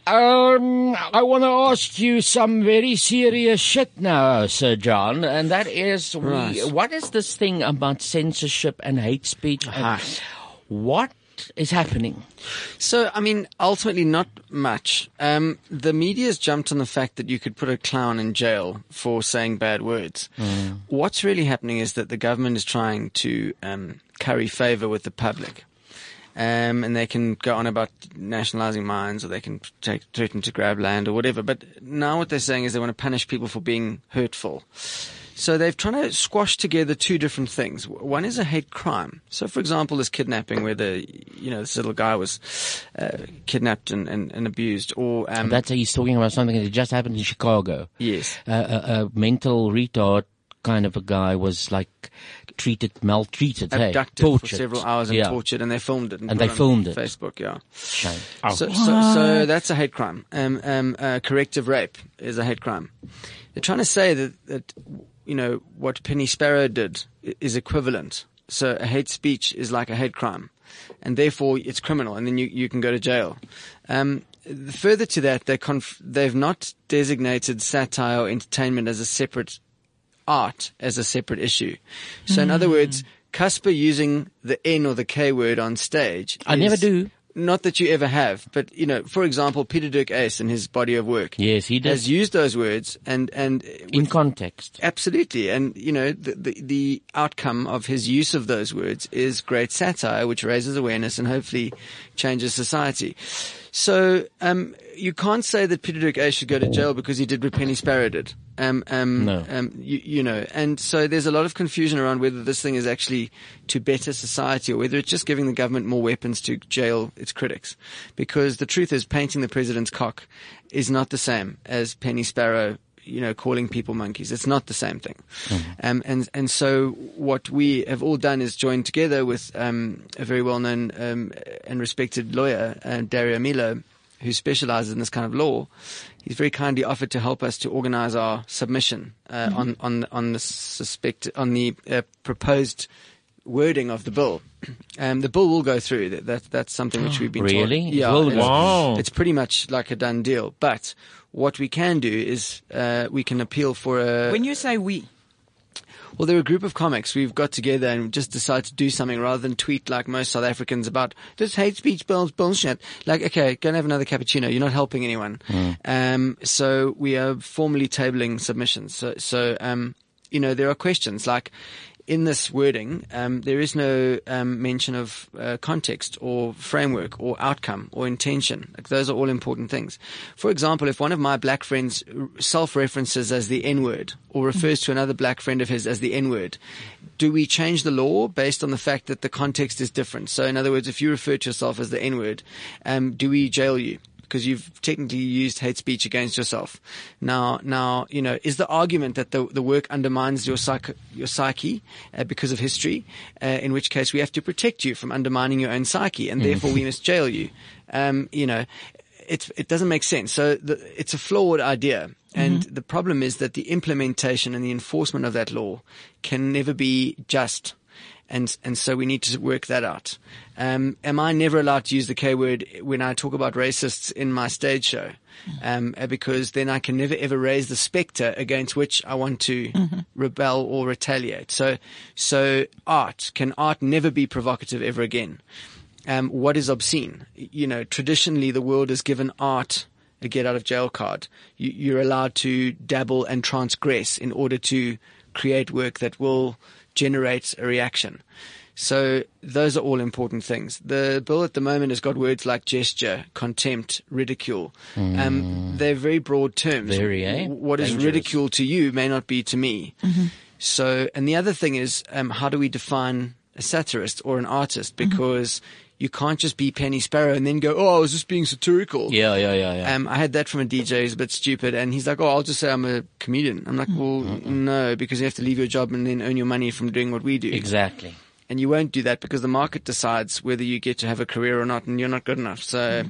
S2: Um, I want to ask you some very serious shit now, Sir John, and that is, we,
S4: Right.
S2: what is this thing about censorship and hate speech? and
S4: Ah.
S2: what is happening?
S4: So, I mean, ultimately, not much. Um, the media's jumped on the fact that you could put a clown in jail for saying bad words. What's really happening is that the government is trying to um, curry favor with the public. Um, and they can go on about nationalizing mines or they can take, threaten to grab land or whatever. But now what they're saying is they want to punish people for being hurtful. So they've trying to squash together two different things. W- One is a hate crime. So, for example, this kidnapping where the, you know, this little guy was uh, kidnapped and, and, and abused or... Um,
S2: That's he's talking about something that just happened in Chicago.
S4: Yes.
S2: A, a, a mental retard kind of a guy was like treated, maltreated, hey,
S4: abducted for
S2: tortured.
S4: several hours and
S2: yeah.
S4: tortured, and they filmed it. And,
S2: And
S4: put
S2: they filmed
S4: on
S2: it.
S4: Facebook, yeah.
S2: Shame.
S4: So, so, so that's a hate crime. Um, um, uh, corrective rape is a hate crime. They're trying to say that, that you know what Penny Sparrow did i- is equivalent. So a hate speech is like a hate crime, and therefore it's criminal, and then you, you can go to jail. Um, th- further to that, they conf- they've not designated satire or entertainment as a separate art as a separate issue. So in
S2: Hmm.
S4: other words, Casper using the N or the K word on stage.
S2: I never
S4: is-
S2: do.
S4: Not that you ever have, but you know, for example, Peter Dirk Ace in his body of work.
S2: Yes, he does.
S4: Has used those words and, and.
S2: In context.
S4: Absolutely. And, you know, the, the, the outcome of his use of those words is great satire, which raises awareness and hopefully changes society. So, um, you can't say that Peter Dirk Ace should go to jail because he did what Penny Sparrow did. Um, um,
S2: No.
S4: um, you, you know, and so there's a lot of confusion around whether this thing is actually to better society or whether it's just giving the government more weapons to jail its critics. Because the truth is, painting the president's cock is not the same as Penny Sparrow, you know, calling people monkeys. It's not the same thing. Um, and and so what we have all done is joined together with um, a very well-known um, and respected lawyer, uh, Dario Milo, who specializes in this kind of law, he's very kindly offered to help us to organize our submission uh,
S2: Mhm.
S4: on, on, on the suspect, on the uh, proposed wording of the bill. Um, the bill will go through. That, that, that's something which we've been taught.
S2: Really? It
S4: Yeah.
S2: will
S4: it's,
S2: go Wow.
S4: it's pretty much like a done deal. But what we can do is uh, we can appeal for a.
S3: When you say we,
S4: Well, they're a group of comics. We've got together and just decided to do something rather than tweet like most South Africans about this hate speech bill's bullshit. Like, okay, go and have another cappuccino. You're not helping anyone. Um, so we are formally tabling submissions. So, so um, you know, there are questions like in this wording, um, there is no um, mention of uh, context or framework or outcome or intention. Like, those are all important things. For example, if one of my black friends r- self-references as the N-word or refers to another black friend of his as the N-word, do we change the law based on the fact that the context is different? So, in other words, if you refer to yourself as the N-word, um, do we jail you? because you've technically used hate speech against yourself. Now, now, you know, is the argument that the, the work undermines your psych, your psyche uh, because of history, uh, in which case we have to protect you from undermining your own psyche and
S2: Mm.
S4: therefore we must jail you. Um, you know, it, it doesn't make sense. So the, it's a flawed idea. And the problem is that the implementation and the enforcement of that law can never be just and and so we need to work that out. Um, am I never allowed to use the K word when I talk about racists in my stage show? Um, uh, because then I can never ever raise the specter against which I want to rebel or retaliate. So, so art can art never be provocative ever again? Um, what is obscene? You know, traditionally the world is given art a get out of jail card. You, you're allowed to dabble and transgress in order to create work that will generate a reaction. So those are all important things. The bill at the moment has got words like gesture, contempt, ridicule. Um, they're very broad terms.
S2: Mm. Very, eh?
S4: What is
S2: Dangerous.
S4: ridicule to you may not be to me. So, and the other thing is, um, how do we define a satirist or an artist?
S2: Mm-hmm.
S4: Because you can't just be Penny Sparrow and then go, oh, I was just being satirical.
S2: Yeah, yeah, yeah, yeah.
S4: Um, I had that from a DJ who's a bit stupid, and he's like, "Oh, I'll just say I'm a comedian." I'm like, "Well, no, because you have to leave your job and then earn your money from doing what we do."
S2: Exactly.
S4: And you won't do that because the market decides whether you get to have a career or not, and you're not good enough.
S2: Mm-hmm.
S4: So,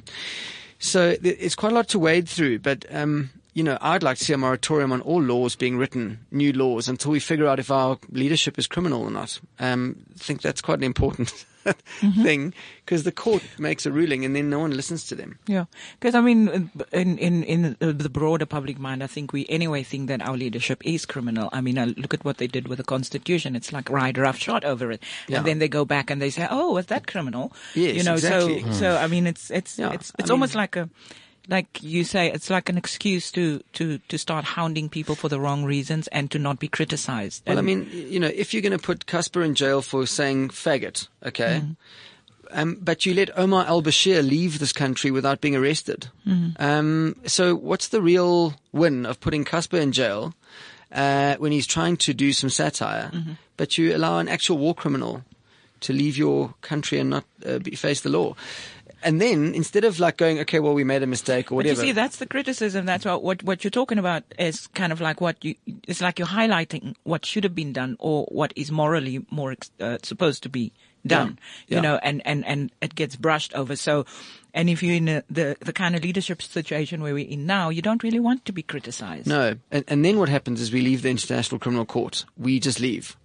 S4: so th- it's quite a lot to wade through. But um, you know, I'd like to see a moratorium on all laws being written, new laws, until we figure out if our leadership is criminal or not. Um, I think that's quite an important.
S2: Mm-hmm.
S4: thing because the court makes a ruling and then no one listens to them
S3: Yeah, because I mean, in in in the broader public mind, I think we anyway think that our leadership is criminal. I mean, I look at what they did with the constitution; it's like ride roughshod over it,
S4: Yeah.
S3: and then they go back and they say, "Oh, was that criminal?"
S4: Yes,
S3: you know.
S4: exactly.
S3: So,
S4: Hmm.
S3: so I mean, it's it's
S4: Yeah,
S3: it's
S4: I
S3: it's
S4: mean-
S3: almost like a. Like you say, it's like an excuse to, to, to start hounding people for the wrong reasons and to not be criticized.
S4: Well, I
S3: And-
S4: mean, you know, if you're going to put Casper in jail for saying faggot, okay,
S3: Mm-hmm.
S4: um, but you let Omar al Bashir leave this country without being arrested.
S3: Mm-hmm.
S1: Mhm.
S4: Um, so, what's the real win of putting Casper in jail uh, when he's trying to do some satire,
S3: Mm-hmm.
S4: but you allow an actual war criminal to leave your country and not uh, be, face the law? And then instead of like going, okay, well, we made a mistake or
S3: But you
S4: whatever.
S3: see, that's the criticism. That's what, what what you're talking about is kind of like what you. It's like you're highlighting what should have been done or what is morally more ex- uh, supposed to be done. You
S4: Yeah. Yeah.
S3: know, and and and it gets brushed over. So, and if you're in a, the the kind of leadership situation where we're in now, you don't really want to be criticized.
S4: No. And, and then what happens is we leave the International Criminal Court. We just leave.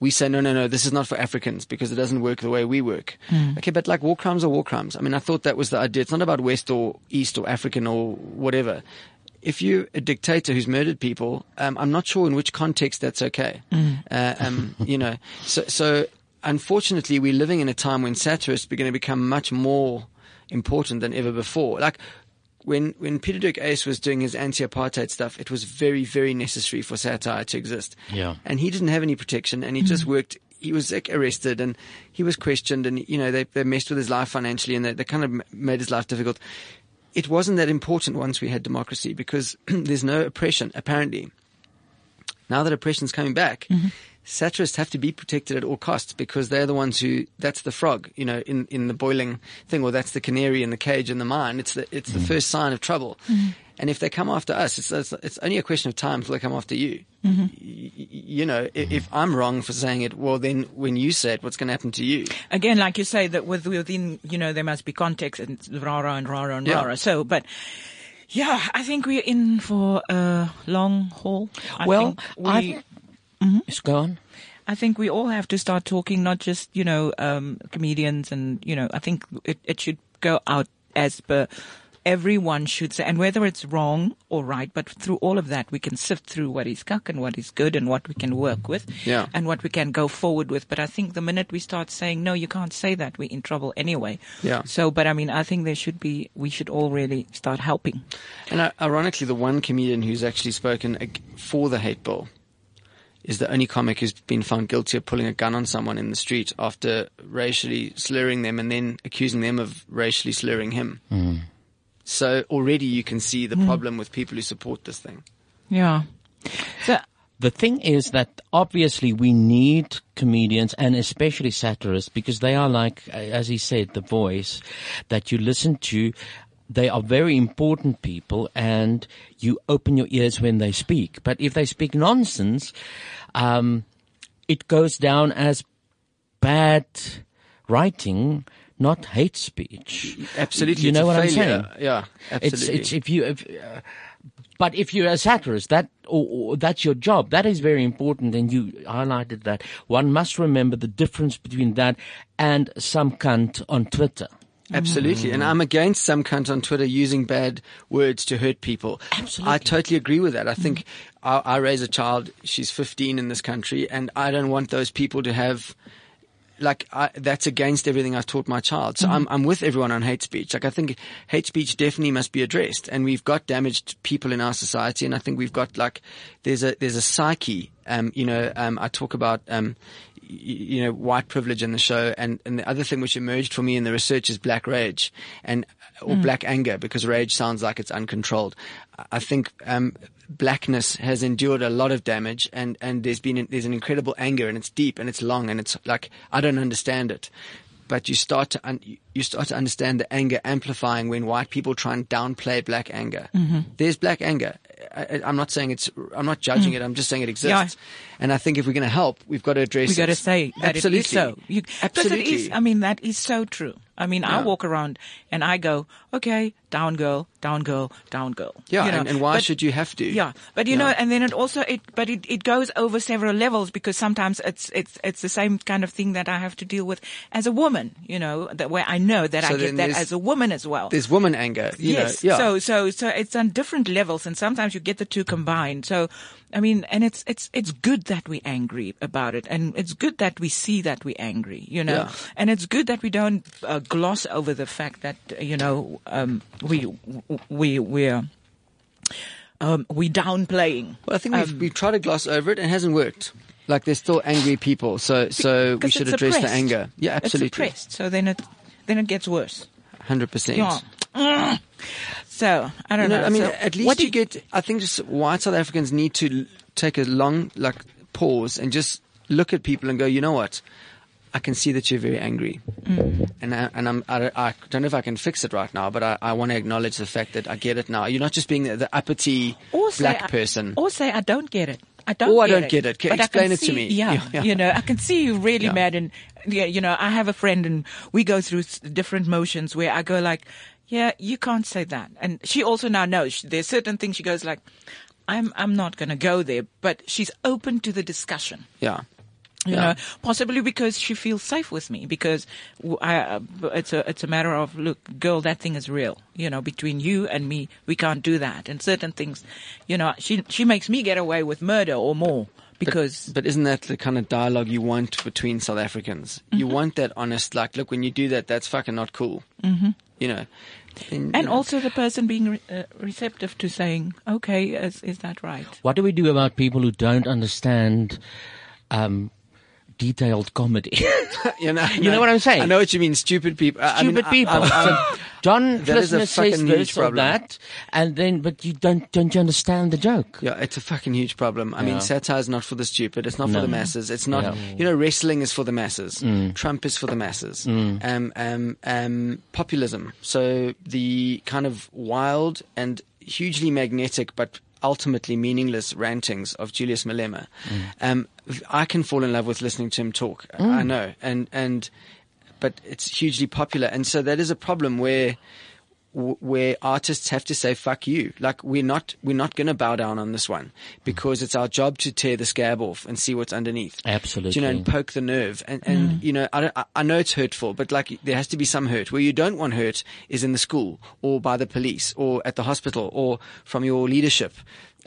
S4: We say, no, no, no, this is not for Africans because it doesn't work the way we work.
S1: Mm.
S4: Okay, but like war crimes are war crimes. I mean, I thought that was the idea. It's not about West or East or African or whatever. If you're a dictator who's murdered people, um, I'm not sure in which context that's okay.
S2: mm-hmm.
S1: Mm.
S4: Uh, um, you know, so, so unfortunately, we're living in a time when satirists are going to become much more important than ever before. Like when when Peter Dirk Ace was doing his anti-apartheid stuff, it was very very necessary for satire to exist,
S2: Yeah.
S4: and he didn't have any protection, and he just worked. He was like, arrested and he was questioned, and you know they they messed with his life financially, and they, they kind of m- made his life difficult. It wasn't that important once we had democracy because there's no oppression apparently. Now that oppression's coming back, satirists have to be protected at all costs because they're the ones who that's the frog you know in, in the boiling thing or that's the canary in the cage in the mine it's the it's the first sign of trouble
S1: Mhm.
S4: and if they come after us it's, it's it's only a question of time till they come after you
S3: Mm-hmm.
S4: Y- y- you know i- if i'm wrong for saying it well then when you say it what's going to happen to you
S3: Again, like you say, that with within you know there must be context and it's rara and rara and
S4: Yeah.
S3: rara. So, but. Yeah, I think we're in for a long haul. I
S2: Well,
S3: think
S2: I th- Just go on.
S3: I think we all have to start talking, not just you know um, comedians and you know. I think it, it should go out as per everyone should say, and whether it's wrong or right, but through all of that, we can sift through what is cuck and what is good and what we can work with
S4: Yeah.
S3: and what we can go forward with. But I think the minute we start saying no, you can't say that, we're in trouble anyway.
S4: Yeah.
S3: So, but I mean, I think there should be we should all really start helping.
S4: And uh, ironically, the one comedian who's actually spoken ag- for the hate bill is the only comic who's been found guilty of pulling a gun on someone in the street after racially slurring them and then accusing them of racially slurring him.
S2: Mm.
S4: So already you can see the
S3: Mm.
S4: problem with people who support this thing.
S3: Yeah.
S2: the thing is that obviously we need comedians and especially satirists because they are like, uh, as he said, the voice that you listen to. They are very important people and you open your ears when they speak. But if they speak nonsense, um, it goes down as bad writing, not hate speech.
S4: Absolutely,
S2: You know
S4: it's
S2: what
S4: a
S2: I'm
S4: failure.
S2: saying?
S4: Yeah, absolutely.
S2: It's, it's if you, if, uh, but if you're a satirist, that or, or that's your job. That is very important, and you highlighted that. One must remember the difference between that and some cunt on Twitter.
S4: Absolutely. And I'm against some cunt on Twitter using bad words to hurt people. Absolutely. I totally agree with that. I think I, I raise a child, she's 15 in this country, and I don't want those people to have. Like I, that's against everything I've taught my child. So I'm I'm with everyone on hate speech. Like I think hate speech definitely must be addressed, and we've got damaged people in our society, and I think we've got like there's a there's a psyche. Um, you know, um, I talk about um, y- you know, white privilege in the show. And, and the other thing which emerged for me in the research is black rage and, or
S7: Mm.
S4: black anger because rage sounds like it's uncontrolled. I- I think, um, blackness has endured a lot of damage, and and there's been there's an incredible anger, and it's deep, and it's long, and it's like I don't understand it. But you start to un- you start to understand the anger amplifying when white people try and downplay black anger.
S3: Mhm.
S4: There's black anger. I, I- I'm not saying it's. I'm not judging
S3: Mm.
S4: it. I'm just saying it
S3: Yeah.
S4: exists. And I think if we're going to help, we've got to address.
S3: we got to
S4: it.
S3: say that
S4: absolutely
S3: it is so. You, 'cause
S4: absolutely.
S3: It is, I mean, that is so true. I mean, I
S4: Yeah.
S3: walk around and I go, okay, down girl, down girl, down girl.
S4: yeah.
S3: You know,
S4: and, and why
S3: but-
S4: should you have to?
S3: Yeah, but you
S4: Yeah.
S3: know, and then it also it, but it, it goes over several levels because sometimes it's it's it's the same kind of thing that I have to deal with as a woman. You know, that where I know that
S4: So
S3: I
S4: then
S3: get that
S4: there's-
S3: as a woman as well.
S4: There's woman anger. You
S3: yes.
S4: Know? Yeah.
S3: So so so it's on different levels, and sometimes you get the two combined. So, I mean, and it's it's it's good that we're angry about it, and it's good that we see that we're angry. You know,
S4: Yeah.
S3: and it's good that we don't uh, gloss over the fact that uh, you know um, we we we're um, we downplaying.
S4: Well, I think we've,
S3: Um,
S4: we've tried to gloss over it and it hasn't worked. Like there's still angry people, so so we
S3: because
S4: should
S3: it's
S4: address the
S3: suppressed.
S4: anger. Yeah,
S3: It's
S4: absolutely,
S3: suppressed, so then it then it gets worse.
S4: hundred percent.
S3: Yeah. Mm. So I don't
S4: You know,
S3: know.
S4: I mean,
S3: So
S4: at
S3: what
S4: least
S3: do
S4: you get. I think just white South Africans need to l- take a long like pause and just look at people and go, you know what? I can see that you're very angry,
S3: Mm.
S4: and I, and I'm I, I don't know if I can fix it right now, but I, I want to acknowledge the fact that I get it now. You're not just being the, the uppity
S3: or say
S4: black
S3: I-
S4: person.
S3: or say I don't get it. I don't.
S4: Or I
S3: get
S4: don't
S3: it.
S4: get it. Can-
S3: But I
S4: explain
S3: can
S4: it to
S3: see-
S4: me.
S3: Yeah,
S4: Yeah, yeah.
S3: you know, I can see you really
S4: Yeah.
S3: mad, and yeah, you know, I have a friend, and we go through s- different motions where I go like, "Yeah, you can't say that," and she also now knows She- there's certain things she goes like, "I'm I'm not going to go there," but she's open to the discussion.
S4: yeah.
S3: You
S4: Yeah.
S3: know, possibly because she feels safe with me because w- I, uh, b- it's a it's a matter of look, girl, that thing is real. You know, between you and me, we can't do that. And certain things, you know, she she makes me get away with murder or more because
S4: But isn't that the kind of dialogue you want between South Africans? You want that honest, like, look, when you do that, that's fucking not cool.
S2: Mm-hmm.
S3: Mhm.
S4: You know, and,
S3: and also the person being re- uh, receptive to saying, okay, is is that right?
S2: What do we do about people who don't understand um, detailed comedy?
S4: you know,
S2: You know what I'm saying?
S4: I know what you mean. Stupid people. I- I mean,
S2: Stupid
S4: I-
S2: people.
S4: I- I-
S2: so John
S4: that is a
S2: Klissner says
S4: fucking huge
S2: this or
S4: problem.
S2: that, and then but you don't don't you understand the joke?
S4: Yeah, it's a fucking huge problem. I
S2: Yeah.
S4: mean, satire is not for the stupid. It's not
S2: No.
S4: for the masses. It's not,
S2: Yeah.
S4: you know, wrestling is for the masses.
S2: Mm.
S4: Trump is for the masses.
S2: Mm.
S4: Um, um, um, populism. So the kind of wild and hugely magnetic, but ultimately meaningless rantings of Julius Malema. Um, I can fall in love with listening to him talk. I- I
S2: Mm.
S4: know. And, and, but it's hugely popular. And so that is a problem where, w- where artists have to say fuck you like we're not we're not going to bow down on this one because it's our job to tear the scab off and see what's underneath
S2: Absolutely.
S4: do you know and poke the nerve and and
S2: Mm.
S4: you know I, don't, I I know it's hurtful but like there has to be some hurt where you don't want hurt is in the school or by the police or at the hospital or from your leadership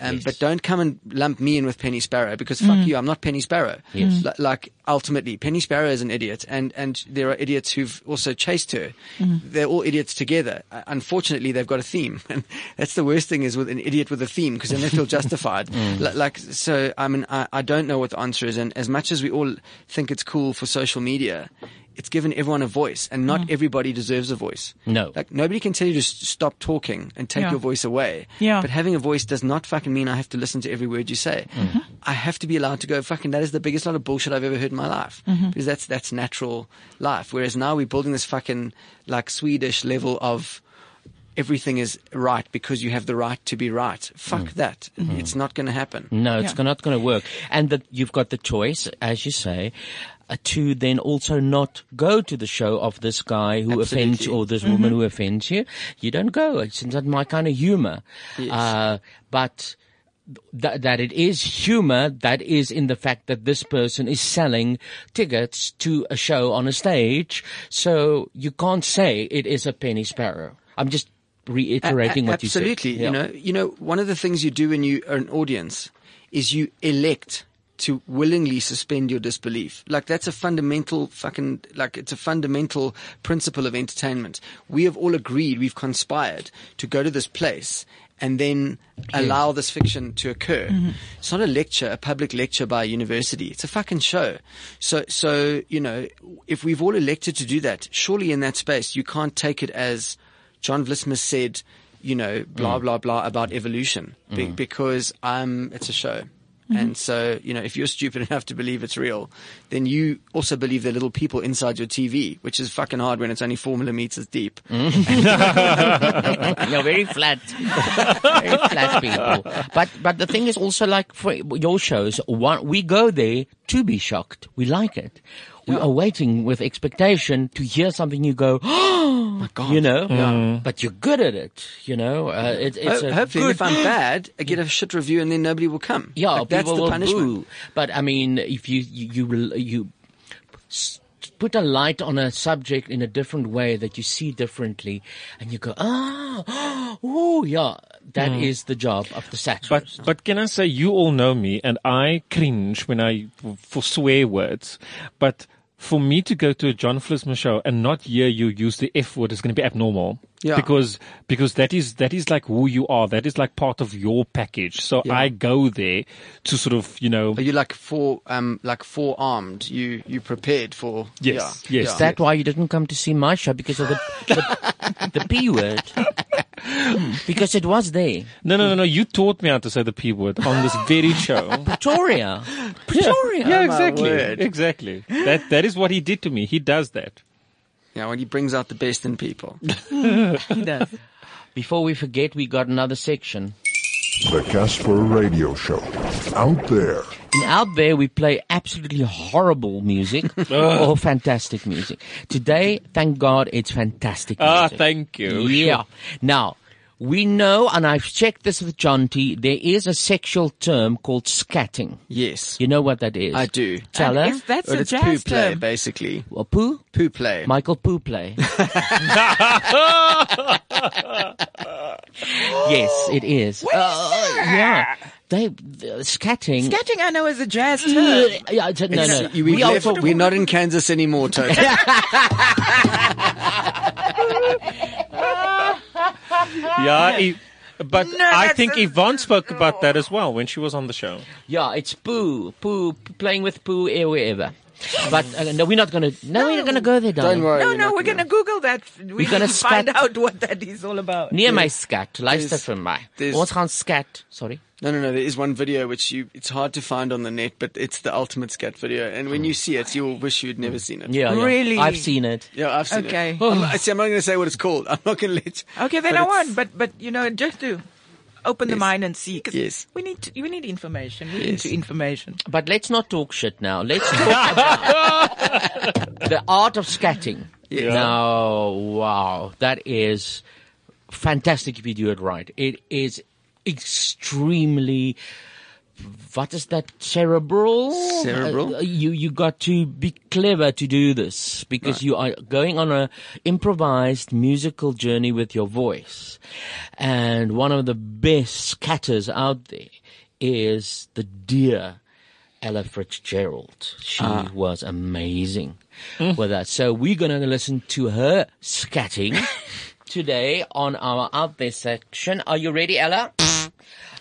S4: um, But don't come and lump me in with Penny Sparrow because fuck
S2: Mm.
S4: you, I'm not Penny Sparrow.
S2: Yes.
S4: Li- like ultimately, Penny Sparrow is an idiot, and and there are idiots who've also chased her
S2: Mm.
S3: Mm-hmm.
S4: they're all idiots together. Uh, Unfortunately, they've got a theme, and that's the worst thing is with an idiot with a theme because then they feel justified.
S2: Mm.
S4: Li- like so, I mean, I, I don't know what the answer is, and as much as we all think it's cool for social media, it's given everyone a voice, and not everybody deserves a voice.
S2: No.
S4: Like nobody can tell you to s- stop talking and take
S3: Yeah.
S4: your voice away.
S3: Yeah.
S4: But having a voice does not fucking mean I have to listen to every word you say.
S2: Mm-hmm.
S4: I have to be allowed to go fucking. That is the biggest lot of bullshit I've ever heard in my life
S3: Mm-hmm.
S2: Mhm.
S4: because that's that's natural life. Whereas now we're building this fucking like Swedish level of everything is right because you have the right to be right. Fuck
S2: Mm.
S4: that.
S3: Mm-hmm.
S2: Mm.
S4: It's not going to happen.
S2: No, it's
S4: Yeah.
S2: not going to work. And that you've got the choice, as you say, uh, to then also not go to the show of this guy who offends you or this woman
S4: Mhm.
S2: who offends you. You don't go. It's not my kind of humor. Uh, but th- that it is humor, that is in the fact that this person is selling tickets to a show on a stage. So you can't say it is a penny sparrow. I'm just reiterating
S4: A- a-
S2: what you said.
S4: Absolutely.
S2: Yeah.
S4: You know, you know, one of the things you do when you are an audience is you elect to willingly suspend your disbelief. Like that's a fundamental fucking like it's a fundamental principle of entertainment. We have all agreed, we've conspired to go to this place and then allow this fiction to occur.
S2: Mhm.
S4: It's not a lecture, a public lecture by a university. It's a fucking show. So, so, you know, if we've all elected to do that, surely in that space, you can't take it as John Vlismus said, you know, blah,
S2: Mm.
S4: blah, blah about evolution be-
S2: Mm.
S4: because um, it's a show.
S15: Mm-hmm.
S2: Mhm.
S4: And so, you know, if you're stupid enough to believe it's real, then you also believe they're little people inside your TV, which is fucking hard when it's only four millimeters deep.
S2: You're very flat, very flat people. But but the thing is also like for your shows, one, we go there to be shocked. We like it. We are waiting with expectation to hear something. You go, oh my god, you know.
S4: Yeah.
S2: But you're good at it. You know, uh, it, it's
S4: Ho-
S2: a
S4: hopefully,
S2: good-
S4: if I'm bad, I get a shit review and then nobody will come.
S2: Yeah,
S4: Like, that's
S2: people
S4: the
S2: will
S4: punishment.
S2: boo. But I mean, if you you you, you s- put a light on a subject in a different way that you see differently, and you go, ah, oh, yeah, that is
S4: Hmm.
S5: Mm.
S2: the job of the satirist.
S5: But but can I say you all know me and I cringe when I f- for swear words, but for me to go to a John Flismer show and not hear you use the F word is going to be abnormal.
S4: Yeah.
S5: Because because that is that is like who you are. That is like part of your package. So
S4: Yeah.
S5: I go there to sort of you know.
S4: Are you like four, um, like forearmed? You you prepared for?
S5: Yes,
S4: yeah,
S5: yes.
S4: yeah.
S2: Is that why you didn't come to see my show because of the the, the p word? because it was there.
S5: No, no, no, no. You taught me how to say the P word on this very show.
S2: Pretoria. Pretoria.
S5: Yeah,
S2: Oh, my
S5: exactly.
S2: word.
S5: Exactly. That that is what he did to me. He does that.
S4: Yeah, when he brings out the best in people.
S2: Before we forget, we got another section.
S17: The Casper Radio Show. Out there.
S2: And out there, we play absolutely horrible music or fantastic music. Today, thank God, it's fantastic music.
S5: Ah, thank you.
S2: Yeah.
S5: Sure.
S2: Now, we know, and I've checked this with John T, there is a sexual term called scatting.
S4: Yes.
S2: You know what that is?
S4: I do.
S2: Tell her.
S4: But it's poo play, basically.
S2: Well, poo?
S4: Poo play.
S2: Michael Poo play. yes, it is. Uh, yeah. They, uh, the scatting.
S3: Scatting, I know, is a jazz term.
S2: Yeah, it's a- no,
S4: It's-
S2: no.
S4: you- we've
S2: We are
S4: left-
S2: talk-
S4: we're not in Kansas anymore, Toby.
S5: Yeah, I- but
S2: No,
S5: I
S2: that's
S5: think
S2: a-
S5: Yvonne spoke about that as well when she was on the show.
S2: Yeah, it's poo, poo, p- playing with poo eh, wherever. But uh, no, we're not gonna. No, we're not gonna go there. Darling.
S3: No, no, we're going to Google that. We're
S2: gonna
S3: going to find out what that is all about.
S2: Near my scat, luister
S4: There's-
S2: vir my.
S4: there's-
S2: Ons gaan scat. Sorry.
S4: No, no, no. There is one video which you, it's hard to find on the net, but it's the ultimate scat video. And when you see it, you'll wish you'd never seen it.
S2: Yeah, yeah. Really? I've seen it.
S4: Yeah, I've seen
S3: Okay.
S4: it. I'm, I see, I'm not going to say what it's called. I'm not going to let you.
S3: Okay, then
S4: but
S3: I
S4: it's-
S3: won't. But but you know, just to open the mind and see. 'cause
S2: Yes.
S3: we need to, we need information. We need to information.
S2: But let's not talk shit now. Let's talk about the art of scatting.
S3: Yeah.
S2: Now, wow, that is fantastic if you do it right. It is extremely. What is that? Cerebral.
S4: Cerebral?
S2: Uh, you you got to be clever to do this because you are going on a improvised musical journey with your voice, and one of the best scatters out there is the deer Ella Fitzgerald. She
S4: Ah.
S2: was amazing with that. So we're going to listen to her scatting today on our Out There section. Are you ready, Ella?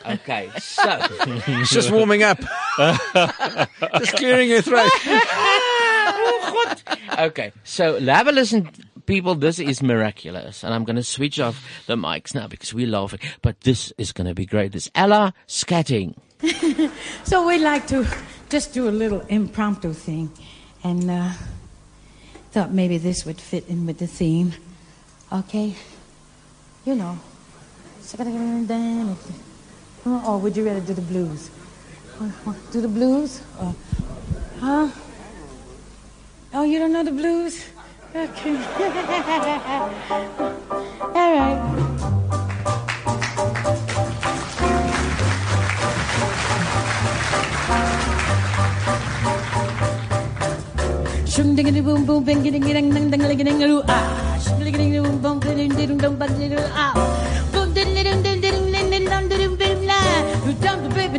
S2: okay, so.
S4: It's just warming up. just clearing your throat.
S2: Okay, so have a listen, people. This is miraculous. And I'm going to switch off the mics now because we're laughing. But this is going to be great. This Ella scatting.
S6: So we like to just do a little impromptu thing, and uh, thought maybe this would fit in with the theme. Okay, you know. Or Oh, would you rather do the blues? Do the blues? Or, huh? Oh, you don't know the blues? Okay. All right. Shum ding ding boom boom bing ding ding ding ding ding ding doo ah. Shum ding ding boom boom ding ding ding ding ding ding ah. Boom ding ding ding ding ding ding ding ding ding ding la. Doo dum doo baby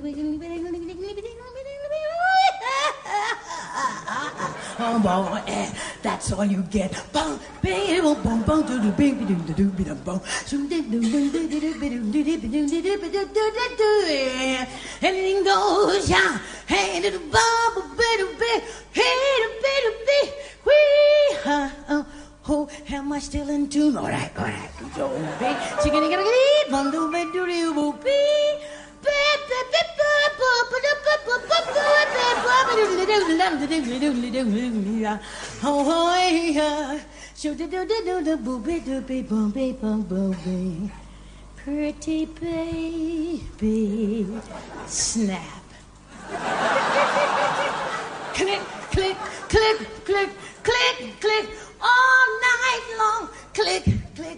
S6: Oh, eh, oh, oh, Pretty baby, snap. click, click, click, click, click, click, all night long. Click, click,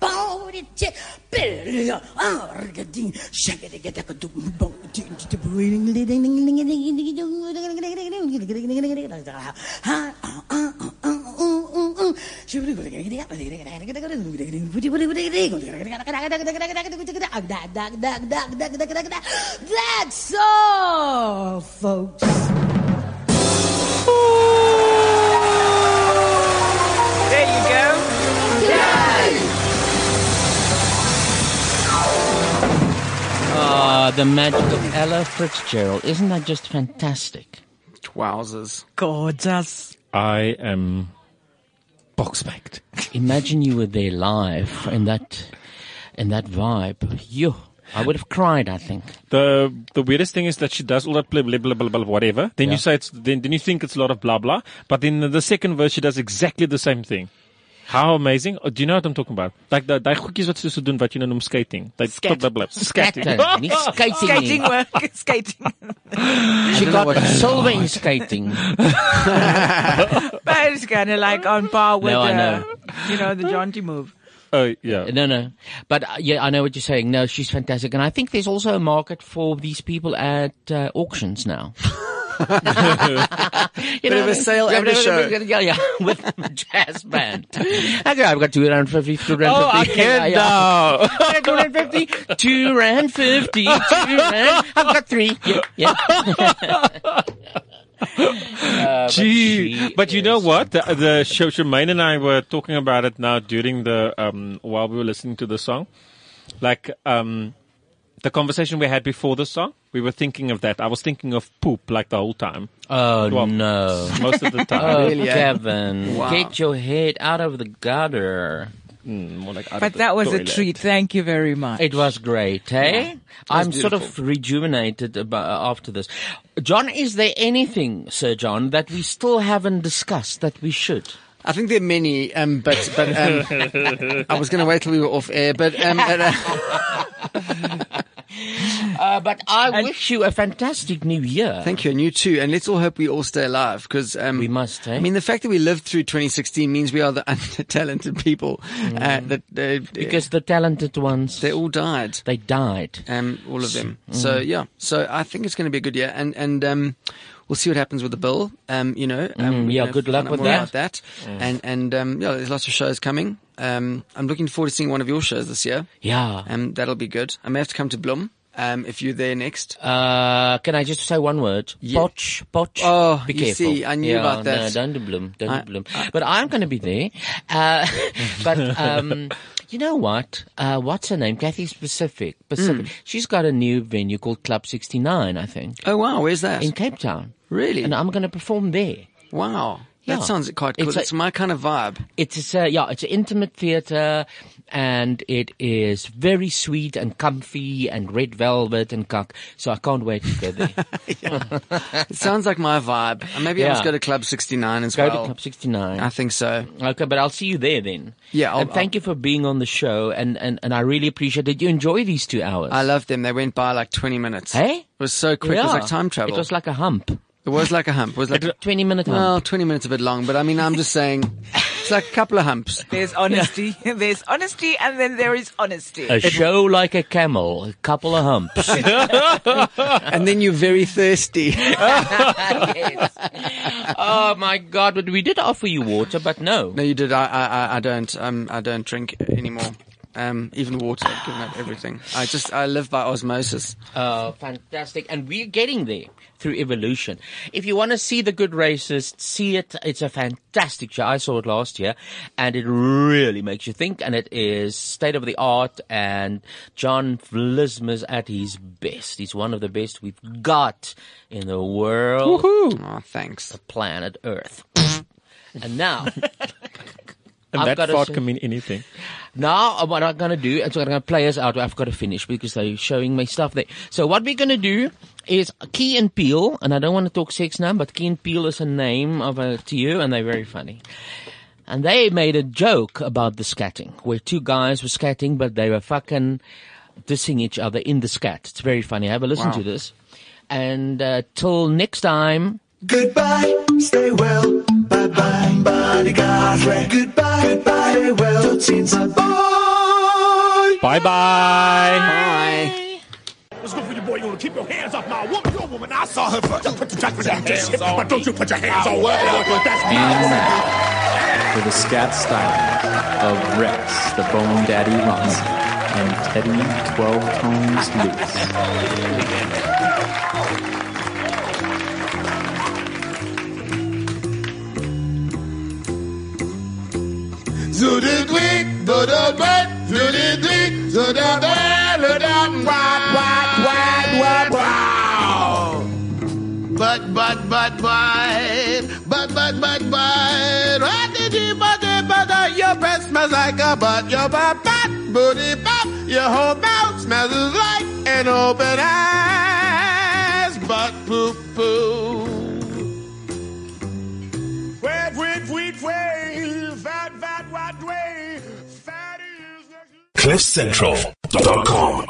S6: boom, the chip, bill, ah, da, ding, shake it, get that, do, boom. That's all, folks.
S3: There you go.
S2: Ah, the magic of Ella Fitzgerald. Isn't that just fantastic?
S4: Wowzers.
S3: Gorgeous.
S2: I am box baked. Imagine you were there live in that, in that vibe. You, I would have cried, I think.
S5: The the weirdest thing is that she does all that blah blah blah blah, blah whatever. Then
S2: Yeah.
S5: you say it's then, then you think it's a lot of blah blah, but then the second verse she does exactly the same thing. How amazing! Oh, do you know what I'm talking about? Like the daai goedjies wat soos doen wat jy nou noem skating. They
S3: Skating.
S5: blah blah. Skating.
S2: Skating. Nie skating nie.
S3: Skating work. Skating.
S2: She got silver in skating.
S3: but it's kind of like on par with
S2: No, I
S3: the,
S2: know.
S3: you know, the jaunty move.
S5: Oh yeah.
S2: No, no. But uh, yeah, I know what you're saying. No, she's fantastic, and I think there's also a market for these people at uh, auctions now.
S1: Bit of a sale and a show.
S2: Yeah, yeah, with jazz band. Okay, I've got 250, 250.
S1: Oh, I get now.
S2: 250, 250, 250. I've got three. Yeah, yeah.
S5: Gee, Uh, but, you know what? The, the Sh- Shemaine and I were talking about it now during the um, while we were listening to the song, like um, the conversation we had before the song. We were thinking of that. I was thinking of poop like the whole time.
S2: Oh
S5: Well,
S2: no!
S5: most of the time.
S2: Oh,
S5: Really, eh?
S2: Kevin,
S5: Wow.
S2: get your head out of the gutter.
S4: Hmm,
S5: more like
S3: But that was a treat. Thank you very much.
S2: It was great, hey?
S3: Yeah. It was
S2: I'm sort of rejuvenated about, after this. John, is there anything, Sir John, that we still haven't discussed that we should?
S4: I think there are many, um, but but um, I was going to wait till we were off air. But um, but, uh,
S2: Uh, but I wish you a fantastic new year.
S4: Thank you, and you too. And let's all hope we all stay alive because um, we
S2: must. eh?
S4: I mean, the fact that we lived through 2016 means we are the under-talented people.
S2: Mm.
S4: Uh, that uh,
S2: Because the talented ones,
S4: they all died.
S2: They died.
S4: Um, all of them.
S2: Mm.
S4: So yeah. So I think it's going to be a good year, and and um, we'll see what happens with the bill. Um, you know. Um,
S2: Mm,
S4: we're
S2: yeah,
S4: gonna
S2: good luck
S4: find out
S2: with
S4: more
S2: that.
S4: about that.
S2: Mm.
S4: And and um, yeah, there's lots of shows coming. Um, I'm looking forward to seeing one of your shows this year.
S2: Yeah.
S4: Um, that'll be good. I may have to come to Bloom. Um, if you're there next.
S2: Uh, can I just say one word? Potch, potch.
S4: Oh,
S2: be
S4: you
S2: careful.
S4: see, I knew
S2: Yeah,
S4: about that.
S2: No, don't do bloom, don't
S4: I-
S2: do bloom. But I'm going to be there. Uh, but um, you know what? Uh, what's her name? Kathy Pacific. Pacific.
S4: Hmm.
S2: She's got a new venue called Club 69, I think.
S4: Oh wow, where's that?
S2: In Cape Town.
S4: Really?
S2: And I'm going to perform there.
S4: Wow.
S2: Yeah.
S4: That sounds quite cool.
S2: It's
S4: It's,
S2: a-
S4: my kind of vibe.
S2: It's a, yeah, it's an intimate theatre and it is very sweet and comfy and red velvet and cuck. So I can't wait to go there.
S4: It sounds like my vibe. And Maybe I
S2: Yeah.
S4: must go to Club 69 as
S2: Go to
S4: well.
S2: Club 69.
S4: I think so.
S2: Okay, but I'll see you there then.
S4: Yeah, I'll-
S2: and thank you for being on the show, and, and, and I really appreciate it. You enjoy these two hours.
S4: I love them. They went by like 20 minutes. Hey? It was so quick. It was
S2: Yeah.
S4: like time travel.
S2: It was like a hump.
S4: It was like a hump. It was like
S2: 20 minutes.
S4: Well, 20 minutes a bit long, but I mean, I'm just saying, it's like a couple of humps.
S3: There's honesty. There's honesty, and then there is honesty.
S2: A show like a camel, a couple of humps.
S4: and then you're very thirsty.
S2: Yes. Oh my God! But we did offer you water, but no.
S4: No, you did. I, I, I- I don't. Um, I don't drink anymore. Um, even water. I've given up everything. I just, I live by osmosis.
S2: Oh, fantastic. And we're getting there through evolution. If you want to see the good racist, see it. It's a fantastic show. I saw it last year and it really makes you think. And it is state of the art and John Vlisma's at his best. He's one of the best we've got in the world.
S4: Woohoo. thanks.
S2: planet Earth. and now.
S5: And
S2: I've
S5: that
S2: gotta
S5: thought
S2: say-
S5: can mean anything.
S2: now, uh, what I'm going to do is I'm going to play us out. I've got to finish because they're showing me stuff there. So what we're going to do is Key and Peel, and I don't want to talk sex now, but Key and Peel is a name of a TU, and they're very funny. And they made a joke about the scatting, where two guys were scatting, but they were fucking dissing each other in the scat. It's very funny. Have a listen
S18: Wow.
S2: to this. And uh, till next time.
S18: Goodbye, stay well, bye bye, bodyguard. Goodbye, goodbye, stay well, teens, bye.
S5: Bye bye.
S4: Bye.
S18: Let's go for your
S13: boy, you wanna keep your hands off my woman. You're a woman. I saw her first. Don't put your,
S14: your hands
S13: hands
S14: on
S13: on But don't you put your hands
S14: I
S13: on
S14: will.
S13: her. That's me.
S1: now, for the scat style of Rex, the Bone Daddy Ronson, and Teddy 12 Tones Lewis.
S14: Zo de dweet, do de dweet, zo de dweet, zo de dweet, lo de waat, waat, waat, waat,
S13: Oh.
S14: wow. But, but, but, but, but, but, but, but, what did you, but, but, but, your breath smells like a butt, your butt, butt, booty, butt, your whole mouth smells like an open ass, butt, poo, poo. Wait, wait, wait, wait, fat, fat, what, wait.
S19: CliffCentral.com